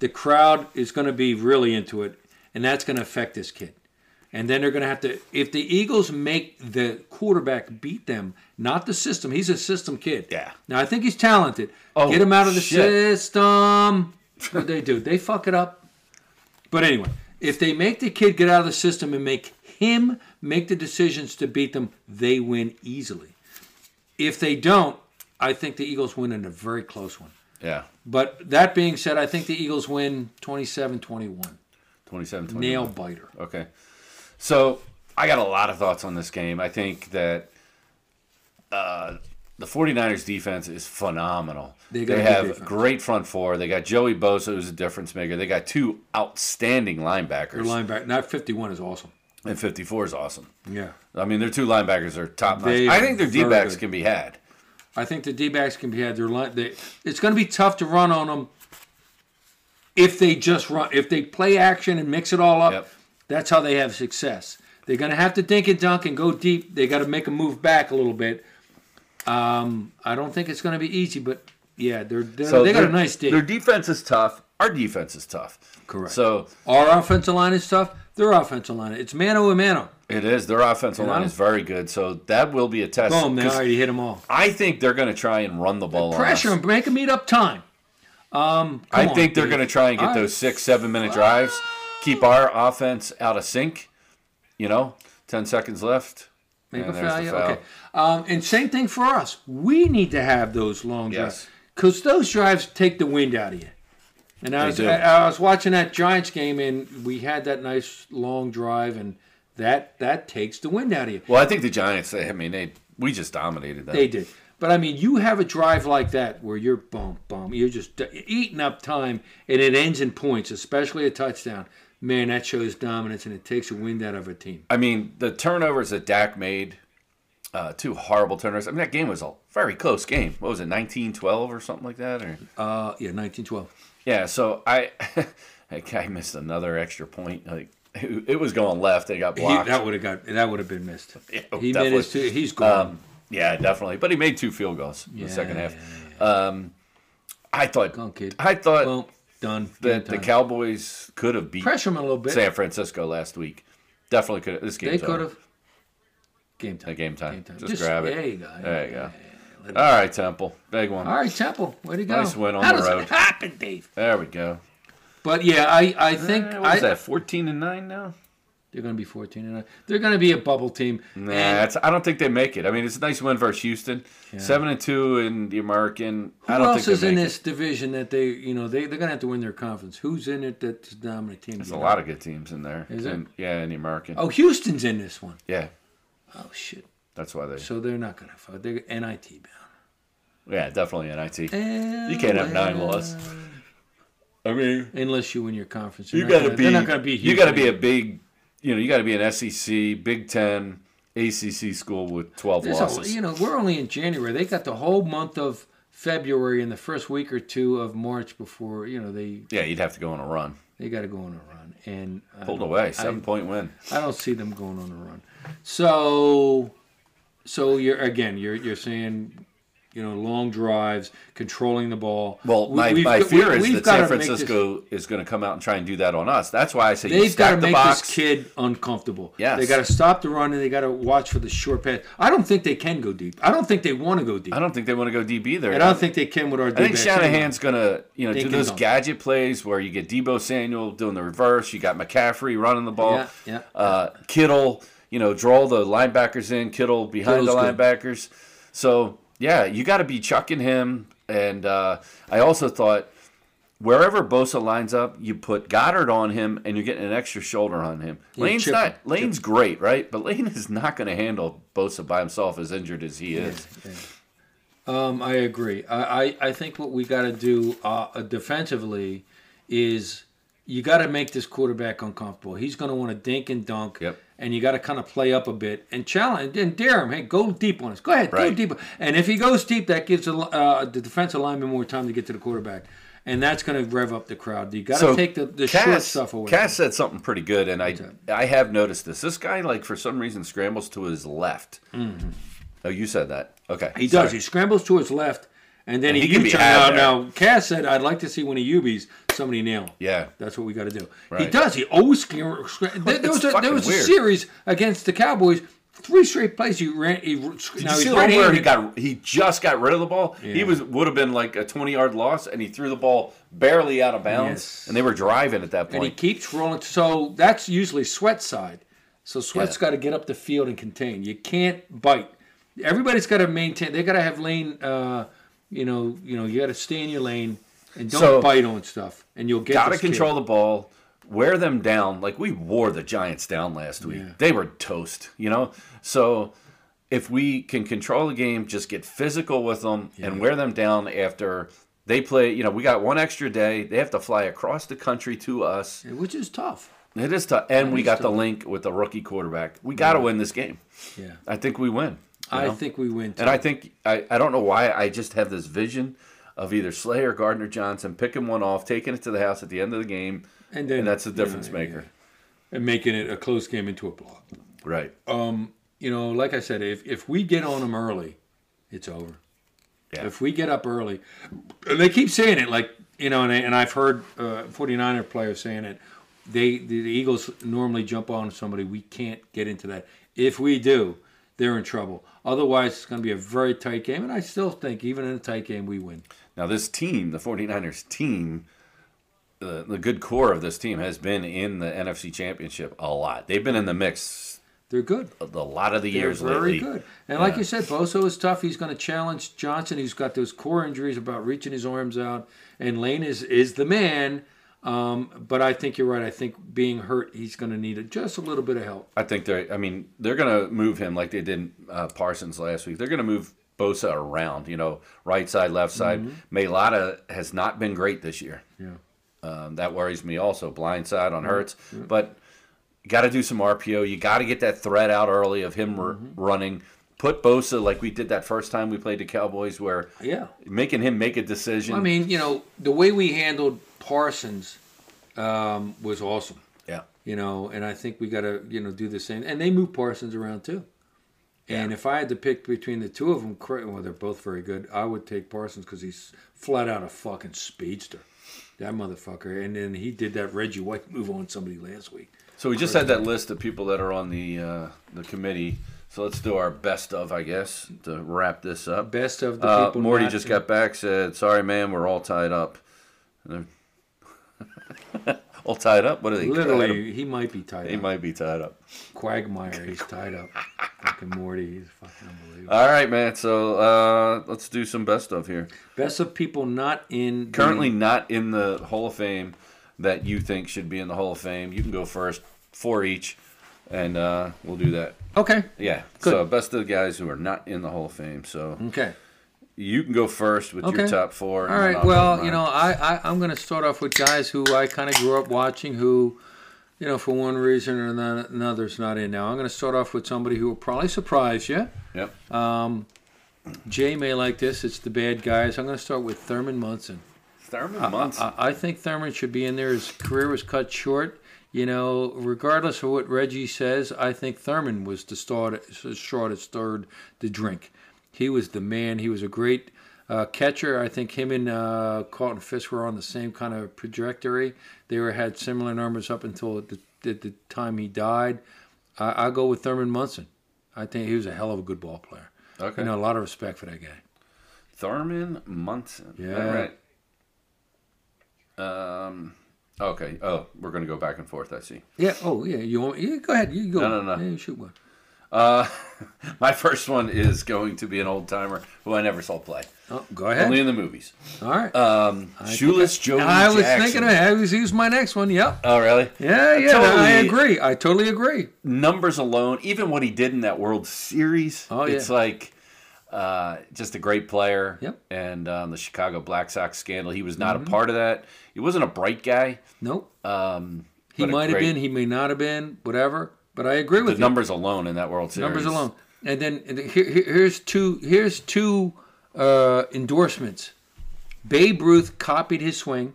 S2: the crowd is going to be really into it, and that's going to affect this kid. And then they're going to have to if the Eagles make the quarterback beat them, not the system. He's a system kid.
S1: Yeah.
S2: Now I think he's talented.
S1: Oh,
S2: get him out of the
S1: shit.
S2: system. What they do? They fuck it up. But anyway, if they make the kid get out of the system and make him make the decisions to beat them, they win easily. If they don't, I think the Eagles win in a very close one.
S1: Yeah.
S2: But that being said, I think the Eagles win 27 21.
S1: 27 21.
S2: Nail biter.
S1: Okay. So I got a lot of thoughts on this game. I think that uh, the 49ers defense is phenomenal. They,
S2: They got a good
S1: have
S2: defense.
S1: great front four. They got Joey Bosa, who's a difference maker. They got two outstanding linebackers.
S2: Their linebacker, not 51 is awesome.
S1: And 54 is awesome.
S2: Yeah.
S1: I mean, their two linebackers are top
S2: They
S1: notch. I think their
S2: are
S1: D backs
S2: good.
S1: can be had.
S2: I think the D backs can be had. Their line, they, it's going to be tough to run on them if they just run. If they play action and mix it all up,
S1: Yep.
S2: that's how they have success. They're going to have to dink and dunk and go deep. They got to make a move back a little bit. Um, I don't think it's going to be easy, but yeah, they're, they're they got a
S1: their-
S2: nice D.
S1: Their defense is tough. Our defense is tough.
S2: Correct.
S1: So
S2: Our offensive line is tough. Their offensive line, it's mano a mano.
S1: it is. Their offensive
S2: Yeah.
S1: line is very good. So that will be a test.
S2: Boom! They
S1: 'Cause
S2: already hit them all.
S1: I think they're going to try and run the ball. on
S2: Pressure
S1: us.
S2: them, make them eat up time. Um,
S1: I
S2: come on,
S1: think they're
S2: dude.
S1: going to try and get
S2: All right.
S1: those six, seven minute drives, keep our offense out of sync. You know, 10 seconds left.
S2: Make a
S1: And there's the
S2: failure.
S1: foul.
S2: Okay. Um, and same thing for us. We need to have those long drives
S1: Yes.
S2: because those drives take the wind out of you. And I
S1: They
S2: was,
S1: do.
S2: I, I was watching that Giants game, and we had that nice long drive, and that that takes the wind out of you.
S1: Well, I think the Giants, they, I mean, they we just dominated them.
S2: They did. But I mean, you have a drive like that where you're bum bum, you're just eating up time, and it ends in points, especially a touchdown. Man, that shows dominance, and it takes the wind out of a team.
S1: I mean, the turnovers that Dak made, uh, two horrible turnovers. I mean, that game was a very close game. What was it, 19 12 or something like that? Or
S2: Uh, yeah, nineteen twelve.
S1: Yeah, so I, that guy missed another extra point. Like, it it was going left. They got
S2: He,
S1: blocked.
S2: that would have got that would have been missed.
S1: oh,
S2: he made
S1: definitely.
S2: his two. He's gone.
S1: Um, yeah, definitely. But he made two field goals in the second half. Um, I thought
S2: Gone, kid.
S1: I thought
S2: well, done.
S1: that the
S2: Cal-
S1: Cowboys could have beat
S2: pressure him a little bit.
S1: San Francisco last week. Definitely could. This game
S2: they could have. Game time.
S1: At game time.
S2: Game time.
S1: Just, grab it.
S2: There you go.
S1: There you go. All right, Temple. Big one.
S2: All right, Temple. Way to go.
S1: Nice win on
S2: How
S1: the
S2: does
S1: road.
S2: it happen, Dave?
S1: There we go.
S2: But yeah, I I think
S1: Eh, what
S2: I,
S1: is that? Fourteen and nine now.
S2: they're going to be fourteen and nine. They're going to be a bubble team.
S1: Nah,
S2: and
S1: it's, I don't think they make it. I mean, it's a nice win versus Houston. Seven and two in the American. I
S2: who
S1: don't
S2: else
S1: think
S2: is
S1: they
S2: in
S1: make
S2: this division that they you know they they're going to have to win their conference? Who's in it that's a dominant team?
S1: It. There's a lot of good teams in there.
S2: Is it?
S1: In- yeah, in the American.
S2: Oh, Houston's in this one.
S1: yeah.
S2: Oh shit.
S1: That's why they.
S2: So they're not going to fight. They're NIT bound.
S1: Yeah, definitely NIT.
S2: You
S1: You can't have nine losses. I mean,
S2: unless you win your conference. They're
S1: you
S2: not
S1: got to
S2: gonna-
S1: be.
S2: They're not going to be.
S1: You
S2: Houston.
S1: got to be a big. You know, you got to be an SEC, Big Ten, ACC school with twelve
S2: There's a-
S1: losses.
S2: you know, we're only in January. They got the whole month of February and the first week or two of March before you know they
S1: yeah, you'd have to go on a run.
S2: they got to go on a run. And I
S1: Pulled
S2: don't-
S1: away, seven point win.
S2: I don't see them going on a run. So, so you're again, you're you're saying. You know, long drives, controlling the ball.
S1: Well,
S2: We-
S1: my,
S2: we've
S1: my
S2: got-
S1: fear
S2: we-
S1: is
S2: we've
S1: that
S2: gotta
S1: San
S2: make this-
S1: Francisco is going to come out and try and do that on us. That's why I say you
S2: They've got to
S1: stack the
S2: make
S1: box.
S2: this kid uncomfortable.
S1: Yes.
S2: They got to stop the run and they got to watch for the short pass. I don't think they can go deep. I don't think they want to go deep.
S1: I
S2: I
S1: don't think they want to go deep either.
S2: don't, think they can with our
S1: I think
S2: D-backs anyway.
S1: Shanahan's gonna, you know,
S2: Dink
S1: do
S2: and
S1: those
S2: dunk.
S1: gadget plays where you get Debo Samuel doing the reverse, you got McCaffrey running the ball,
S2: Yeah, yeah.
S1: Uh, Kittle, you know, draw the linebackers in, Kittle behind
S2: Kittle's
S1: the
S2: good.
S1: linebackers. So yeah, you got to be chucking him. And uh, I also thought wherever Bosa lines up, you put Goddard on him, and you're getting an extra shoulder on him. Lane's
S2: chip him.
S1: not Lane's great, right? But Lane is not going to handle Bosa by himself as injured as he is.
S2: Um, I agree. I, I, I think what we got to do uh, defensively is you got to make this quarterback uncomfortable. He's going to want to dink and dunk.
S1: Yep.
S2: And you got to kind of play up a bit and challenge and dare him. Hey, go deep on us. Go ahead, go
S1: Right.
S2: deep. And if he goes deep, that gives the, uh, the defensive lineman more time to get to the quarterback, and that's going to rev up the crowd. You got to take the, the short
S1: Cass-
S2: stuff away.
S1: Cass said something pretty good, and I I have noticed this. This guy, like for some reason, scrambles to his left.
S2: Mm-hmm.
S1: Oh, you said that. Okay,
S2: He does.
S1: sorry.
S2: He scrambles to his left, and then
S1: And
S2: he,
S1: he can be
S2: U-turn.
S1: had
S2: Now,
S1: there.
S2: now, Cass said, "I'd like to see when he UBs somebody nail." him."
S1: Yeah.
S2: that's what we got to do. He
S1: Right.
S2: does. He always scra- scra- there, there
S1: It's
S2: was a, there
S1: fucking
S2: was a
S1: weird.
S2: series against the Cowboys. Three straight plays. He ran. He,
S1: Did
S2: now
S1: you see
S2: he's
S1: the one
S2: right
S1: where he got he just got rid of the ball? He was would have been like a twenty yard loss, and he threw the ball barely out of bounds,
S2: Yes.
S1: and they were driving at that
S2: and he
S1: point.
S2: keeps rolling. So that's usually sweat side. So sweat's
S1: Yeah.
S2: got to get up the field and contain. You can't bite. Everybody's got to maintain. They got to have lane. Uh, you know. You know. You got to stay in your lane and don't
S1: So-
S2: bite on stuff. And you'll get
S1: Got to
S2: this kid.
S1: control the ball, wear them down. Like we wore the Giants down last week.
S2: Yeah.
S1: They were toast, you know. So if we can control the game, just get physical with them and wear them down after they play. You know, we got one extra day. They have to fly across the country to us.
S2: which is tough.
S1: It is tough. And we got the link with the rookie quarterback. We got to win this game.
S2: Yeah.
S1: I think we win. you
S2: I
S1: know?
S2: think we win. Too.
S1: And I think, I, I don't know why, I just have this vision of either Slay or Gardner Johnson picking one off, taking it to the house at the end of the game.
S2: And then-
S1: and that's the difference
S2: yeah, yeah,
S1: maker.
S2: and making it a close game into a blowout.
S1: Right.
S2: You know, like I said, if if we get on them early, it's over.
S1: Yeah.
S2: If we get up early, and they keep saying it like you know, and, they, and I've heard uh, 49er players saying it. They the, the Eagles normally jump on somebody. We can't get into that. If we do, they're in trouble. Otherwise, it's going to be a very tight game. And I still think even in a tight game, we win.
S1: Now, this team, the 49ers team, the, the good core of this team has been in the NFC Championship a lot. They've been in the mix
S2: They're good.
S1: a a lot of the years
S2: They're very
S1: lately.
S2: good. And like you said, Boso is tough. He's going to challenge Johnson. He's got those core injuries about reaching his arms out. And Lane is is the man. Um, but I think you're right. I think being hurt, he's going to need a, just a little bit of help.
S1: I think they're. I mean, they're going to move him like they did uh, Parsons last week. They're going to move Bosa around. You know, right side, left side. Melata has not been great this year.
S2: Mm-hmm. Yeah.
S1: Um, that worries me also. Blind side on Hurts, but you got to do some RPO. You got to get that threat out early of him r-
S2: Mm-hmm.
S1: running. Put Bosa like we did that first time we played the Cowboys, where
S2: Yeah.
S1: making him make a decision.
S2: I mean, you know, the way we handled Parsons um, was awesome.
S1: yeah,
S2: You know, and I think we got to you know do the same. And they move Parsons around too. And if I had to pick between the two of them, well, they're both very good. I would take Parsons because he's flat out a fucking speedster, that motherfucker. And then he did that Reggie White move on somebody last week.
S1: So we just had that list of people that are on the uh, the committee. So let's do our best of, I guess, to wrap this up.
S2: Best of the
S1: Uh,
S2: people.
S1: Morty
S2: not
S1: just
S2: to-
S1: got back, said, "Sorry, man, we're all tied up." And they're- all tied up. What are they? tied up?
S2: Literally, he might be tied
S1: they
S2: up.
S1: might be tied up.
S2: Quagmire, he's tied up. fucking Morty, he's fucking unbelievable.
S1: All right, man. So uh, let's do some best of here.
S2: Best of people not in the-
S1: Currently not in the Hall of Fame that you think should be in the Hall of Fame. You can go first, four each, and uh, we'll do that.
S2: Okay.
S1: Yeah.
S2: Good.
S1: So best of the guys who are not in the Hall of Fame. So.
S2: Okay.
S1: You can go first with your
S2: Okay.
S1: top four.
S2: All right. Well, you know, I, I I'm going to start off with guys who I kind of grew up watching, who, you know, for one reason or ano- another's not in now. I'm going to start off with somebody who will probably surprise you.
S1: Yep.
S2: uh, Jay may like this. It's the bad guys. I'm going to start with Thurman Munson. uh,
S1: Thurman Munson.
S2: I, I think Thurman should be in there. His career was cut short. You know, regardless of what Reggie says, I think Thurman was the star that, straw that stirred the drink. He was the man. He was a great uh, catcher. I think him and uh, Carlton Fisk were on the same kind of trajectory. They were had similar numbers up until the, the, the time he died. I, I go with Thurman Munson. I think he was a hell of a good ball player.
S1: okay.
S2: You know, a lot of respect for that guy.
S1: Thurman Munson.
S2: Yeah.
S1: All right. Um. Okay. Oh, we're gonna go back and forth. I see.
S2: Yeah. Oh, yeah. You want? Yeah. Go ahead. You go.
S1: No, no, no.
S2: Yeah, you shoot one.
S1: Uh, my first one is going to be an old timer who I never saw play,
S2: Oh, go ahead.
S1: only in the movies.
S2: All right.
S1: Um, shoeless Joe.
S2: Uh, I was
S1: Jackson.
S2: thinking I was he was my next one. Yep.
S1: Oh, really?
S2: Yeah, yeah. I
S1: Totally.
S2: agree. I totally agree.
S1: numbers alone, even what he did in that World Series,
S2: Oh, yeah.
S1: it's like uh, just a great player.
S2: Yep. Mm-hmm.
S1: And um, the Chicago Black Sox scandal, he was not a part of that. He wasn't a bright guy.
S2: Nope.
S1: Um,
S2: He
S1: but a
S2: might have
S1: great-
S2: been. He may not have been. Whatever. But I agree
S1: The
S2: with you.
S1: numbers alone in that World Series.
S2: Numbers alone. And then and then here, here- here's two. Here's two uh, endorsements. Babe Ruth copied his swing,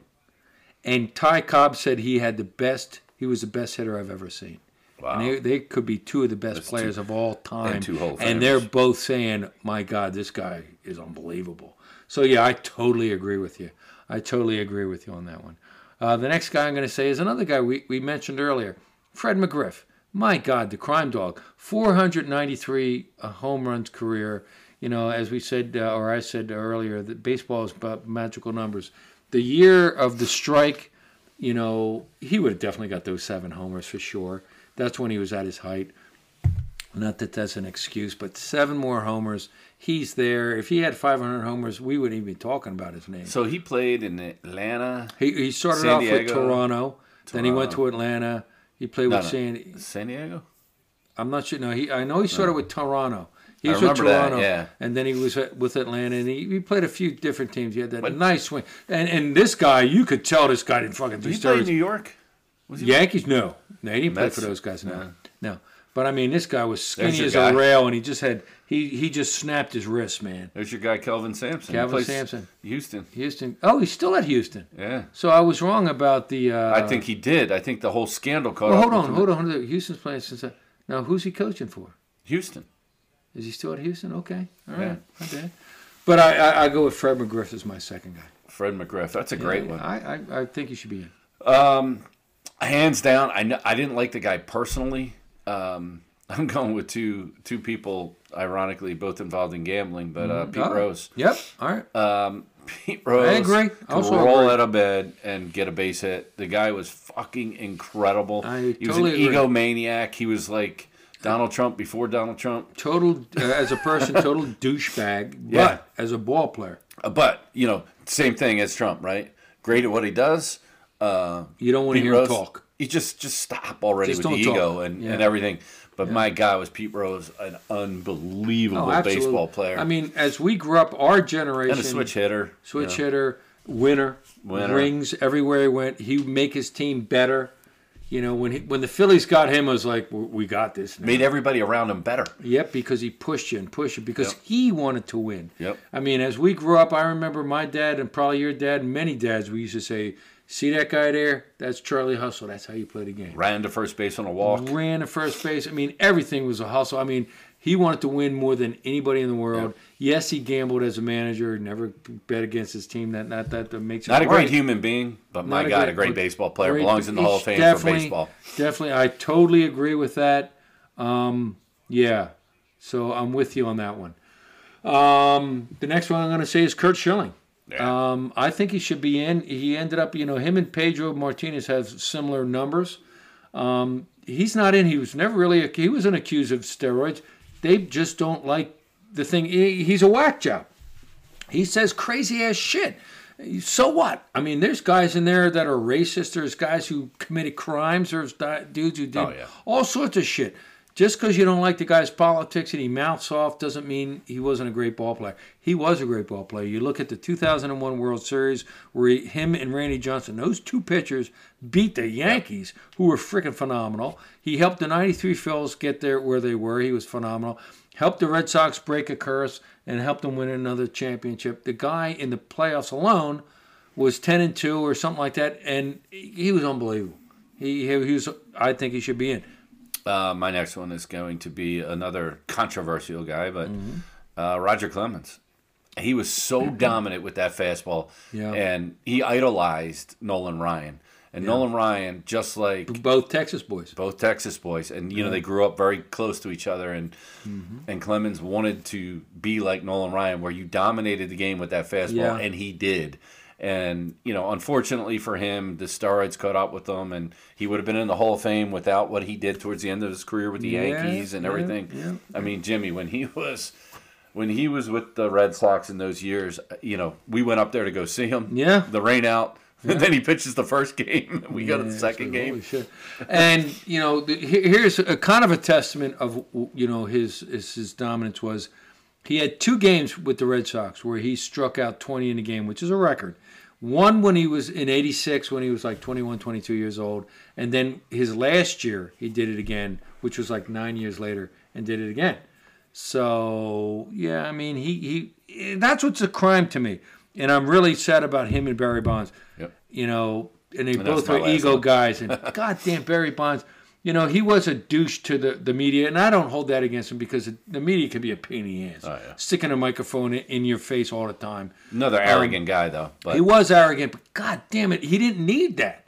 S2: and Ty Cobb said he had the best. He was the best hitter I've ever seen.
S1: Wow.
S2: And they, they could be two of the best players of all time.
S1: and two Hall of Famers.
S2: and they're both saying, my God, this guy is unbelievable. So, yeah, I totally agree with you. I totally agree with you on that one. Uh, the next guy I'm going to say is another guy we, we mentioned earlier, Fred McGriff. My God, the crime dog. 493 uh, home runs career. You know, as we said, uh, or I said earlier, that baseball is about magical numbers. The year of the strike, you know, he would have definitely got those seven homers for sure. That's when he was at his height. Not that that's an excuse, but seven more homers. He's there. If he had 500 homers, we wouldn't even be talking about his name.
S1: So he played in Atlanta,
S2: He, he started
S1: San
S2: off with
S1: Diego.
S2: Toronto, then he went to Atlanta. He played
S1: No,
S2: with
S1: no.
S2: San.
S1: San Diego.
S2: I'm not sure. No, he. I know he started with Toronto. He
S1: I
S2: was with
S1: remember that,
S2: Toronto,
S1: yeah.
S2: and then he was at- with Atlanta, and he, he played a few different teams. He had that nice swing, and and this guy, you could tell this guy didn't fucking do
S1: Did he play in
S2: steroids.
S1: New York?
S2: Yankees, no, No, he didn't play
S1: That's-
S2: for those guys. No, no. But I mean, this guy was skinny
S1: your
S2: as
S1: guy.
S2: a rail, and he just had he he just snapped his wrist, man.
S1: There's your guy Kelvin Sampson. He
S2: Calvin
S1: plays
S2: Sampson.
S1: Houston.
S2: Houston. Oh, he's still at Houston.
S1: Yeah.
S2: So I was wrong about the. Uh,
S1: I think he did. I think the whole scandal caught
S2: Well,
S1: up
S2: hold
S1: with
S2: on,
S1: him.
S2: hold on. hold on. Houston's playing since. I, now, who's he coaching for?
S1: Houston.
S2: Is he still at Houston? Okay, all
S1: Yeah.
S2: right, okay. But I, I, I go with Fred McGriff as my second guy.
S1: Fred McGriff. That's a great one.
S2: I, I, I think you should be in.
S1: hands down I, kn- I didn't like the guy personally um, i'm going with two two people ironically both involved in gambling but uh, pete
S2: Oh,
S1: rose
S2: Yep. All right.
S1: Uh, pete rose
S2: agree.
S1: could
S2: Also
S1: roll
S2: agree.
S1: out of bed and get a base hit the guy was fucking incredible
S2: I
S1: he
S2: totally
S1: was an
S2: agree.
S1: egomaniac he was like donald trump before donald trump
S2: total uh, as a person, total douchebag.
S1: Yeah.
S2: But as a ball player,
S1: Uh, but you know same thing as trump right great at what he does uh,
S2: you don't want to
S1: Pete
S2: hear
S1: Rose,
S2: him talk.
S1: You just just stop already
S2: Just
S1: with the
S2: don't
S1: ego
S2: talk.
S1: and,
S2: Yeah.
S1: and everything. But my guy was Pete Rose, an unbelievable
S2: absolutely.
S1: baseball player
S2: Oh, I mean, as we grew up, our generation
S1: and a switch hitter.
S2: switch hitter, winner,
S1: Winner.
S2: rings everywhere he went. He would make his team better. You know, when he, when the Phillies got him, I was like, "We- we got this. Now.
S1: Made everybody around him better.
S2: Yep, because he pushed you and pushed you because
S1: Yep.
S2: he wanted to win.
S1: Yep.
S2: I mean, as we grew up, I remember my dad and probably your dad and many dads. We used to say, "See that guy there? That's Charlie Hustle. That's how you play the game."
S1: Ran to first base on a walk.
S2: ran to first base. I mean, everything was a hustle. I mean, he wanted to win more than anybody in the world. Yes, he gambled as a manager, never bet against his team. That not that, that makes it
S1: Not a great
S2: right.
S1: human being, but my
S2: Not
S1: God, a great
S2: but
S1: baseball player.
S2: great-
S1: Belongs in the Hall of
S2: he's
S1: Fame for baseball.
S2: Definitely, I totally agree with that. Um, yeah, so I'm with you on that one. Um, the next one I'm going to say is Kurt Schilling.
S1: Yeah.
S2: Um, I think he should be in. He ended up, you know, him and Pedro Martinez have similar numbers. Um, he's not in. He was never really. He wasn't accused of steroids. They just don't like the thing. He, he's a whack job. He says crazy ass shit. So what? I mean, there's guys in there that are racist. There's guys who committed crimes. There's di- dudes who did
S1: Oh, yeah.
S2: all sorts of shit. Just because you don't like the guy's politics and he mouths off doesn't mean he wasn't a great ball player. He was a great ball player. You look at the 2001 World Series where he, him and Randy Johnson, those two pitchers, beat the Yankees, who were freaking phenomenal. He helped the 93 Phils get there where they were. He was phenomenal. Helped the Red Sox break a curse and helped them win another championship. The guy in the playoffs alone was 10 and 2 or something like that, and he was unbelievable. He, he was, I think he should be in.
S1: Uh, my next one is going to be another controversial guy, but
S2: Mm-hmm.
S1: uh, Roger Clemens. He was so dominant with that fastball,
S2: Yeah.
S1: and he idolized Nolan Ryan. And Nolan Ryan, just like
S2: Both Texas boys.
S1: both Texas boys, and you know they grew up very close to each other, and
S2: Mm-hmm.
S1: and Clemens wanted to be like Nolan Ryan, where you dominated the game with that fastball,
S2: Yeah.
S1: and he did. And you know, unfortunately for him, the steroids caught up with him, and he would have been in the Hall of Fame without what he did towards the end of his career with the
S2: Yeah,
S1: Yankees and
S2: yeah,
S1: everything.
S2: yeah.
S1: I mean, Jimmy, when he was when he was with the Red Sox in those years, you know, we went up there to go see him.
S2: Yeah.
S1: the rain out. and then he pitches the first game. and We go to the
S2: Yeah,
S1: second
S2: absolutely.
S1: game.
S2: Holy shit. And you know, the, he- here's a kind of a testament of you know his, his his dominance was he had two games with the Red Sox where he struck out 20 in a game, which is a record. One when he was in 86 when he was like 21, 22 years old, and then his last year he did it again, which was like 9 years later and did it again. So yeah, I mean he he that's what's a crime to me, and I'm really sad about him and Barry Bonds.
S1: Yep.
S2: You know, and they
S1: that's
S2: both
S1: my
S2: were
S1: last
S2: ego
S1: one.
S2: guys, and goddamn Barry Bonds. You know, he was a douche to the, the media, and I don't hold that against him because the media can be a pain in the ass,
S1: Oh, yeah.
S2: sticking a microphone in, in your face all the time.
S1: Another arrogant guy, though. But
S2: He was arrogant, but god damn it, he didn't need that.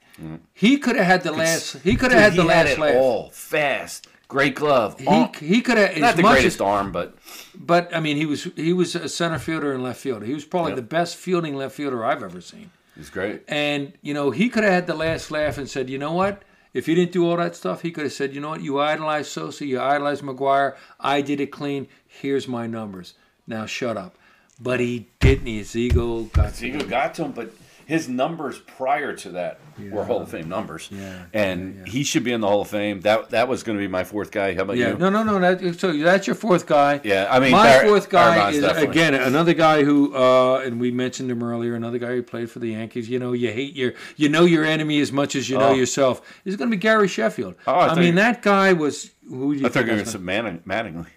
S2: He could have had the last. He could have
S1: Mm. Dude,
S2: had the
S1: he
S2: last
S1: had it
S2: laugh.
S1: all Oh, fast, great glove. all-
S2: He, he could have
S1: not
S2: as
S1: the
S2: much
S1: greatest
S2: as
S1: arm, but
S2: But I mean, he was he was a center fielder and left fielder. He was probably
S1: Yep.
S2: the best fielding left fielder I've ever seen.
S1: he's great.
S2: And you know, he could have had the last laugh and said, "You know what? If he didn't do all that stuff, he could have said, "You know what? You idolized Sosa, you idolized McGuire. I did it clean. Here's my numbers. Now shut up." But he didn't. His ego got
S1: Ziegler got to him, but his numbers prior to that were Hall of Fame numbers.
S2: Yeah,
S1: And he should be in the Hall of Fame. That that was going to be my fourth guy. How about
S2: Yeah,
S1: you?
S2: no, no, no. That, so that's your fourth guy.
S1: Yeah, I mean,
S2: my
S1: Bar-
S2: fourth guy
S1: Baraban's
S2: is
S1: definitely.
S2: again another guy who, uh, and we mentioned him earlier. Another guy who played for the Yankees. You know, you hate your, you know, your enemy as much as you know
S1: Oh.
S2: yourself. Is going to be Gary Sheffield.
S1: Oh, I
S2: I,
S1: thought
S2: mean,
S1: you-
S2: that guy was who. do You
S1: I thought you were
S2: think
S1: going to say Manning- Mattingly.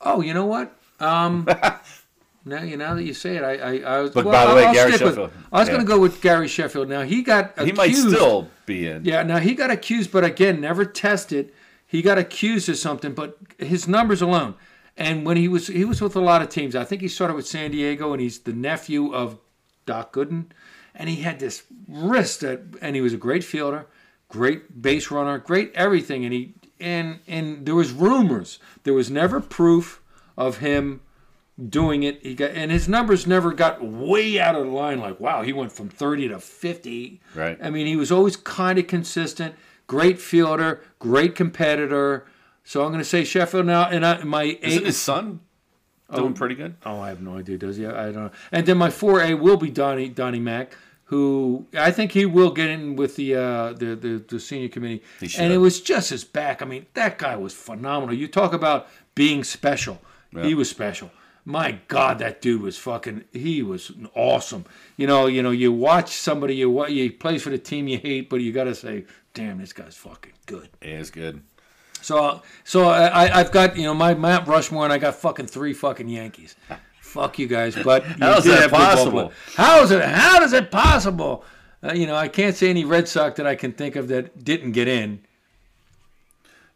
S2: Oh, you know what? Um, now you now that you say it, I I, I was.
S1: But by the way, Gary
S2: stick with-
S1: Sheffield.
S2: I was
S1: Yeah.
S2: going to go with Gary Sheffield. Now he got accused.
S1: He might still be in.
S2: Yeah, now he got accused, but again, never tested. He got accused of something, but his numbers alone. And when he was he was with a lot of teams. I think he started with San Diego, and he's the nephew of Doc Gooden, and he had this wrist that, and he was a great fielder, great base runner, great everything. And he and and there was rumors. There was never proof of him doing it. He got and his numbers never got way out of the line. Like wow, he went from thirty to fifty.
S1: Right.
S2: I mean, he was always kind of consistent. Great fielder, great competitor. So I'm going to say Sheffield now. And I, my
S1: Isn't
S2: eight
S1: his son doing pretty good?
S2: oh, I have no idea. Does he? I don't know. And then my four A will be Donnie Donnie Mack, who I think he will get in with the uh, the, the the senior committee.
S1: should.
S2: And it was just his back. I mean, that guy was phenomenal. You talk about being special. He was special. My God, that dude was fucking. He was awesome. You know, you know, you watch somebody you what you plays for the team you hate, but you got to say, damn, this guy's fucking good.
S1: He is good.
S2: So, so I, I- I've got you know my Mount Rushmore, and I got fucking three fucking Yankees. Fuck you guys, but you
S1: How is
S2: did
S1: that
S2: have good ball
S1: possible?
S2: play. How is it? How is it possible? Uh, you know, I can't say any Red Sox that I can think of that didn't get in.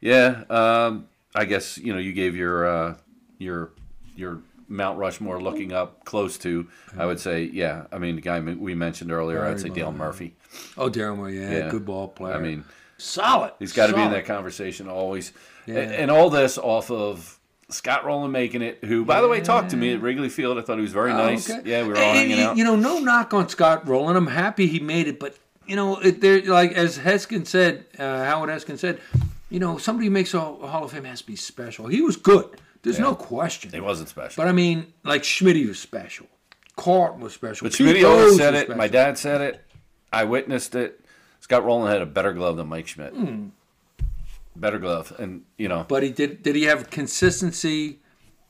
S1: Yeah, um, I guess you know you gave your uh, your your Mount Rushmore looking up close to. I would say, yeah. I mean, the guy we mentioned earlier. I'd say Dale Murphy.
S2: Oh, Darren Moore, yeah,
S1: Yeah.
S2: good ball player.
S1: I mean,
S2: solid.
S1: he's got to be in
S2: solid.
S1: that conversation always. A- And all this off of Scott Rowland making it. Who, by the way, talked to me at Wrigley Field. I thought he was very nice.
S2: Oh, Okay.
S1: Yeah, we were
S2: And-
S1: all
S2: and
S1: hanging
S2: you-
S1: out.
S2: You know, no knock on Scott Rowland. I'm happy he made it, but you know, it, there like as Heskin said, uh, Howard Heskin said, you know, somebody who makes a, a Hall of Fame has to be special. He was good. There's no question.
S1: it wasn't special.
S2: But I mean, like Schmidt was special. Carton was special.
S1: But
S2: Pete
S1: Schmidt always
S2: Rose
S1: said
S2: was
S1: it. My
S2: special.
S1: dad said it. I witnessed it. Scott Rowland had a better glove than Mike Schmidt.
S2: Hmm.
S1: Better glove, and you know.
S2: But he did. Did he have consistency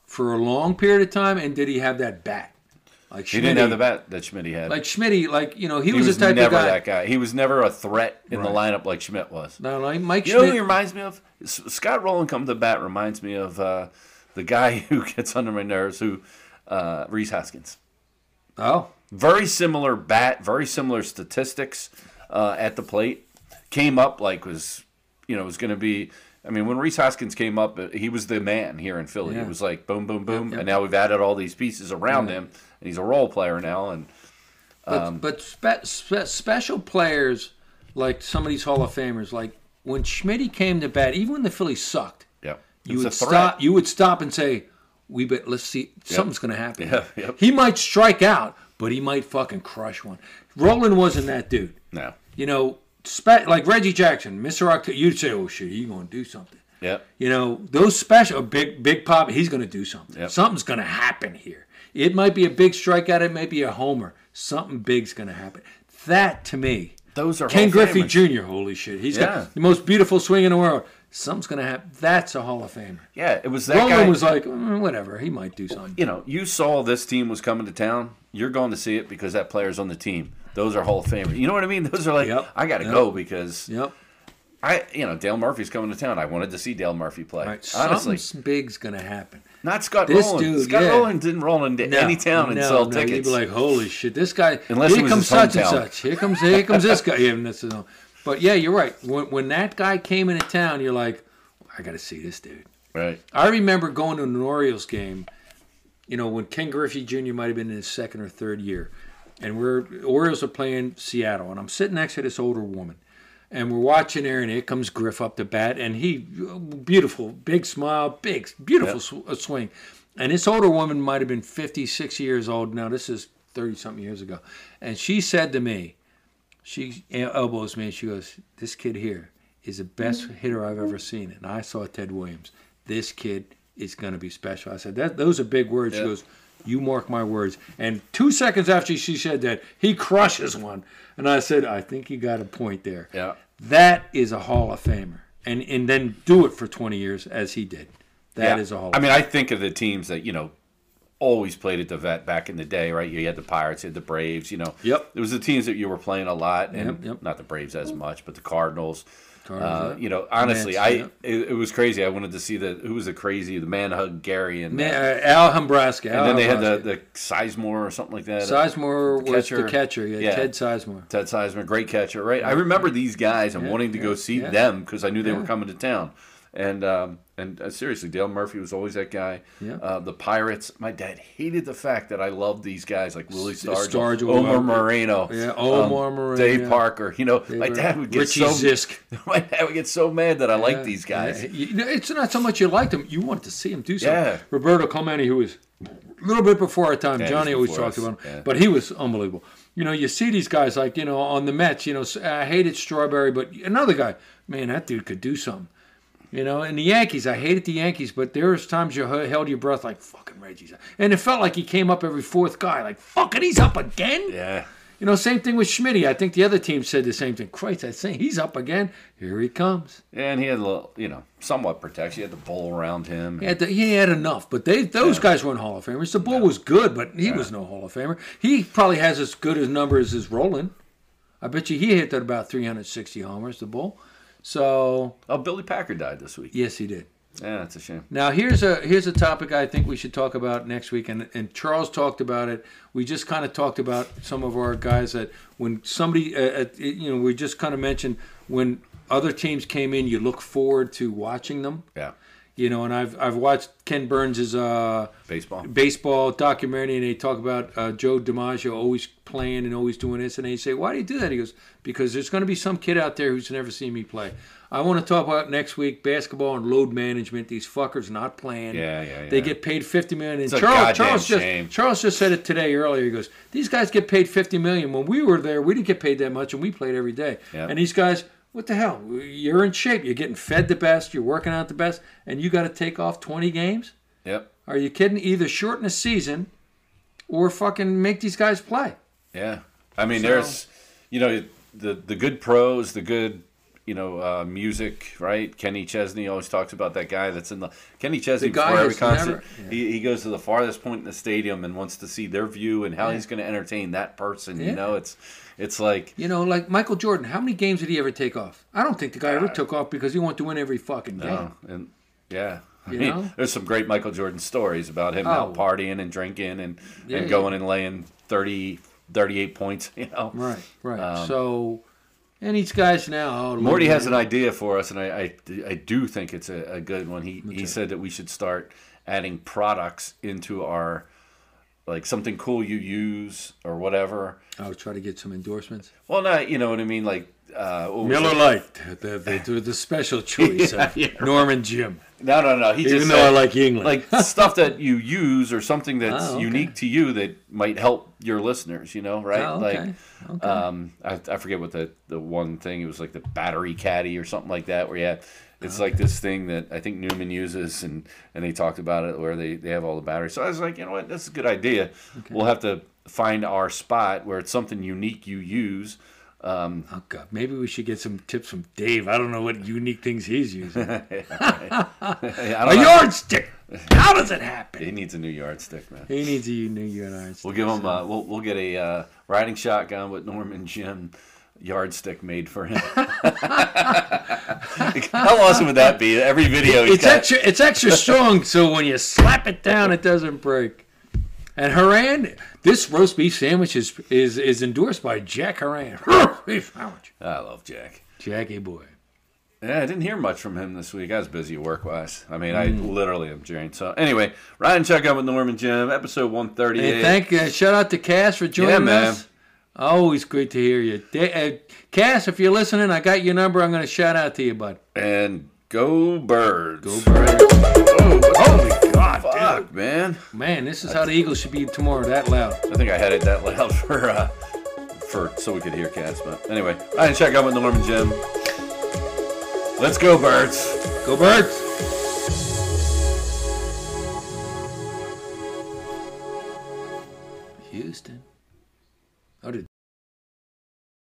S2: for a long period of time? And did he have that bat? Like
S1: He
S2: Schmidt,
S1: didn't have the bat that Schmidt had.
S2: Like Schmidt, like you know, he,
S1: he
S2: was,
S1: was,
S2: the type
S1: never
S2: of guy.
S1: that guy. He was never a threat in the lineup like Schmidt was.
S2: No, like Mike
S1: You know
S2: Schmidt.
S1: who he reminds me of? S- Scott Rowland come to bat reminds me of uh, the guy who gets under my nerves, who uh, Reese Hoskins.
S2: oh,
S1: Very similar bat, very similar statistics uh, at the plate. Came up like was, you know, was going to be. I mean, when Reese Hoskins came up, uh, he was the man here in Philly.
S2: Yeah.
S1: It was like boom, boom, boom, and now we've added all these pieces around him, and he's a role player now. And
S2: But,
S1: Um,
S2: but spe- spe- special players like some of these Hall of Famers, like when Schmidt came to bat, even when the Phillies sucked,
S1: yeah,
S2: you
S1: It's a
S2: would
S1: threat.
S2: stop. You would stop and say, "We bet. Let's see. Something's going to happen."
S1: Yeah, yep.
S2: He might strike out, but he might fucking crush one. Roland wasn't that dude.
S1: No.
S2: You know, spe- like Reggie Jackson, Mr. October. You'd say, "Oh shit, he's going to do something."
S1: Yep.
S2: You know, those special big big pop, he's going to do something.
S1: Yep.
S2: Something's going to happen here. It might be a big strikeout. It might be a homer. Something big's going to happen. That to me,
S1: Those are Hall
S2: Ken
S1: of
S2: Griffey
S1: Famers.
S2: Jr. Holy shit, he's
S1: Yeah.
S2: got the most beautiful swing in the world. Something's going to happen. That's a Hall of Famer.
S1: Yeah, it was that
S2: Roman
S1: guy.
S2: was like, "Mm, whatever, he might do something.
S1: you know, you saw this team was coming to town. You're going to see it because that player's on the team. Those are Hall of Famers. You know what I mean? Those are like,
S2: Yep.
S1: I got to
S2: Yep.
S1: go because
S2: Yep.
S1: I, you know, Dale Murphy's coming to town. I wanted to see Dale Murphy play.
S2: All right.
S1: Honestly,
S2: Something big's going to happen.
S1: not Scott
S2: this
S1: Rowland.
S2: dude,
S1: Scott
S2: yeah.
S1: Rowland didn't roll into any town and
S2: no,
S1: sell
S2: no, You'd
S1: tickets.
S2: be like, holy shit, this guy.
S1: Unless
S2: here
S1: it was
S2: comes
S1: his
S2: such and
S1: hometown.
S2: such. Here comes here comes this guy. Yeah, and this is all- but yeah, you're right. When, when that guy came into town, you're like, I got to see this dude.
S1: right.
S2: I remember going to an Orioles game, you know, when Ken Griffey Jr. might have been in his second or third year. And we're Orioles are playing Seattle, and I'm sitting next to this older woman, and we're watching her, and here comes Griff up the bat, and he beautiful, big smile, big, beautiful sw- uh, swing. And this older woman might have been 56 years old. Now this is 30 something years ago, and she said to me, she elbows me and she goes, "This kid here is the best hitter I've ever seen." And I saw Ted Williams. This kid is going to be special. I said, that, "Those are big words." She goes, You mark my words. And two seconds after she said that, he crushes one. And I said, I think you got a point there.
S1: Yeah.
S2: That is a Hall of Famer. And and then do it for 20 years as he did. That is a Hall of
S1: I mean, I think of the teams that you know always played at the vet back in the day, right? You had the Pirates, you had the Braves. You know,
S2: Yep.
S1: It was the teams that you were playing a lot, and
S2: Yep, yep.
S1: not the Braves as much, but the Cardinals.
S2: Cardinals,
S1: uh, you know, honestly,
S2: Mets,
S1: I
S2: yep.
S1: it, it was crazy. I wanted to see the who was the crazy the man hug Gary and,
S2: Man, uh, Al Hambraska.
S1: and then they had the, the Sizemore or something like that.
S2: Sizemore was
S1: catcher.
S2: the catcher. Yeah,
S1: Yeah.
S2: Ted Sizemore.
S1: Ted Sizemore, great catcher, right? I remember these guys and wanting to go
S2: yeah,
S1: see
S2: yeah.
S1: them because I knew they were coming to town. And um, and uh, seriously, Dale Murphy was always that guy.
S2: Yeah.
S1: Uh, the Pirates. My dad hated the fact that I loved these guys like Willie Stargell,
S2: Stargell,
S1: Omar
S2: uh,
S1: Moreno, um,
S2: yeah, Omar Moreno.
S1: Dave Parker. You know, my dad would get
S2: Richie
S1: so
S2: Zisk.
S1: my dad would get so mad that I liked
S2: Yeah,
S1: these guys.
S2: yeah. You know, it's not so much you liked him; you wanted to see him do something.
S1: Yeah.
S2: Roberto Clemente, who was a little bit before our time,
S1: Yeah, he
S2: Johnny
S1: was
S2: always
S1: before
S2: talked
S1: us,
S2: about him,
S1: yeah.
S2: but he was unbelievable. You know, you see these guys like you know on the Mets. You know, s- I hated Strawberry, but another guy, man, that dude could do something. You know, and the Yankees, I hated the Yankees, but there was times you h- held your breath like fucking Reggie's, and it felt like he came up every fourth guy, like fucking he's up again.
S1: Yeah.
S2: You know, same thing with Schmidt. I think the other team said the same thing. Christ, I think he's up again. Here he comes.
S1: And he had a little, you know, somewhat protection. He had the bull around him.
S2: He had, the, he had enough, but they those guys weren't Hall of Famers. The Bull was good, but he was no Hall of Famer. He probably has as good a number as his Roland. I bet you he hit that about 360 homers, the Bull. So
S1: Oh, Billy Packer died this week.
S2: yes, he did.
S1: Yeah, that's a shame.
S2: Now here's a here's a topic I think we should talk about next week, and and Charles talked about it. We just kind of talked about some of our guys that when somebody, uh, uh, you know, we just kind of mentioned when other teams came in, you look forward to watching them.
S1: Yeah.
S2: You know, and I've I've watched Ken Burns's uh,
S1: Baseball.
S2: baseball documentary, and they talk about uh, Joe DiMaggio always playing and always doing this, and they say, "Why do you do that?" He goes, "Because there's going to be some kid out there who's never seen me play." I want to talk about next week basketball and load management. These fuckers not playing.
S1: Yeah, yeah,
S2: They
S1: yeah.
S2: get paid fifty million. And
S1: a
S2: Charles,
S1: goddamn
S2: Charles just
S1: shame.
S2: Charles just said it today earlier. He goes, "These guys get paid fifty million. When we were there, we didn't get paid that much, and we played every day.
S1: Yeah.
S2: And these guys." What the hell? You're in shape. You're getting fed the best. You're working out the best, and you got to take off 20 games.
S1: Yep.
S2: Are you kidding? Either shorten the season or fucking make these guys play.
S1: Yeah, I mean, there's, you know, the the good pros, the good, you know, uh, music, right? Kenny Chesney always talks about that guy that's in the Kenny Chesney
S2: guy
S1: before every
S2: that's never-
S1: concert. He, he goes to the farthest point in the stadium and wants to see their view and how he's going to entertain that person. You
S2: Yeah.
S1: know, it's it's like
S2: You know, like Michael Jordan, how many games did he ever take off? I don't think the guy ever
S1: Uh,
S2: took off because he wanted to win every fucking game.
S1: oh, and yeah. I
S2: You
S1: mean,
S2: know?
S1: there's some great Michael Jordan stories about him
S2: Oh.
S1: out partying and drinking and,
S2: Yeah,
S1: and
S2: yeah.
S1: going and laying 30, 38 points, you know.
S2: Right, right. so, and these guys now. Oh,
S1: Um, Morty
S2: look,
S1: has an idea for us, and I, I, I do think it's a, a good one. He he said that we should start adding products into our like something cool you use or whatever.
S2: I'll try to get some endorsements.
S1: Well, not you know what I mean. Like uh, what was it?
S2: Lite, the, the, the special choice of Norman Jim.
S1: No, no, no. He just said,
S2: like England.
S1: like stuff that you use or something that's
S2: Oh, okay.
S1: unique to you that might help your listeners. You know, right?
S2: Oh, okay.
S1: Like
S2: okay.
S1: Um, I, I forget what the, the one thing it was like the battery caddy or something like that where you have it's
S2: Oh,
S1: like this thing that I think Newman uses and, and they talked about it where they, they have all the batteries. So I was like, you know what, that's a good idea. We'll have to find our spot where it's something unique you use.
S2: oh, God. Maybe we should get some tips from Dave. I don't know what unique things he's using.
S1: Hey, I
S2: A
S1: don't know.
S2: yardstick. How does it happen?
S1: He needs a new yardstick, man.
S2: He needs a new yardstick.
S1: We'll give him uh, we'll, we'll get a uh, riding shotgun with Norman Jim yardstick made for him. How awesome would that be? Every video he's
S2: It's
S1: got-
S2: extra. It's extra strong, so when you slap it down, it doesn't break. And Haran, this roast beef sandwich is is, is endorsed by Jack Haran. Roast beef sandwich.
S1: I love Jack.
S2: Jackie boy.
S1: Yeah, I didn't hear much from him this week. I was busy work wise. I mean, I literally am drained. So anyway, Ryan check out with Norman Jim, episode one thirty
S2: And
S1: eight.
S2: thank uh, shout out to Cass for joining
S1: Yeah, man.
S2: us. Always great to hear you, Da- uh, Cass. If you're listening, I got your number. I'm going to shout out to you, bud.
S1: and go birds. Go
S2: Birds.
S1: holy god, fuck, man!
S2: Man, this is how the Eagles should be tomorrow. That loud.
S1: I think I had it that loud for uh, for so we could hear cats. But anyway, Ryan check out with Norman Jim. Let's go, birds.
S2: Go Birds. Houston. Oh, did